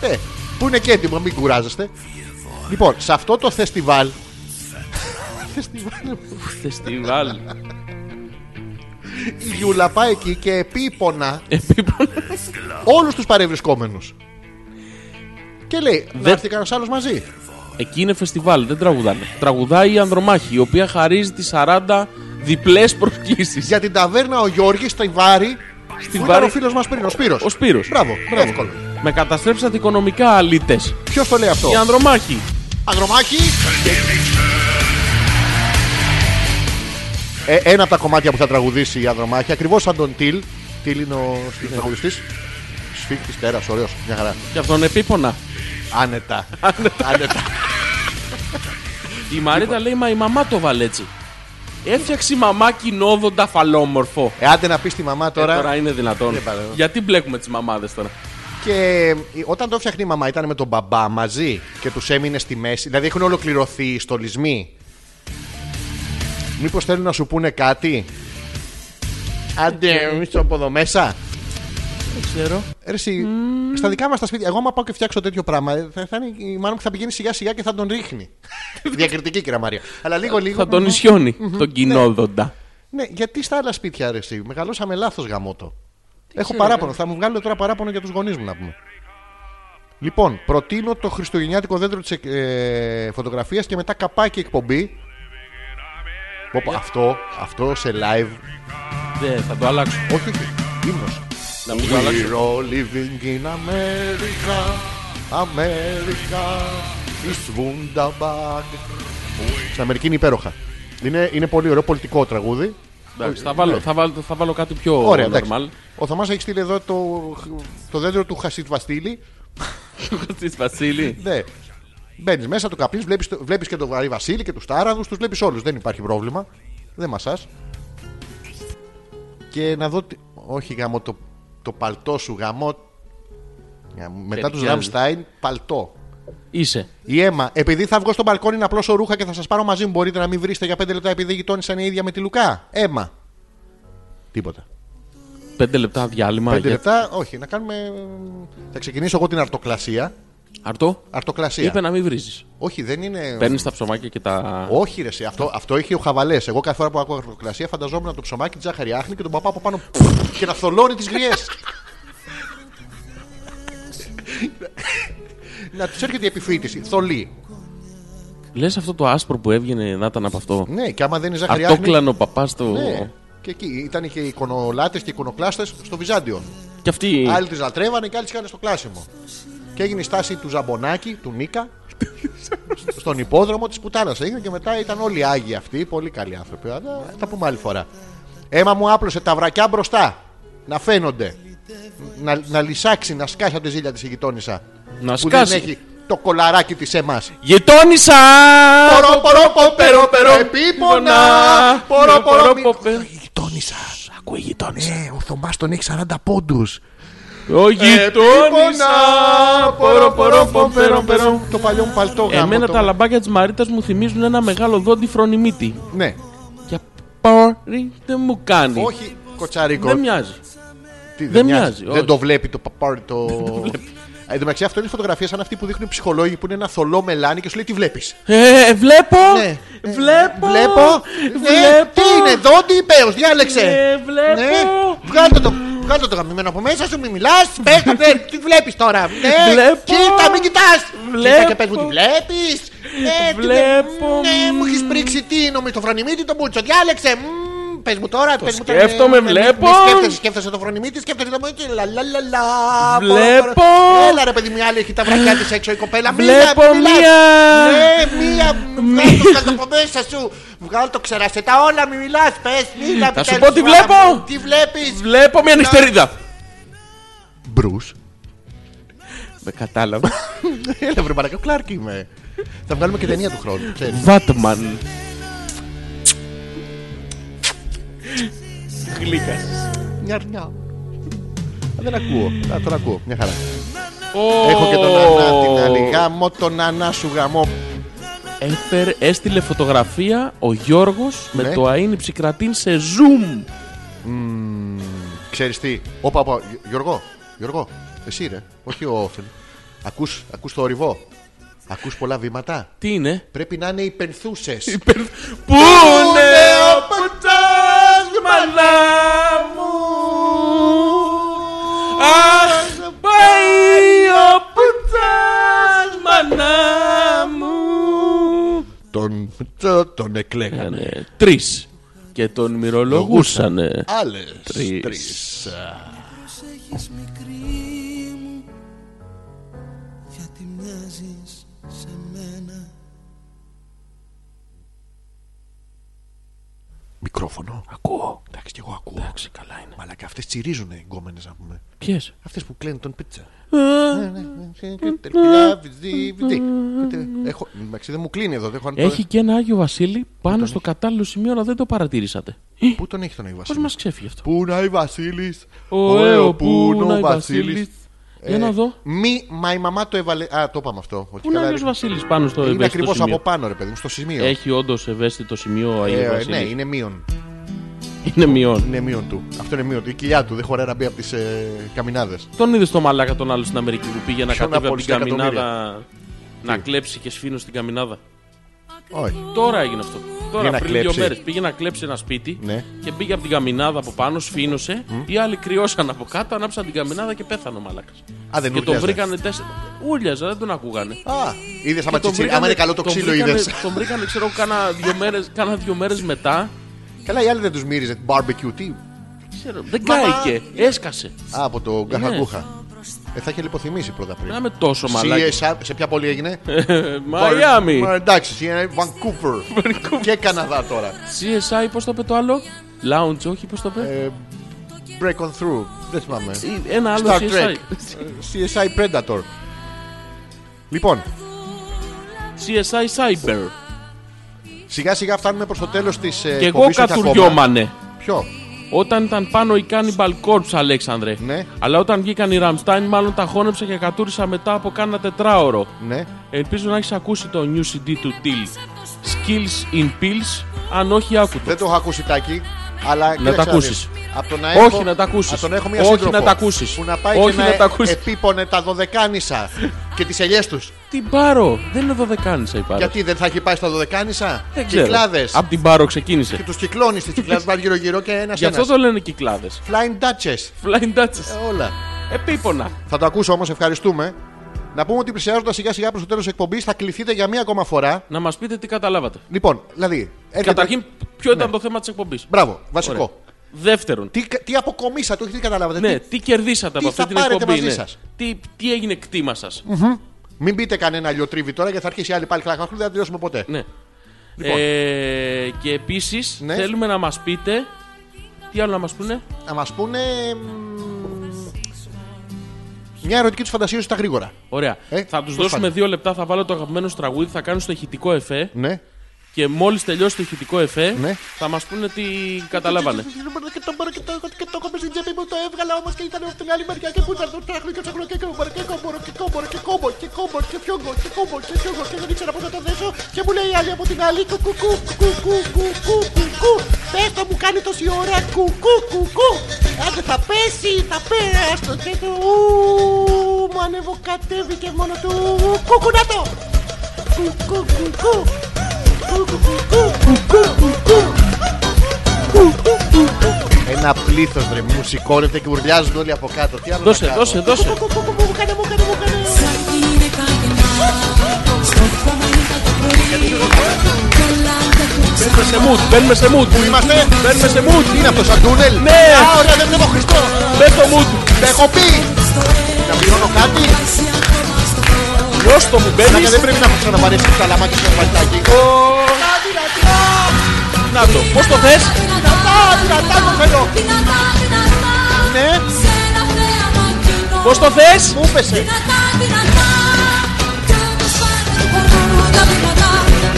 S1: Ε, που είναι και έτοιμο, μην κουράζεστε. Λοιπόν, σε αυτό το φεστιβάλ. φεστιβάλ.
S2: Φεστιβάλ.
S1: Η Γιούλα πάει εκεί και επίπονα
S2: Επίπον.
S1: όλους τους παρευρισκόμενους. Και λέει,
S2: Δε-
S1: δεν έρθει κανένας άλλος μαζί.
S2: Εκεί είναι φεστιβάλ, δεν τραγουδάνε. Τραγουδάει η Ανδρομάχη, η οποία χαρίζει τις 40 διπλές προσκλήσεις.
S1: Για την ταβέρνα ο Γιώργης στη Βάρη. Στη Ο
S2: Βάρη-
S1: φίλος μας πριν, ο Σπύρος.
S2: Ο Σπύρος.
S1: Μπράβο, εύκολο.
S2: Με καταστρέψατε οικονομικά, αλήτες.
S1: Ποιος το λέει αυτό.
S2: Η Ανδρομάχη.
S1: Αγρομάκι. Ε, ένα από τα κομμάτια που θα τραγουδήσει η Αγρομάκι, ακριβώς σαν τον Τιλ. Τιλ είναι ο τραγουδιστή. Σφίχτη τέρα, ωραίος. Μια χαρά.
S2: Και αυτόν επίπονα.
S1: Άνετα. Άνετα.
S2: Η Μαρίτα λέει, μα η μαμά το βάλε έτσι. Έφτιαξε η μαμά κοινόδοντα φαλόμορφο.
S1: Ε, άντε να πεις στη μαμά
S2: Τώρα,
S1: τώρα.
S2: ε, τώρα είναι δυνατόν.
S1: Δεν παραδέχομαι.
S2: Γιατί μπλέκουμε τις μαμάδες τώρα.
S1: Και ε, όταν το φτιαχνεί η μαμά, ήταν με τον μπαμπά μαζί και τους έμεινε στη μέση. Δηλαδή έχουν ολοκληρωθεί οι στολισμοί. Μήπως θέλουν να σου πούνε κάτι. Άντε, μισό από εδώ μέσα.
S2: Δεν ξέρω.
S1: Ρε Εσύ, στα δικά μας τα σπίτια, εγώ άμα πάω και φτιάξω τέτοιο πράγμα, ε, θα, θα είναι, η μάνα μου θα πηγαίνει σιγά σιγά και θα τον ρίχνει. Διακριτική κυρία Μαρία. Αλλά λίγο λίγο.
S2: Θα τον ισιώνει τον κοινόδοντα.
S1: Ναι, γιατί στα άλλα σπίτια ρε εσύ, μεγαλώσαμε λάθος γαμότο. Έχω παράπονο, θα μου βγάλω τώρα παράπονο για τους γονείς μου να πούμε. Λοιπόν, προτείνω το χριστουγεννιάτικο δέντρο της ε, φωτογραφίας και μετά καπάκι εκπομπή. Πω, πω, αυτό, αυτό σε live. Ναι,
S2: Δεν, θα το αλλάξω.
S1: Όχι, όχι. Ύμνος.
S2: Να μην το αλλάξω.
S1: We're all living in America, America is wunderbar. Στην Αμερική είναι υπέροχα. Είναι, είναι πολύ ωραίο πολιτικό τραγούδι.
S2: Εντάξει, θα βάλω, θα, βάλω, θα βάλω κάτι πιο
S1: Ωραία, εντάξει.
S2: normal.
S1: Ο Θωμάς έχει στείλει εδώ το, το δέντρο του Χασίτ Βαστίλη.
S2: Της Βασίλη.
S1: Ναι. Μπαίνεις μέσα, το καπνί, βλέπει βλέπεις και τον Βαρύ Βασίλη και τους Τάραδους, τους βλέπεις όλους. Δεν υπάρχει πρόβλημα. Δεν μασάς. και να δω. τι- Όχι γάμο, το, το παλτό σου γάμο. Μετά του
S2: Ταιριάζει.
S1: Ραμστάιν, παλτό.
S2: Είσαι.
S1: Η αίμα, επειδή θα βγω στο μπαλκόνι να πλώσω ρούχα και θα σας πάρω μαζί μου, μπορείτε να μην βρίσκετε για 5 λεπτά επειδή γειτόνισαν η ίδια με τη Λουκά. Έμα. Τίποτα.
S2: Πέντε λεπτά διάλειμμα.
S1: 5
S2: για-
S1: λεπτά, όχι, να κάνουμε. Θα ξεκινήσω εγώ την αρτοκλασία.
S2: Αρτό.
S1: Αρτοκλασία.
S2: Είπε να μην βρίζεις.
S1: Όχι, δεν είναι.
S2: Παίρνεις τα ψωμάκια και τα.
S1: Όχι, ρε, εσύ, αυτό, αυτό είχε ο χαβαλές. Εγώ κάθε φορά που ακούω αρτοκλασία φανταζόμουν το ψωμάκι, τη ζάχαρη άχνη και τον παπά από πάνω και να θολώνει τις γριές. να τους έρχεται η επιφύτηση. Θολή.
S2: Λες αυτό το άσπρο που έβγαινε να ήταν από αυτό.
S1: Ναι, και άμα δεν είναι ζάχαρη άχνη.
S2: Αρτόκλανο παπά το.
S1: Ναι. Και εκεί ήταν και οι εικονολάτες και οι εικονοκλάστες στο Βυζάντιο.
S2: Και αυτή.
S1: Άλλοι τις λατρεύανε και άλλοι τις κάνανε στο κλάσιμο. Και έγινε η στάση του Ζαμπονάκη, του Νίκα, στον υπόδρομο της πουτάνας. Έγινε και μετά ήταν όλοι άγιοι αυτοί, πολύ καλοί άνθρωποι. Αλλά θα τα πούμε άλλη φορά. Έμα μου άπλωσε τα βρακιά μπροστά. Να φαίνονται. Να, να λυσάξει, να σκάσει από τη ζήλια της η γειτόνισσα.
S2: Να
S1: Που δεν
S2: σκάσει.
S1: έχει το κολαράκι της εμά.
S2: Γειτόνισσα!
S1: Πορο, πορο, πορο,
S2: Περο, περο,
S1: επίπονα. Πορο,
S2: πορο,
S1: πορο,
S2: πορο, πορο.
S1: Γειτόνισσα. Ακούει γειτόνισσα. Ναι, ο Θωμάς τον έχει 40 πόντου.
S2: Ε,
S1: Ε,
S2: Ο γειτόνισσα! Πορο, πορο, πορο, πορο, πορο.
S1: Το παλιό μου παλτό γάμο.
S2: Εμένα
S1: το-
S2: τα λαμπάκια της Μαρίτας μου θυμίζουν ένα μεγάλο δόντι φρονιμίτη.
S1: Ναι.
S2: Και πάρει δεν μου κάνει.
S1: Όχι κοτσαρίκο.
S2: Δεν μοιάζει.
S1: Τι, δεν,
S2: δεν
S1: μοιάζει.
S2: μοιάζει,
S1: Δεν
S2: όχι.
S1: το βλέπει το παπάρι το. Ε, Εν τω μεταξύ, αυτό είναι φωτογραφία σαν αυτή που δείχνουν οι ψυχολόγοι που είναι ένα θολό μελάνι και σου λέει τι βλέπεις.
S2: Ε, βλέπω!
S1: Ναι.
S2: Βλέπω!
S1: Βλέπω. Ναι,
S2: Βλέπω!
S1: τι είναι, δόντι ή πέος, διάλεξε.
S2: Ναι, βλέπω.
S1: Βγάλτε το, βγάλτε το γαμμένο από μέσα σου, μην μιλά. ναι, τι βλέπεις τώρα. Ναι,
S2: Βλέπω.
S1: Κοίτα, μην κοιτάς. Κοίτα
S2: Βλέπω.
S1: και πες μου τι βλέπει. Ναι, τι βλέ-
S2: Βλέπω.
S1: Ναι, μου έχεις πρίξει τι νομίζω το φρονιμίτι τον Μπούτσο. Διάλεξε. Μμμ, Πες μου τώρα, πες μου τώρα.
S2: σκέφτομαι,
S1: Ε, μη- μη
S2: βλέπω.
S1: Σκέφτεσαι, σκέφτεσαι το φρονιμίτι, σκέφτεσαι το Μπούτσο. Λα, λα, λα, λα. Μπορώ,
S2: Βλέπω.
S1: μπορώ. Έλα ρε παιδί μου, η άλλη έχει τα βρακιά τη έξω η κοπέλα. Μίλα,
S2: Βλέπω
S1: μιλάς.
S2: μία.
S1: Ναι, μία. Βγάλ το κάτω από μέσα σου. Βγάλ το ξερασέ τα όλα, μη μιλά. Πε, μίλα.
S2: Θα σου
S1: επιτέλους,
S2: πω τι
S1: μάνα
S2: βλέπω.
S1: μου. Τι βλέπει.
S2: Βλέπω μια νυχτερίδα.
S1: Μπρου.
S2: Με κατάλαβα.
S1: Έλα, βρε μαλακά, ο Κλάρκ είμαι. Θα βγάλουμε και ταινία του χρόνου. ξέρεις.
S2: Βάτμαν. Γλύκας.
S1: Μια αρνιά. Α, Δεν ακούω. Α, τώρα ακούω. Μια χαρά. Έχω και τον Ανά την άλλη. Γαμώ τον Ανά σου γαμώ.
S2: Έφερε, έστειλε φωτογραφία ο Γιώργος
S1: Ναι.
S2: με το αΐνι ψυκρατήν σε zoom.
S1: Ξέρεις τι. Όπα, όπα. Γι- Γιώργο. Γιώργο. Εσύ ρε. Όχι ο Όφελ. Ακούς, ακούς το ορυβό. Ακούς πολλά βήματα.
S2: Τι είναι?
S1: Πρέπει να είναι υπενθούσες.
S2: Πού είναι ο πουτάς μαλά μου Αχ πάει ο πουτάς μανά μου
S1: τον, τσο- τον εκλέγανε.
S2: Ήτανε τρεις και τον μυρολογούσανε
S1: Άλλες
S2: Τρεις.
S1: τρεις.
S5: Έχεις μικρή μου Γιατί μοιάζεις σε μένα
S1: Μικρόφωνο. Ακούω. Εντάξει, και εγώ ακούω. Εντάξει, καλά είναι. Αλλά και αυτές τσιρίζουν οι γκόμενες, να πούμε.
S2: Ποιες
S1: Αυτές που κλαίνουν τον πίτσα. Ναι, ναι, ναι. Τελπιλά, βυζί, βυζί. Έχω- Εντάξει, δεν μου κλείνει εδώ. δεν έχω αν το-
S2: Έχει και ένα Άγιο Βασίλη πάνω στο κατάλληλο σημείο αλλά δεν το παρατηρήσατε
S1: Πού τον έχει τον Άγιο
S2: Πώς
S1: Βασίλη.
S2: μας ξέφυγε αυτό
S1: Πού να η Βασίλη.
S2: Ο Εω, πού να η Βασίλης. Για να δω
S1: Μη, μα η μαμά το έβαλε. Α, το είπαμε αυτό. Ότι
S2: Πού είναι
S1: Ε, καλά,
S2: Άγιος
S1: ρε.
S2: Βασίλης πάνω στο
S1: Είναι
S2: ευαίσθητο
S1: ακριβώς από
S2: σημείο
S1: πάνω, ρε παιδί μου, στο σημείο.
S2: Έχει όντως ευαίσθητο σημείο ο Άγιος
S1: Ε,
S2: Βασίλης
S1: ναι, είναι μείον.
S2: Είναι μειών.
S1: Είναι μείον του. Αυτό είναι μείον του. Η κοιλιά του δεν χωράει να μπει από τις ε, καμινάδες.
S2: Τον είδες το μαλάκα τον άλλο στην Αμερική που πήγε να
S1: Ποιον
S2: κατέβει
S1: από
S2: από την
S1: όλους τα
S2: καμινάδα. Να κλέψει και σφήνω στην καμινάδα.
S1: Όχι.
S2: Τώρα έγινε αυτό. Τώρα
S1: να
S2: πριν
S1: κλέψει.
S2: δύο μέρες πήγε να κλέψει ένα σπίτι
S1: Ναι.
S2: και πήγε από την καμινάδα από πάνω, σφήνωσε. Οι άλλοι κρυώσαν από κάτω, ανάψαν την καμινάδα και πέθανε ο μαλάκα.
S1: Α, δεν
S2: Και τον
S1: ουρλιάζε.
S2: βρήκανε τέσσερα. Ούλιαζα, δεν τον ακούγανε.
S1: Α, είδες άμα,
S2: Και τον
S1: τσιτσι-
S2: βρήκανε-
S1: άμα είναι καλό το
S2: τον
S1: ξύλο,
S2: βρήκανε-
S1: είδες.
S2: Τον βρήκανε, ξέρω εγώ, κάνα δύο μέρες- κάνα δύο μέρες μετά.
S1: Καλά, οι άλλοι δεν τους μύριζε. Barbecue, τι.
S2: Ξέρω, δεν
S1: Μαμά.
S2: κάηκε. Έσκασε.
S1: Α, από το
S2: Ναι.
S1: γκαχαγκούχα. Ε, θα είχε λιποθυμήσει πρώτα πριν.
S2: Να είμαι τόσο Ναι. μαλάκι. Ε.
S1: CSI, σε ποια πόλη έγινε?
S2: Μαϊάμι.
S1: Μα, εντάξει, CSI, Vancouver. και Καναδά τώρα.
S2: CSI, πώς το είπε το άλλο. Lounge, όχι, πώς το είπε.
S1: Ε, break on through. Δεν θυμάμαι.
S2: Ε, Ένα άλλο
S1: Star
S2: CSI.
S1: Trek. CSI Predator. Λοιπόν,
S2: CSI Cyber.
S1: σιγά σιγά φτάνουμε προς το τέλος της.
S9: ε,
S2: Και εγώ κατουριόμανε.
S1: Ποιο?
S2: Όταν ήταν πάνω οι Cannibal Corpse, Αλέξανδρε.
S9: Ναι.
S2: Αλλά όταν βγήκαν οι Ramstein, μάλλον τα χώνεψα και κατούρισα μετά από κάνα τετράωρο.
S9: Ναι.
S2: Ελπίζω να έχεις ακούσει το new CD του Till. Skills in Pills. Αν όχι, άκου το.
S9: Δεν το έχω ακούσει τάκι, αλλά
S2: Να τα ακούσεις.
S9: ακούσει. Από το να
S2: Όχι,
S9: έχω,
S2: να τα ακούσεις.
S9: απ' το να έχω μια
S2: Όχι,
S9: σύντροφο
S2: να τα ακούσεις.
S9: Που να πάει
S2: Όχι,
S9: και
S2: να τα
S9: να,
S2: ακούσεις.
S9: επίπονε τα δωδεκάνησα και τις ελιές τους.
S2: Την Πάρο. Δεν είναι δωδεκάνησα η Πάρο.
S9: Γιατί δεν θα έχει πάει στα δωδεκάνησα.
S2: Δεν ξέρω.
S9: Κυκλάδες.
S2: Απ' την Πάρο ξεκίνησε.
S9: Και τους κυκλώνεις τις κυκλάδες πάνε γύρω-γύρω και ένας
S2: Γι' αυτό
S9: ένας.
S2: το λένε κυκλάδες.
S9: Flying Dutches.
S2: Flying Dutchess.
S9: Ε, Όλα.
S2: Επίπονα.
S9: Θα το ακούσω όμως, ευχαριστούμε. Να πούμε ότι πλησιάζοντας σιγά-σιγά προς το τέλος εκπομπής θα κληθείτε για μία ακόμα φορά.
S2: Να μας πείτε τι καταλάβατε.
S9: Λοιπόν, δηλαδή. Έρχεται...
S2: Καταρχήν, ποιο ήταν το θέμα της εκπομπής.
S9: Ναι. Μπράβο, βασικό.
S2: Δεύτερον,
S9: Τι, τι αποκομίσατε, όχι τι καταλάβατε.
S2: ναι,
S9: Τι-
S2: τι κερδίσατε από
S9: τι
S2: αυτή
S9: θα
S2: την
S9: πάρετε
S2: εκπομπή.
S9: μαζί
S2: ναι.
S9: σας.
S2: Τι, τι έγινε κτήμα σας.
S9: Μην πείτε κανένα λιοτρίβι τώρα γιατί θα αρχίσει η άλλη πάλι χλακαχλού, δεν θα τελειώσουμε ποτέ.
S2: Ναι.
S9: Λοιπόν.
S2: Ε, και επίσης
S9: Ναι.
S2: θέλουμε να μας πείτε. Τι άλλο να μας πούνε.
S9: Να μας πούνε. μ, Μια ερωτική τους φαντασίωση στα γρήγορα.
S2: Ωραία.
S9: Ε,
S2: θα τους
S9: πώς
S2: δώσουμε
S9: πάνε.
S2: δύο λεπτά, θα βάλω το αγαπημένο σου τραγούδι, θα κάνω στο ηχητικό εφέ.
S9: Ναι.
S2: Και μόλις τελειώσει το ηχητικό εφέ,
S9: Ναι.
S2: θα μας πούνε τι καταλάβανε.
S9: Και το μπορώ και το έχω και το έχω μες στην τσέπη μου, το έβγαλα όμω και ήταν από την άλλη μεριά και πού ήταν το ψάχνω και ψάχνω και κόμπορο και κόμπορο και κόμπορο και κόμπορο και κόμπορο και πιόγκο και κόμπορο και πιόγκο και δεν ήξερα πού να το δέσω και μου λέει η άλλη από την άλλη κουκουκου κουκουκου κουκουκου πες το μου κάνει τόση ώρα κουκουκου άντε θα πέσει θα πέρας το και το ου, μου ανεβοκατεύει και μόνο του κουκουνάτο κουκουκου κουκουκου κουκουκου ένα πλήθος ρε, μου σηκώνεται και ουρλιάζουν όλοι από κάτω. Τι άλλο
S2: Δώσε,
S9: να κάνω.
S2: δώσε, δώσε.
S8: Σαν γυναίκα γεννά, στο κομμάτι το πρωί. Κι όλα τα χούσα,
S2: Μπαίνουμε σε mood, μπαίνουμε σε mood. Πού
S9: είμαστε?
S2: Μπαίνουμε σε mood.
S9: Τι είναι αυτό, σαν τούνελ.
S2: Ναι.
S9: Α, ωραία, δεν βλέπω Χριστό.
S2: Μπε το mood.
S9: Τα έχω πει. Να πληρώνω κάτι.
S8: εσύ ακόμα στο χώρο.
S2: Ποιο το μου μπαίνει.
S9: Μαλάκα, δεν πρέπει να έχω ξαναπαρέσει το καλαμάκι στο βαλτάκι.
S2: Να το. Πώς το θες.
S8: Δυνατά, δυνατά το φαινό. Δυνατά, δυνατά,
S9: Ναι,
S8: σε ένα θέαμα κοινό.
S2: Πώς το θες.
S9: μου πέσε.
S8: Δυνατά, δυνατά, κι όμως πάνε του χορού τα βήματα,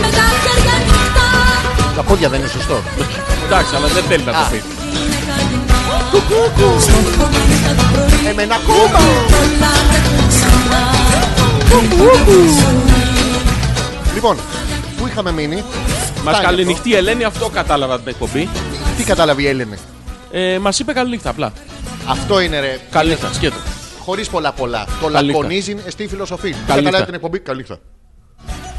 S8: με τα χέρια ανοιχτά.
S9: Τα πόδια δεν είναι σωστό.
S2: Εντάξει, αλλά δεν θέλει να το πει.
S8: Γυναίκα γεννά, στο κομμάτι το πρωί.
S9: Εμένα κούμπα.
S8: Κι όλα τα χούσα,
S9: Λοιπόν, πού είχαμε μείνει,
S2: Μας καληνυχτή η Ελένη, αυτό κατάλαβα την εκπομπή.
S9: τι κατάλαβε η Έλληνη.
S2: Ε, Μας είπε καληνύχτα απλά.
S9: Αυτό είναι ρε,
S2: Καληνύχτα, σκέτο.
S9: χωρίς πολλά πολλά. Το
S2: Καλή νύχτα.
S9: λακωνίζει στη φιλοσοφία.
S2: Καλή
S9: Κατάλαβε
S2: νύχτα.
S9: την εκπομπή, καλή νύχτα.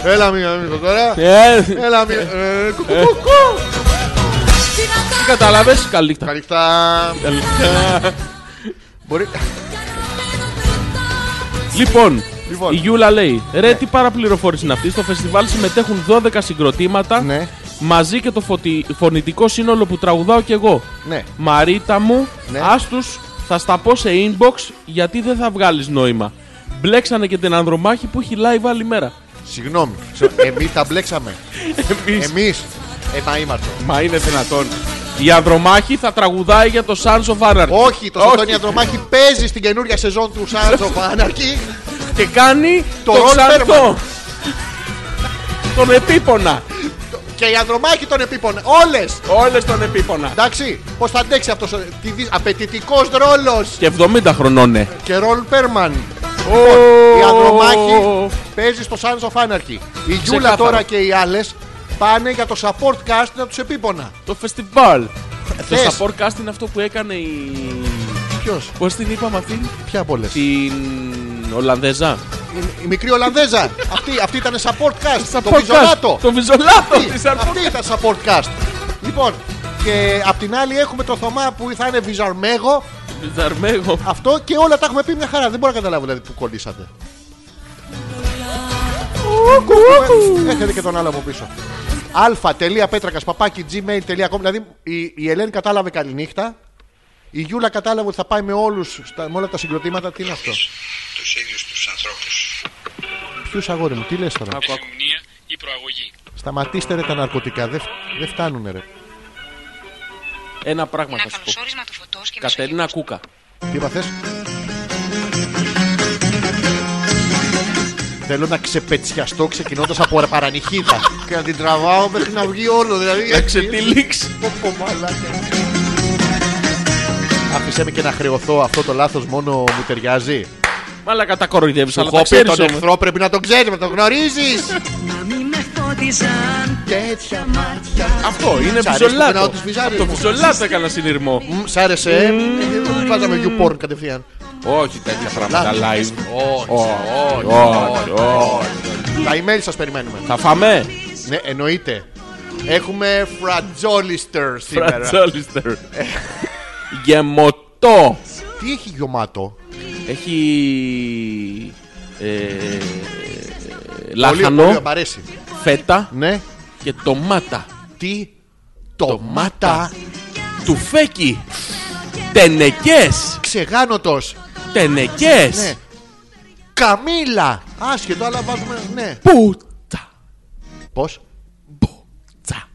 S9: Έλα μία νύχτα τώρα.
S2: Ε,
S9: Έλα μία. ε, κου, κου, κου, κου.
S2: τι κατάλαβες, καληνύχτα.
S9: Καλή νύχτα.
S2: Καληνύχτα.
S9: Μπορεί.
S2: Λοιπόν,
S9: Λοιπόν. Ναι.
S2: η Γιούλα λέει: Ρε, τι παραπληροφόρηση είναι αυτή. Στο φεστιβάλ συμμετέχουν 12 συγκροτήματα
S9: Ναι.
S2: μαζί και το φωτι- φωνητικό σύνολο που τραγουδάω κι εγώ.
S9: Ναι.
S2: Μαρίτα μου,
S9: Ναι.
S2: άστους, θα στα πω σε inbox γιατί δεν θα βγάλεις νόημα. Μπλέξανε και την Ανδρομάχη που έχει live άλλη μέρα.
S9: Συγγνώμη, εμείς τα μπλέξαμε.
S2: Εμείς,
S9: Εμείς. Ε, μα είμαστε.
S2: μα είναι δυνατόν. Η Ανδρομάχη θα τραγουδάει για το Sons of Anarchy.
S9: Όχι, το Σωτόνι Ανδρομάχη παίζει στην καινούργια σεζόν του Sons of Anarchy.
S2: Και κάνει
S9: Το
S2: το
S9: Ρολ Πέρμαν.
S2: ξανθό. τον επίπονα.
S9: Και η Ανδρομάχη τον επίπονε. Όλες!
S2: Όλες τον επίπονα.
S9: Εντάξει, πώς θα αντέξει αυτός ο απαιτητικός ρόλος
S2: Και 70 χρονών, ναι.
S9: και ρολ Πέρμαν. Η Ανδρομάχη παίζει στο Sons of Anarchy. Η Γιούλα
S2: Ξεκάθαρα.
S9: τώρα και οι άλλες πάνε για το support cast να τους επίπονα.
S2: Το φεστιβάλ. Το
S9: Θες.
S2: support cast Ε, είναι αυτό που έκανε η...
S9: Ποιος,
S2: Πώς την είπαμε αυτήν?
S9: ποια πολλέ.
S2: Την Ολλανδέζα.
S9: Η, η μικρή Ολλανδέζα. αυτή, αυτή ήταν support cast. το
S2: Podcast.
S9: Βιζολάτο.
S2: Το Βιζολάτο
S9: Αυτή,
S2: της Αρκούδας.
S9: αυτή ήταν support cast. Λοιπόν, και απ' την άλλη έχουμε το Θωμά που θα είναι Βιζαρμέγο.
S2: Βυζαρμέγο.
S9: Αυτό και όλα τα έχουμε πει μια χαρά. Δεν μπορώ να καταλάβω δηλαδή που κολλήσατε. Έχετε και τον άλλο από πίσω. αλφα.πέτρακα παπάκι gmail.com Δηλαδή η, η Ελένη κατάλαβε καληνύχτα. Η Γιούλα κατάλαβε ότι θα πάει με, όλους, στα- με όλα τα συγκροτήματα. Τι είναι αυτό.
S10: τους ίδιους τους ανθρώπους.
S9: Ποιους αγόρι μου, τι λες τώρα.
S11: Μνήμα ή προαγωγή.
S9: Σταματήστε ρε τα ναρκωτικά. Δεν φ- δεν φτάνουνε ρε.
S2: Ένα πράγμα θα σου πω.
S11: του φωτός και
S2: Κατερίνα Κούκα.
S9: Τι είπα θες? Θέλω να ξεπετσιαστώ ξεκινώντας από παρανυχίδα και να την τραβάω μέχρι να βγει όλο. Δηλαδή
S2: Να ξετυλίξει.
S9: Πω, πω, μαλάκα. Άφησέ με και να χρεωθώ αυτό το λάθος μόνο μου ταιριάζει.
S2: Μαλάκα τα κοροϊδεύεις, αλλά
S9: Σου
S2: τα
S9: έχω πει
S2: ξέρεις
S9: τον
S2: όμως.
S9: εχθρό πρέπει να τον ξέρεις, να τον γνωρίζεις.
S1: Να μην με φώτιζαν
S9: Τέτοια
S1: μάτια
S2: Αυτό είναι
S9: Σ' αρέσει που περνάω
S2: πιζολάτο.
S9: τους βυζάρες
S2: Από το
S9: μου.
S2: πιζολάτο έκανα συνειρμό.
S9: Μμ, Σ' άρεσε. Βάζαμε YouPorn κατευθείαν.
S2: Όχι τέτοια πράγματα live. Όχι, όχι, όχι.
S9: Τα email σας περιμένουμε.
S2: Θα φάμε.
S9: Ναι, εννοείται. Έχουμε φρατζόλιστερ σήμερα.
S2: Φρατσόλιστερ. Γεμωτό.
S9: Τι έχει γιωμάτο.
S2: Έχει. ε,
S9: Πολύ ωραίο,
S2: Λάχανο,
S9: μ' αρέσει.
S2: φέτα
S9: Ναι.
S2: και ντομάτα.
S9: Τι. Τομάτα.
S2: Τουφέκι. Τενεκές.
S9: Ξεγάνωτος. Ναι.
S2: Τενεκές.
S9: Καμίλα. Άσχετο, αλλά βάζουμε. Ναι.
S2: Πούτσα.
S9: Πώς.
S2: Πούτσα.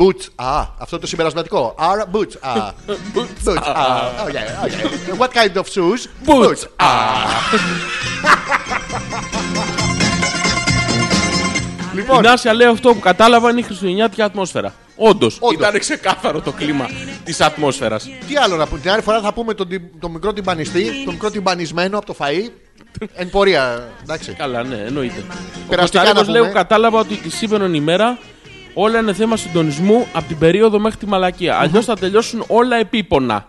S9: Boots. Α, αυτό το συμπερασματικό. Άρα boots. Α. Boots. Α. Oh, yeah, oh, yeah. What kind of shoes?
S2: Boots.
S9: Λοιπόν,
S2: Η Νάσια λέει αυτό που κατάλαβα είναι η χριστουγεννιάτικη ατμόσφαιρα. Όντως,
S9: Όντως.
S2: ήταν ξεκάθαρο το κλίμα της ατμόσφαιρας.
S9: τι άλλο να πούμε. Την άλλη φορά θα πούμε τον, τυ- τον μικρό τυμπανιστή, τον μικρό τυμπανισμένο από το φαΐ. Εν πορεία, εντάξει.
S2: Καλά, ναι, εννοείται. Ο
S9: Περαστικά
S2: Κωνσταντίνος
S9: να
S2: λέει:
S9: πούμε.
S2: «Που Κατάλαβα ότι τη σήμερα ημέρα όλα είναι θέμα συντονισμού από την περίοδο μέχρι τη μαλακία. Αλλιώς θα τελειώσουν όλα επίπονα.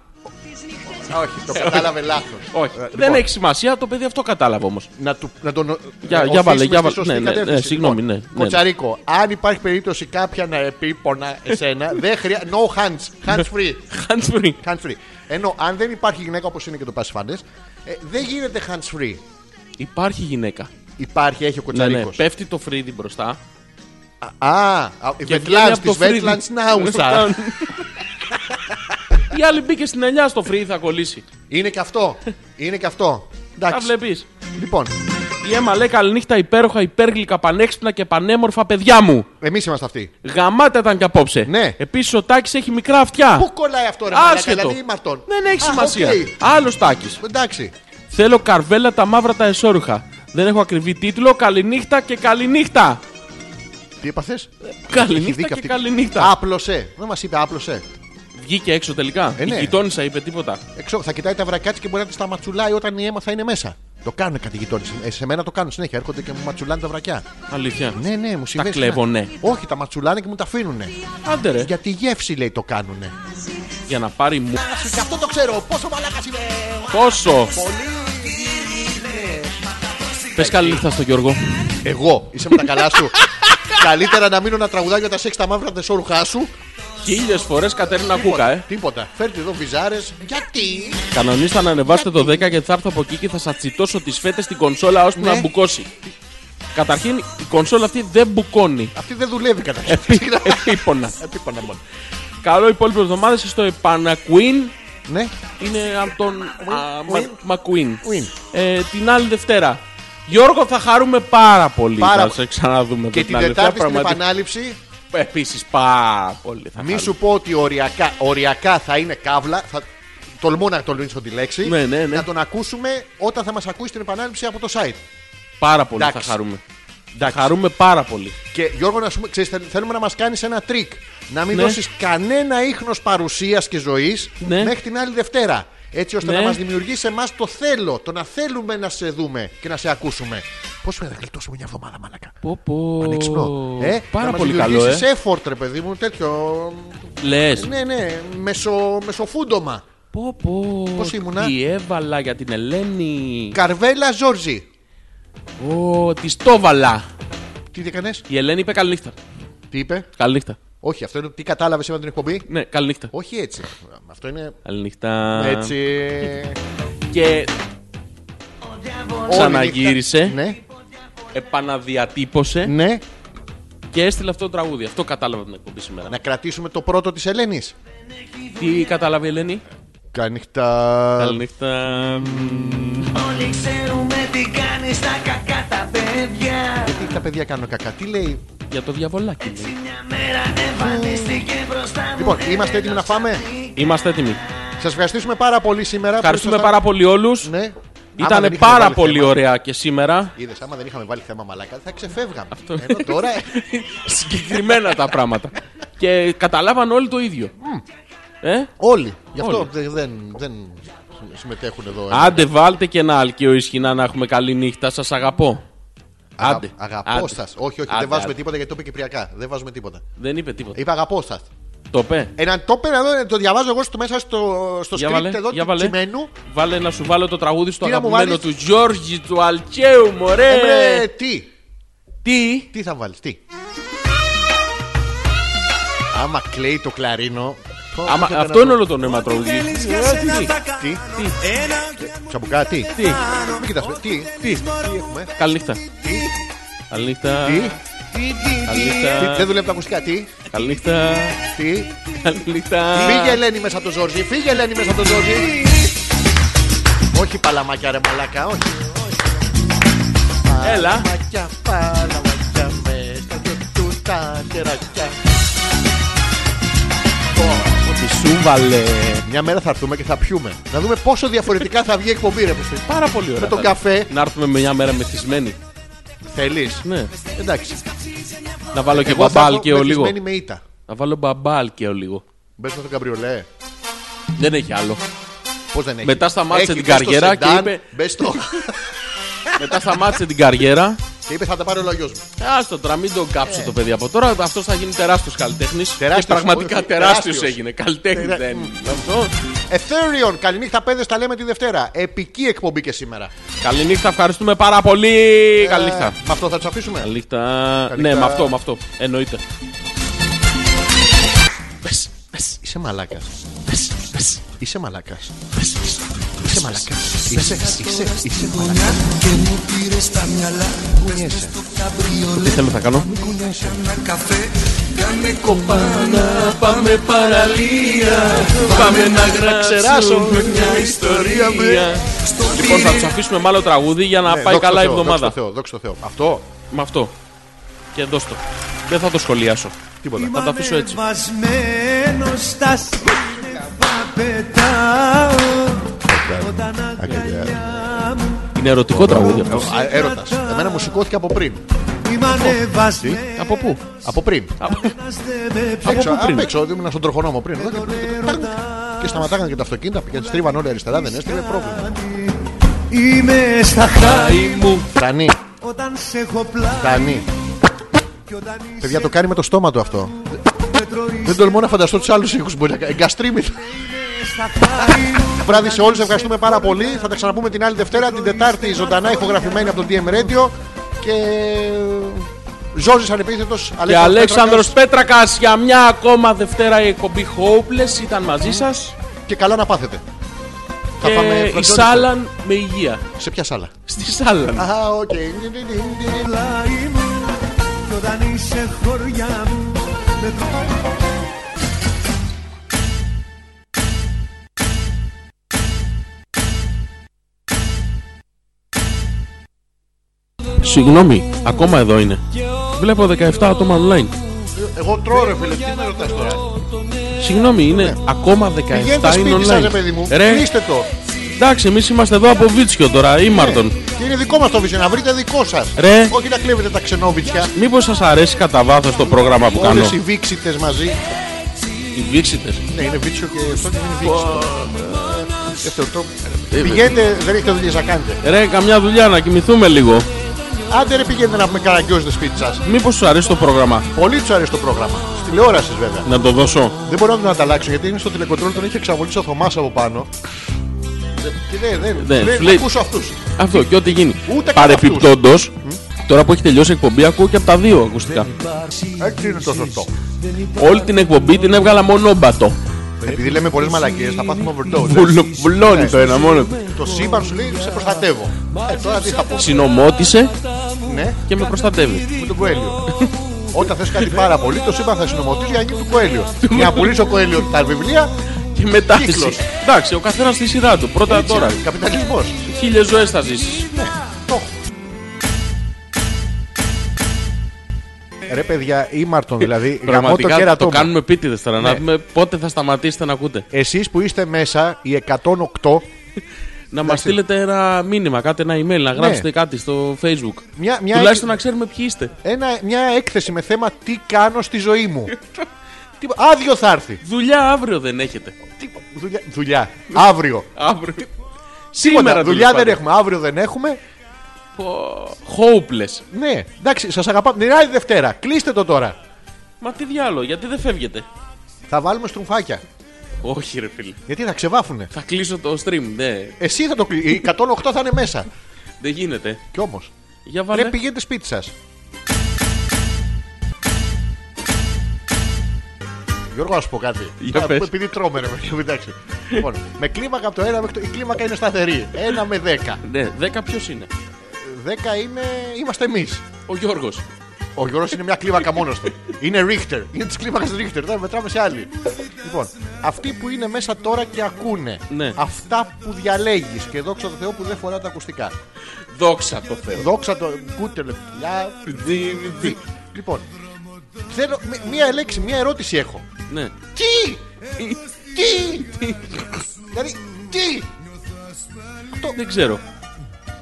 S9: Όχι, το κατάλαβε λάθος.
S2: Όχι.
S9: Λοιπόν, Ε,
S2: Δεν έχει σημασία, το παιδί αυτό κατάλαβε όμως.
S9: να, του, να τον
S2: Για-
S9: να
S2: για βάλε,
S9: οθήσουμε
S2: για βάλε.
S9: στη σωστή
S2: Ναι, ναι, ναι,
S9: κατεύθυνση.
S2: συγγνώμη, ναι, ναι, ναι.
S9: Κοτσαρίκο, αν υπάρχει περίπτωση κάποια να επίπονα εσένα, δεν χρειάζεται. No hands, hands free.
S2: Hands free.
S9: Hands free. Ενώ αν δεν υπάρχει γυναίκα όπως είναι και το Πασφάντε, δεν γίνεται hands free.
S2: Υπάρχει γυναίκα.
S9: Υπάρχει, έχει ο
S2: Ναι, ναι.
S9: Κοτσαρίκος.
S2: Πέφτει το φρύδι μπροστά.
S9: Α, η
S2: και βγαίνει
S9: Βετλάν
S2: από
S9: τη
S2: το φρύδι. Ναι,
S9: Βετλάν Νάουσα.
S2: Η άλλη μπήκε στην ελιά στο φρύδι, θα κολλήσει.
S9: Είναι και αυτό. Είναι και αυτό.
S2: Θα
S9: Εντάξει.
S2: βλέπεις.
S9: Λοιπόν,
S2: Η Έμα λέει καληνύχτα υπέροχα, υπέργλυκα, πανέξυπνα και πανέμορφα παιδιά μου.
S9: εμείς είμαστε αυτοί.
S2: Γαμάτα ήταν και απόψε.
S9: Ναι.
S2: Επίσης ο Τάκης έχει μικρά αυτιά.
S9: Πού κολλάει αυτό, ρε Μαλάκα,
S2: Άσχετο. Ναι.
S9: δηλαδή είμαι αυτόν.
S2: Δεν έχει
S9: Α,
S2: σημασία.
S9: οκ.
S2: Άλλος Τάκης.
S9: Εντάξει.
S2: Θέλω καρβέλα τα μαύρα τα εσόρουχα. Δεν έχω ακριβή τίτλο. Καληνύχτα και καληνύχτα.
S9: Τι έπαθες.
S2: Καληνύχτα και καληνύχτα.
S9: Άπλωσε. Δεν μας είπε, άπλωσε.
S2: Βγήκε έξω τελικά.
S9: Ε, ναι.
S2: Η γειτόνισσα είπε τίποτα.
S9: Εξώ, θα κοιτάει τα βρακιά της και μπορεί να τη τα ματσουλάει όταν η αίμα θα είναι μέσα. Το κάνουν κάτι οι γειτόνες. Ε, σε μένα το κάνουν συνέχεια. Έρχονται και μου ματσουλάνε τα βρακιά.
S2: Αλήθεια.
S9: Ναι, ναι, μου συμβαίνει.
S2: κλέβουνε.
S9: Όχι, τα ματσουλάνε και μου τα αφήνουνε.
S2: Άντε ρε. Για...
S9: Για τη γεύση λέει το κάνουνε.
S2: να πάρει μου.
S9: Ας, Και αυτό το ξέρω. Πόσο μαλάκας είμαι.
S2: Πόσο.
S9: ναι.
S2: Πε καληνύχτα στο Γιώργο.
S9: Εγώ είσαι με τα καλά σου. Καλύτερα να μείνω να τραγουδάω για τα σεξ τα μαύρα τεσόρουχά σου.
S2: Χίλιες φορές Κατέρινα
S9: Λοιπόν,
S2: Κούκα, ε.
S9: Τίποτα. Φέρτε εδώ βυζάρες. Γιατί.
S2: Κανονίστε να ανεβάσετε το 10 γιατί θα έρθω από εκεί και θα σας τσιτώσω τις φέτες στην κονσόλα ώσπου
S9: Ναι.
S2: να μπουκώσει. Καταρχήν η κονσόλα αυτή δεν μπουκώνει.
S9: Αυτή δεν δουλεύει καταρχήν.
S2: Επίπονα.
S9: Επίπονα μόνο.
S2: Καλό υπόλοιπο εβδομάδα στο Επανακουίν.
S9: Ναι,
S2: Είναι από τον α, Μα-
S9: Queen.
S2: Μακουίν.
S9: Queen.
S2: Ε, την άλλη Δευτέρα. Γιώργο, θα χαρούμε πάρα πολύ.
S9: Πάρα
S2: Θα
S9: πο-
S2: σε ξαναδούμε
S9: και την Τετάρτη στην επανάληψη
S2: Επίσης πάρα πολύ. Θα
S9: Μη
S2: χαρούμε.
S9: σου πω ότι οριακά, οριακά θα είναι καύλα. Θα... Τολμώ να τολμήσω τη λέξη.
S2: Ναι, ναι, ναι.
S9: Να τον ακούσουμε όταν θα μας ακούσει την επανάληψη από το site.
S2: Πάρα πολύ θα
S9: Εντάξει.
S2: χαρούμε. Θα χαρούμε πάρα πολύ.
S9: Και Γιώργο, να σου... ξέρεις, θέλ- θέλουμε να μας κάνεις ένα τρίκ. Να μην
S2: Ναι.
S9: δώσεις κανένα ίχνος παρουσίας και ζωής
S2: Ναι.
S9: μέχρι την άλλη Δευτέρα. Έτσι ώστε
S2: Ναι.
S9: να μας δημιουργήσει εμάς το θέλω, το να θέλουμε να σε δούμε και να σε ακούσουμε. Πώς θα γλιτώσουμε μια εβδομάδα, μαλακά.
S2: Πω, πω.
S9: Ανέξυπνο. Ε,
S2: πάρα
S9: να μας
S2: πολύ καλό,
S9: δημιουργήσεις
S2: ε.
S9: effort, ρε παιδί μου, τέτοιο.
S2: Λες.
S9: Ναι, ναι, μεσο, μεσοφούντομα.
S2: Πω, πω.
S9: Πώς ήμουνα?
S2: Τι έβαλα για την Ελένη.
S9: Καρβέλα Ζόρζι.
S2: Ω, τη το έβαλα.
S9: Τι έκανες,
S2: Η Ελένη είπε καληνύχτα.
S9: τι είπε.
S2: Καληνύχτα.
S9: Όχι, αυτό είναι τι κατάλαβες σήμερα την εκπομπή.
S2: Ναι, καληνύχτα.
S9: Όχι έτσι. Αυτό είναι
S2: Καληνύχτα.
S9: έτσι.
S2: Και ξαναγύρισε.
S9: Όλη νύχτα.
S2: επαναδιατύπωσε
S9: Ναι, ναι.
S2: και έστειλε αυτό το τραγούδι. Αυτό κατάλαβα την εκπομπή σήμερα.
S9: Να κρατήσουμε το πρώτο της Ελένης.
S2: Τι κατάλαβε η
S9: Ε.
S2: Ελένη.
S9: Καληνύχτα.
S2: Καληνύχτα.
S12: Όλοι ξέρουμε τι κάνεις στα κακά τα παιδιά.
S9: Γιατί τα παιδιά κάνουν κακά. Τι λέει.
S2: Για το διαβολάκι. λέει.
S12: Μια μέρα εμφανίστηκε μπροστά μου.
S9: Λοιπόν, είμαστε έτοιμοι να φάμε.
S2: Είμαστε έτοιμοι.
S9: Σας ευχαριστήσουμε πάρα πολύ σήμερα. που
S2: Ευχαριστούμε
S9: ήσασταν.
S2: πάρα πολύ όλους.
S9: Ναι. Άμα δεν
S2: Ήταν
S9: είχαμε
S2: πάρα
S9: βάλει
S2: πολύ
S9: θέμα-
S2: ωραία και σήμερα.
S9: Είδες, άμα δεν είχαμε βάλει θέμα μαλάκα, θα ξεφεύγαμε. Ενώ τώρα. ε,
S2: Συγκεκριμένα τα πράγματα. Και καταλάβαν όλοι το ίδιο. Ε?
S9: Όλοι. Γι' αυτό
S2: Όλοι.
S9: δε- δεν, δεν συμ- συμμετέχουν εδώ.
S2: Άντε βάλτε και ένα αλκείο ισχυνά να έχουμε καλή νύχτα. Σας αγαπώ.
S9: Αγα-
S2: Άντε.
S9: Αγαπόστα.
S2: Άντε.
S9: Όχι, όχι,
S2: Άντε,
S9: δεν βάζουμε
S2: άντε.
S9: τίποτα γιατί το είπε κυπριακά. Δεν βάζουμε τίποτα.
S2: Δεν είπε τίποτα.
S9: Είπα αγαπόστα.
S2: Το πέ.
S9: Έναν το πέρα εδώ, ε, το διαβάζω εγώ στο, μέσα στο, στο
S2: Για
S9: script
S2: βάλε,
S9: εδώ
S2: για
S9: του
S2: βάλε.
S9: κειμένου.
S2: Βάλε να σου βάλω το τραγούδι στο
S9: Τι να μου
S2: αγαπημένο του
S9: βάλεις? Ε,
S2: Γιώργη του Αλκαίου, μωρέ.
S9: Έμπρε, τι,
S2: Τι.
S9: τι θα βάλεις, τι. Άμα κλαίει το κλαρίνο. πω,
S2: Άμα,
S9: έρχεται
S2: αυτό είναι
S9: να Ε, το- Ε,
S2: όλο το νόημα τραγούδι. Ε,
S9: Τι, Τσαμπουκά, τι. Μην κοιτάς με, τι, τι, τι έχουμε.
S2: ε, Καληνύχτα.
S9: Τι,
S2: Καληνύχτα.
S9: τι, τι, τι,
S2: Αλήθεια.
S9: δεν δουλεύουν τα ακουστικά, τι,
S2: Καληνύχτα.
S9: τι.
S2: Καληνύχτα.
S9: Φύγε Ελένη μέσα από το Ζόρζι, φύγε Ελένη μέσα από το Ζόρζι. Όχι παλαμάκια ρε μαλάκα, όχι.
S2: Έλα.
S9: Παλαμάκια, παλαμάκια μέσα του τα τεράκια.
S2: Τι σου βάλε.
S9: Μια μέρα θα έρθουμε και θα πιούμε. Να δούμε πόσο διαφορετικά θα βγει η εκπομπή, ρε παιδί.
S2: Πάρα πολύ ωραία.
S9: Με τον
S2: θα είναι.
S9: καφέ.
S2: Να έρθουμε με μια μέρα μεθυσμένη.
S9: Θέλεις.
S2: Ναι.
S9: Εντάξει.
S2: Να βάλω και
S9: Ε, Εγώ θα
S2: μπαμπάλ
S9: έρθω
S2: και ο λίγο.
S9: μεθυσμένη με ήττα.
S2: Να βάλω μπαμπάλ και ο λίγο.
S9: Μπες με το καμπριολέ.
S2: Δεν έχει άλλο.
S9: Πώς δεν έχει.
S2: Μετά σταμάτησε
S9: Έχει,
S2: την
S9: μπες στο
S2: καριέρα και
S9: σεντάν,
S2: είπε-
S9: μπες στο-
S2: Μετά σταμάτησε την καριέρα.
S9: και είπε θα τα πάρει ο λαγιός μου.
S2: Άστο τώρα, μην τον κάψω το παιδί από τώρα. Αυτός θα γίνει τεράστιος καλλιτέχνης. Και
S9: Ε. Τεράστιος,
S2: πραγματικά
S9: όχι,
S2: τεράστιος
S9: τεράστιος.
S2: έγινε. Καλλιτέχνη
S9: Τερα-
S2: δεν
S9: Μμμ.
S2: είναι αυτό.
S9: Εθέριον, καληνύχτα παιδε, τα λέμε τη Δευτέρα. Επική εκπομπή και σήμερα.
S2: Καληνύχτα, ευχαριστούμε πάρα πολύ. Καληνύχτα.
S9: Ε, Με αυτό θα τους αφήσουμε.
S2: Καληνύχτα. Ναι,
S9: Καληνύχτα.
S2: με αυτό, με αυτό. Εννοείται. Πες, πες,
S9: Είσαι μαλάκας.
S2: πες, πες,
S9: Είσαι μαλάκας.
S2: πες, πες.
S9: Είσαι μαλάκα. Είσαι, είσαι, είσαι μαλάκα.
S13: Και μου πήρε τα μυαλά που έστω στο
S2: Τι
S13: καμπριολέ.
S2: θέλω να κάνω.
S13: Ένα καφέ, κάνε
S7: Να πάμε παραλία, πάμε να γράψουμε μια ιστορία
S2: Λοιπόν, θα τους αφήσουμε με άλλο τραγούδι για να
S9: Ναι,
S2: πάει
S9: δόξα
S2: καλά η
S9: τω Θεώ,
S2: εβδομάδα.
S9: Δόξα τω Θεώ, δόξα τω Θεώ. Αυτό,
S2: Με αυτό. Και δώσ' το. Δεν θα το σχολιάσω.
S9: τίποτα.
S2: Θα το αφήσω έτσι.
S7: Ανεβασμένο στα σύννεφα πετάω
S2: Είναι ερωτικό τραγούδι αυτό.
S9: Έρωτας. Εμένα μου σηκώθηκε από πριν.
S7: Είμαι ανεβασμένος
S2: Από πού?
S9: Από πριν.
S7: δεν με
S9: Έξω,
S2: πού πριν?
S9: απ' έξω, ήμουν στον τροχονόμο πριν. Εδώ και- τάκ. Και σταματάγανε και τα αυτοκίνητα και τις τρίβαν όλοι αριστερά, δεν έστειλε πρόβλημα.
S7: Είμαι στα χάη μου
S9: Τανί,
S7: όταν σε έχω πλάι
S9: τανί.
S7: Κι όταν
S9: Παιδιά, το κάνει με το στόμα του αυτό.
S7: είσαι τρώει
S9: Δεν τολμώ να φανταστώ τους άλλους ήχους που μπορεί να κάνει. Εγκαστρίμι.
S7: στα χάη μου
S9: Βράδυ σε όλους, ευχαριστούμε πάρα πολύ. Θα τα ξαναπούμε την άλλη Δευτέρα, την Τετάρτη ζωντανά ηχογραφημένη από το DM Radio. Και. ε, Ζώζης ανεπίθετος.
S2: Και Αλέξανδρος Πέτρακας για μια ακόμα Δευτέρα η εκπομπή Hopeless ήταν μαζί σας
S9: Και καλά να πάθετε. Θα πάμε
S2: και η
S9: φροντιόνιστε.
S2: Σάλαν με υγεία.
S9: Σε ποια σάλα.
S2: Στη Σάλαν.
S9: Α, οκ.
S7: πλάι μου Κι όταν είσαι χωριά μου με τρώει
S2: Συγγνώμη, ακόμα εδώ είναι. Βλέπω 17 άτομα online.
S9: Εγώ τρώω ρε φίλε, τι με ρωτάς τώρα.
S2: Συγγνώμη, είναι ακόμα 17
S9: Ναι. Ε,
S2: Ε, είναι
S9: Πηγαίνετε σπίτι σας ρε
S2: online.
S9: παιδί μου,
S2: Ρε,
S9: κλείστε το.
S2: εντάξει, εμείς είμαστε εδώ από Βίτσιο
S9: Ναι.
S2: τώρα, ήμαρτον.
S9: Και είναι δικό μας το βίντεο, να βρείτε δικό σας.
S2: Ρε.
S9: Όχι να κλέβετε τα ξενόβιτσια.
S2: Μήπως σας αρέσει κατά βάθος το πρόγραμμα που κάνω.
S9: Όλες οι βίξιτες μαζί.
S2: Οι βίξιτες.
S9: Ναι, είναι βίτσιο και αυτό και δεν είναι βίξιτο.
S2: ναι.
S9: Δεύτερο το.
S2: Ε,
S9: Πηγαίνετε, δεν έχετε δουλειές να κάνετε.
S2: Ρε, καμιά δουλειά να κοιμηθούμε λίγο.
S9: Άντε ρε πηγαίνετε να πούμε καραγκιόζετε σπίτι σας.
S2: Μήπως σου αρέσει το πρόγραμμα
S9: Πολύ τους αρέσει το πρόγραμμα. Στη τηλεόραση βέβαια.
S2: να το δώσω.
S9: Δεν μπορώ να τον ανταλλάξω γιατί είναι στο τηλεκοντρόλ, τον έχει εξαβολήσει ο Θωμάς από πάνω. Και δεν, δεν,
S2: Δεν,
S9: δεν,
S2: σου λέει-
S9: ακούσω αυτούς.
S2: Αυτό και ό,τι γίνει.
S9: Ούτε κατά
S2: Παρεπιπτόντω, τώρα που έχει τελειώσει η εκπομπή, ακούω και από τα δύο ακουστικά.
S9: Έτσι είναι το σωστό.
S2: Όλη την εκπομπή την έβγαλα μονόμπατο.
S9: Επειδή λέμε πολλές μαλακίες θα πάθουμε overdose.
S2: Βουλο-
S9: έτσι.
S2: Βουλώνει
S9: Ναι,
S2: το ένα μόνο. του.
S9: Το σύμπαν σου λέει σε προστατεύω. Ε, τώρα τι θα πω.
S2: Συνομότησε
S9: Ναι,
S2: και με προστατεύει.
S9: με τον Κοέλιο. Όταν θες κάτι πάρα πολύ, το σύμπαν θα συνομωτήσει για να γίνει του Κοέλιο. για να πουλήσει ο Κοέλιο τα βιβλία,
S2: Και μετά
S9: Κύκλος.
S2: εσύ. Εντάξει, ο καθένας στη σειρά του. Πρώτα τώρα.
S9: καπιταλισμός.
S2: Χίλιες ζωές θα ζήσεις.
S9: Ρε παιδιά, ήμαρτον δηλαδή. Γαμώ το
S2: Πραγματικά
S9: κέρατό
S2: το
S9: μου.
S2: κάνουμε επίτηδες τώρα. Να
S9: Ναι.
S2: δούμε πότε θα σταματήσετε να ακούτε.
S9: Εσείς που είστε μέσα, οι 108,
S2: Να
S9: Ναι.
S2: μα στείλετε ένα μήνυμα, κάτι ένα email, να γράψετε κάτι στο facebook.
S9: μια, μια,
S2: Τουλάχιστον να ξέρουμε ποιοι είστε.
S9: ένα, μια έκθεση με θέμα τι κάνω στη ζωή μου. Τίποτα. Άδειο θα έρθει.
S2: Δουλειά αύριο δεν έχετε.
S9: Τίποτα. Δουλειά. δουλειά. Αύριο.
S2: Αύριο.
S9: Τίποτα.
S2: Σήμερα
S9: Δουλειά
S2: τέλος
S9: δεν
S2: πάντων.
S9: έχουμε. Αύριο δεν έχουμε.
S2: Hopeless.
S9: Ναι. Εντάξει, σας αγαπάμε. Την άλλη Δευτέρα. Κλείστε το τώρα.
S2: Μα τι διάλογο, γιατί δεν φεύγετε.
S9: Θα βάλουμε στρουμφάκια.
S2: Όχι, ρε φίλε.
S9: Γιατί θα ξεβάφουνε.
S2: Θα κλείσω το stream. Ναι,
S9: Εσύ θα το κλείσει. Οι 108 θα είναι μέσα.
S2: δεν γίνεται.
S9: Κι όμως.
S2: Για
S9: Ρε
S2: βάλε.
S9: πηγαίνετε σπίτι σας. Γιώργο, να σου πω κάτι.
S2: Για
S9: Α,
S2: πες.
S9: Επειδή τρώμε, ρε παιδιά, εντάξει. λοιπόν, με κλίμακα από το 1 μέχρι το. Η κλίμακα είναι σταθερή. 1 με 10.
S2: Ναι, 10 ποιος είναι.
S9: 10 είναι. Είμαστε εμείς.
S2: Ο Γιώργος.
S9: Ο Γιώργος είναι μια κλίμακα μόνος του. Είναι Ρίχτερ. Είναι της κλίμακας Ρίχτερ. Τώρα μετράμε σε άλλη. Λοιπόν, αυτοί που είναι μέσα τώρα και ακούνε.
S2: Ναι.
S9: Αυτά που διαλέγεις. Και δόξα τω Θεώ που δεν φορά τα ακουστικά.
S2: Δόξα τω Θεώ.
S9: Δόξα το. Κούτελε. Φιλιά. Λοιπόν, θέλω μ- μία λέξη, μία ερώτηση έχω.
S2: Ναι. Ε,
S9: Τι! Τι! Δηλαδή, τι! Αυτό
S2: Δεν ξέρω.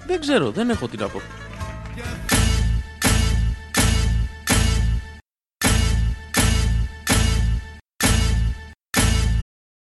S2: Δεν ξέρω, δεν έχω τι να πω.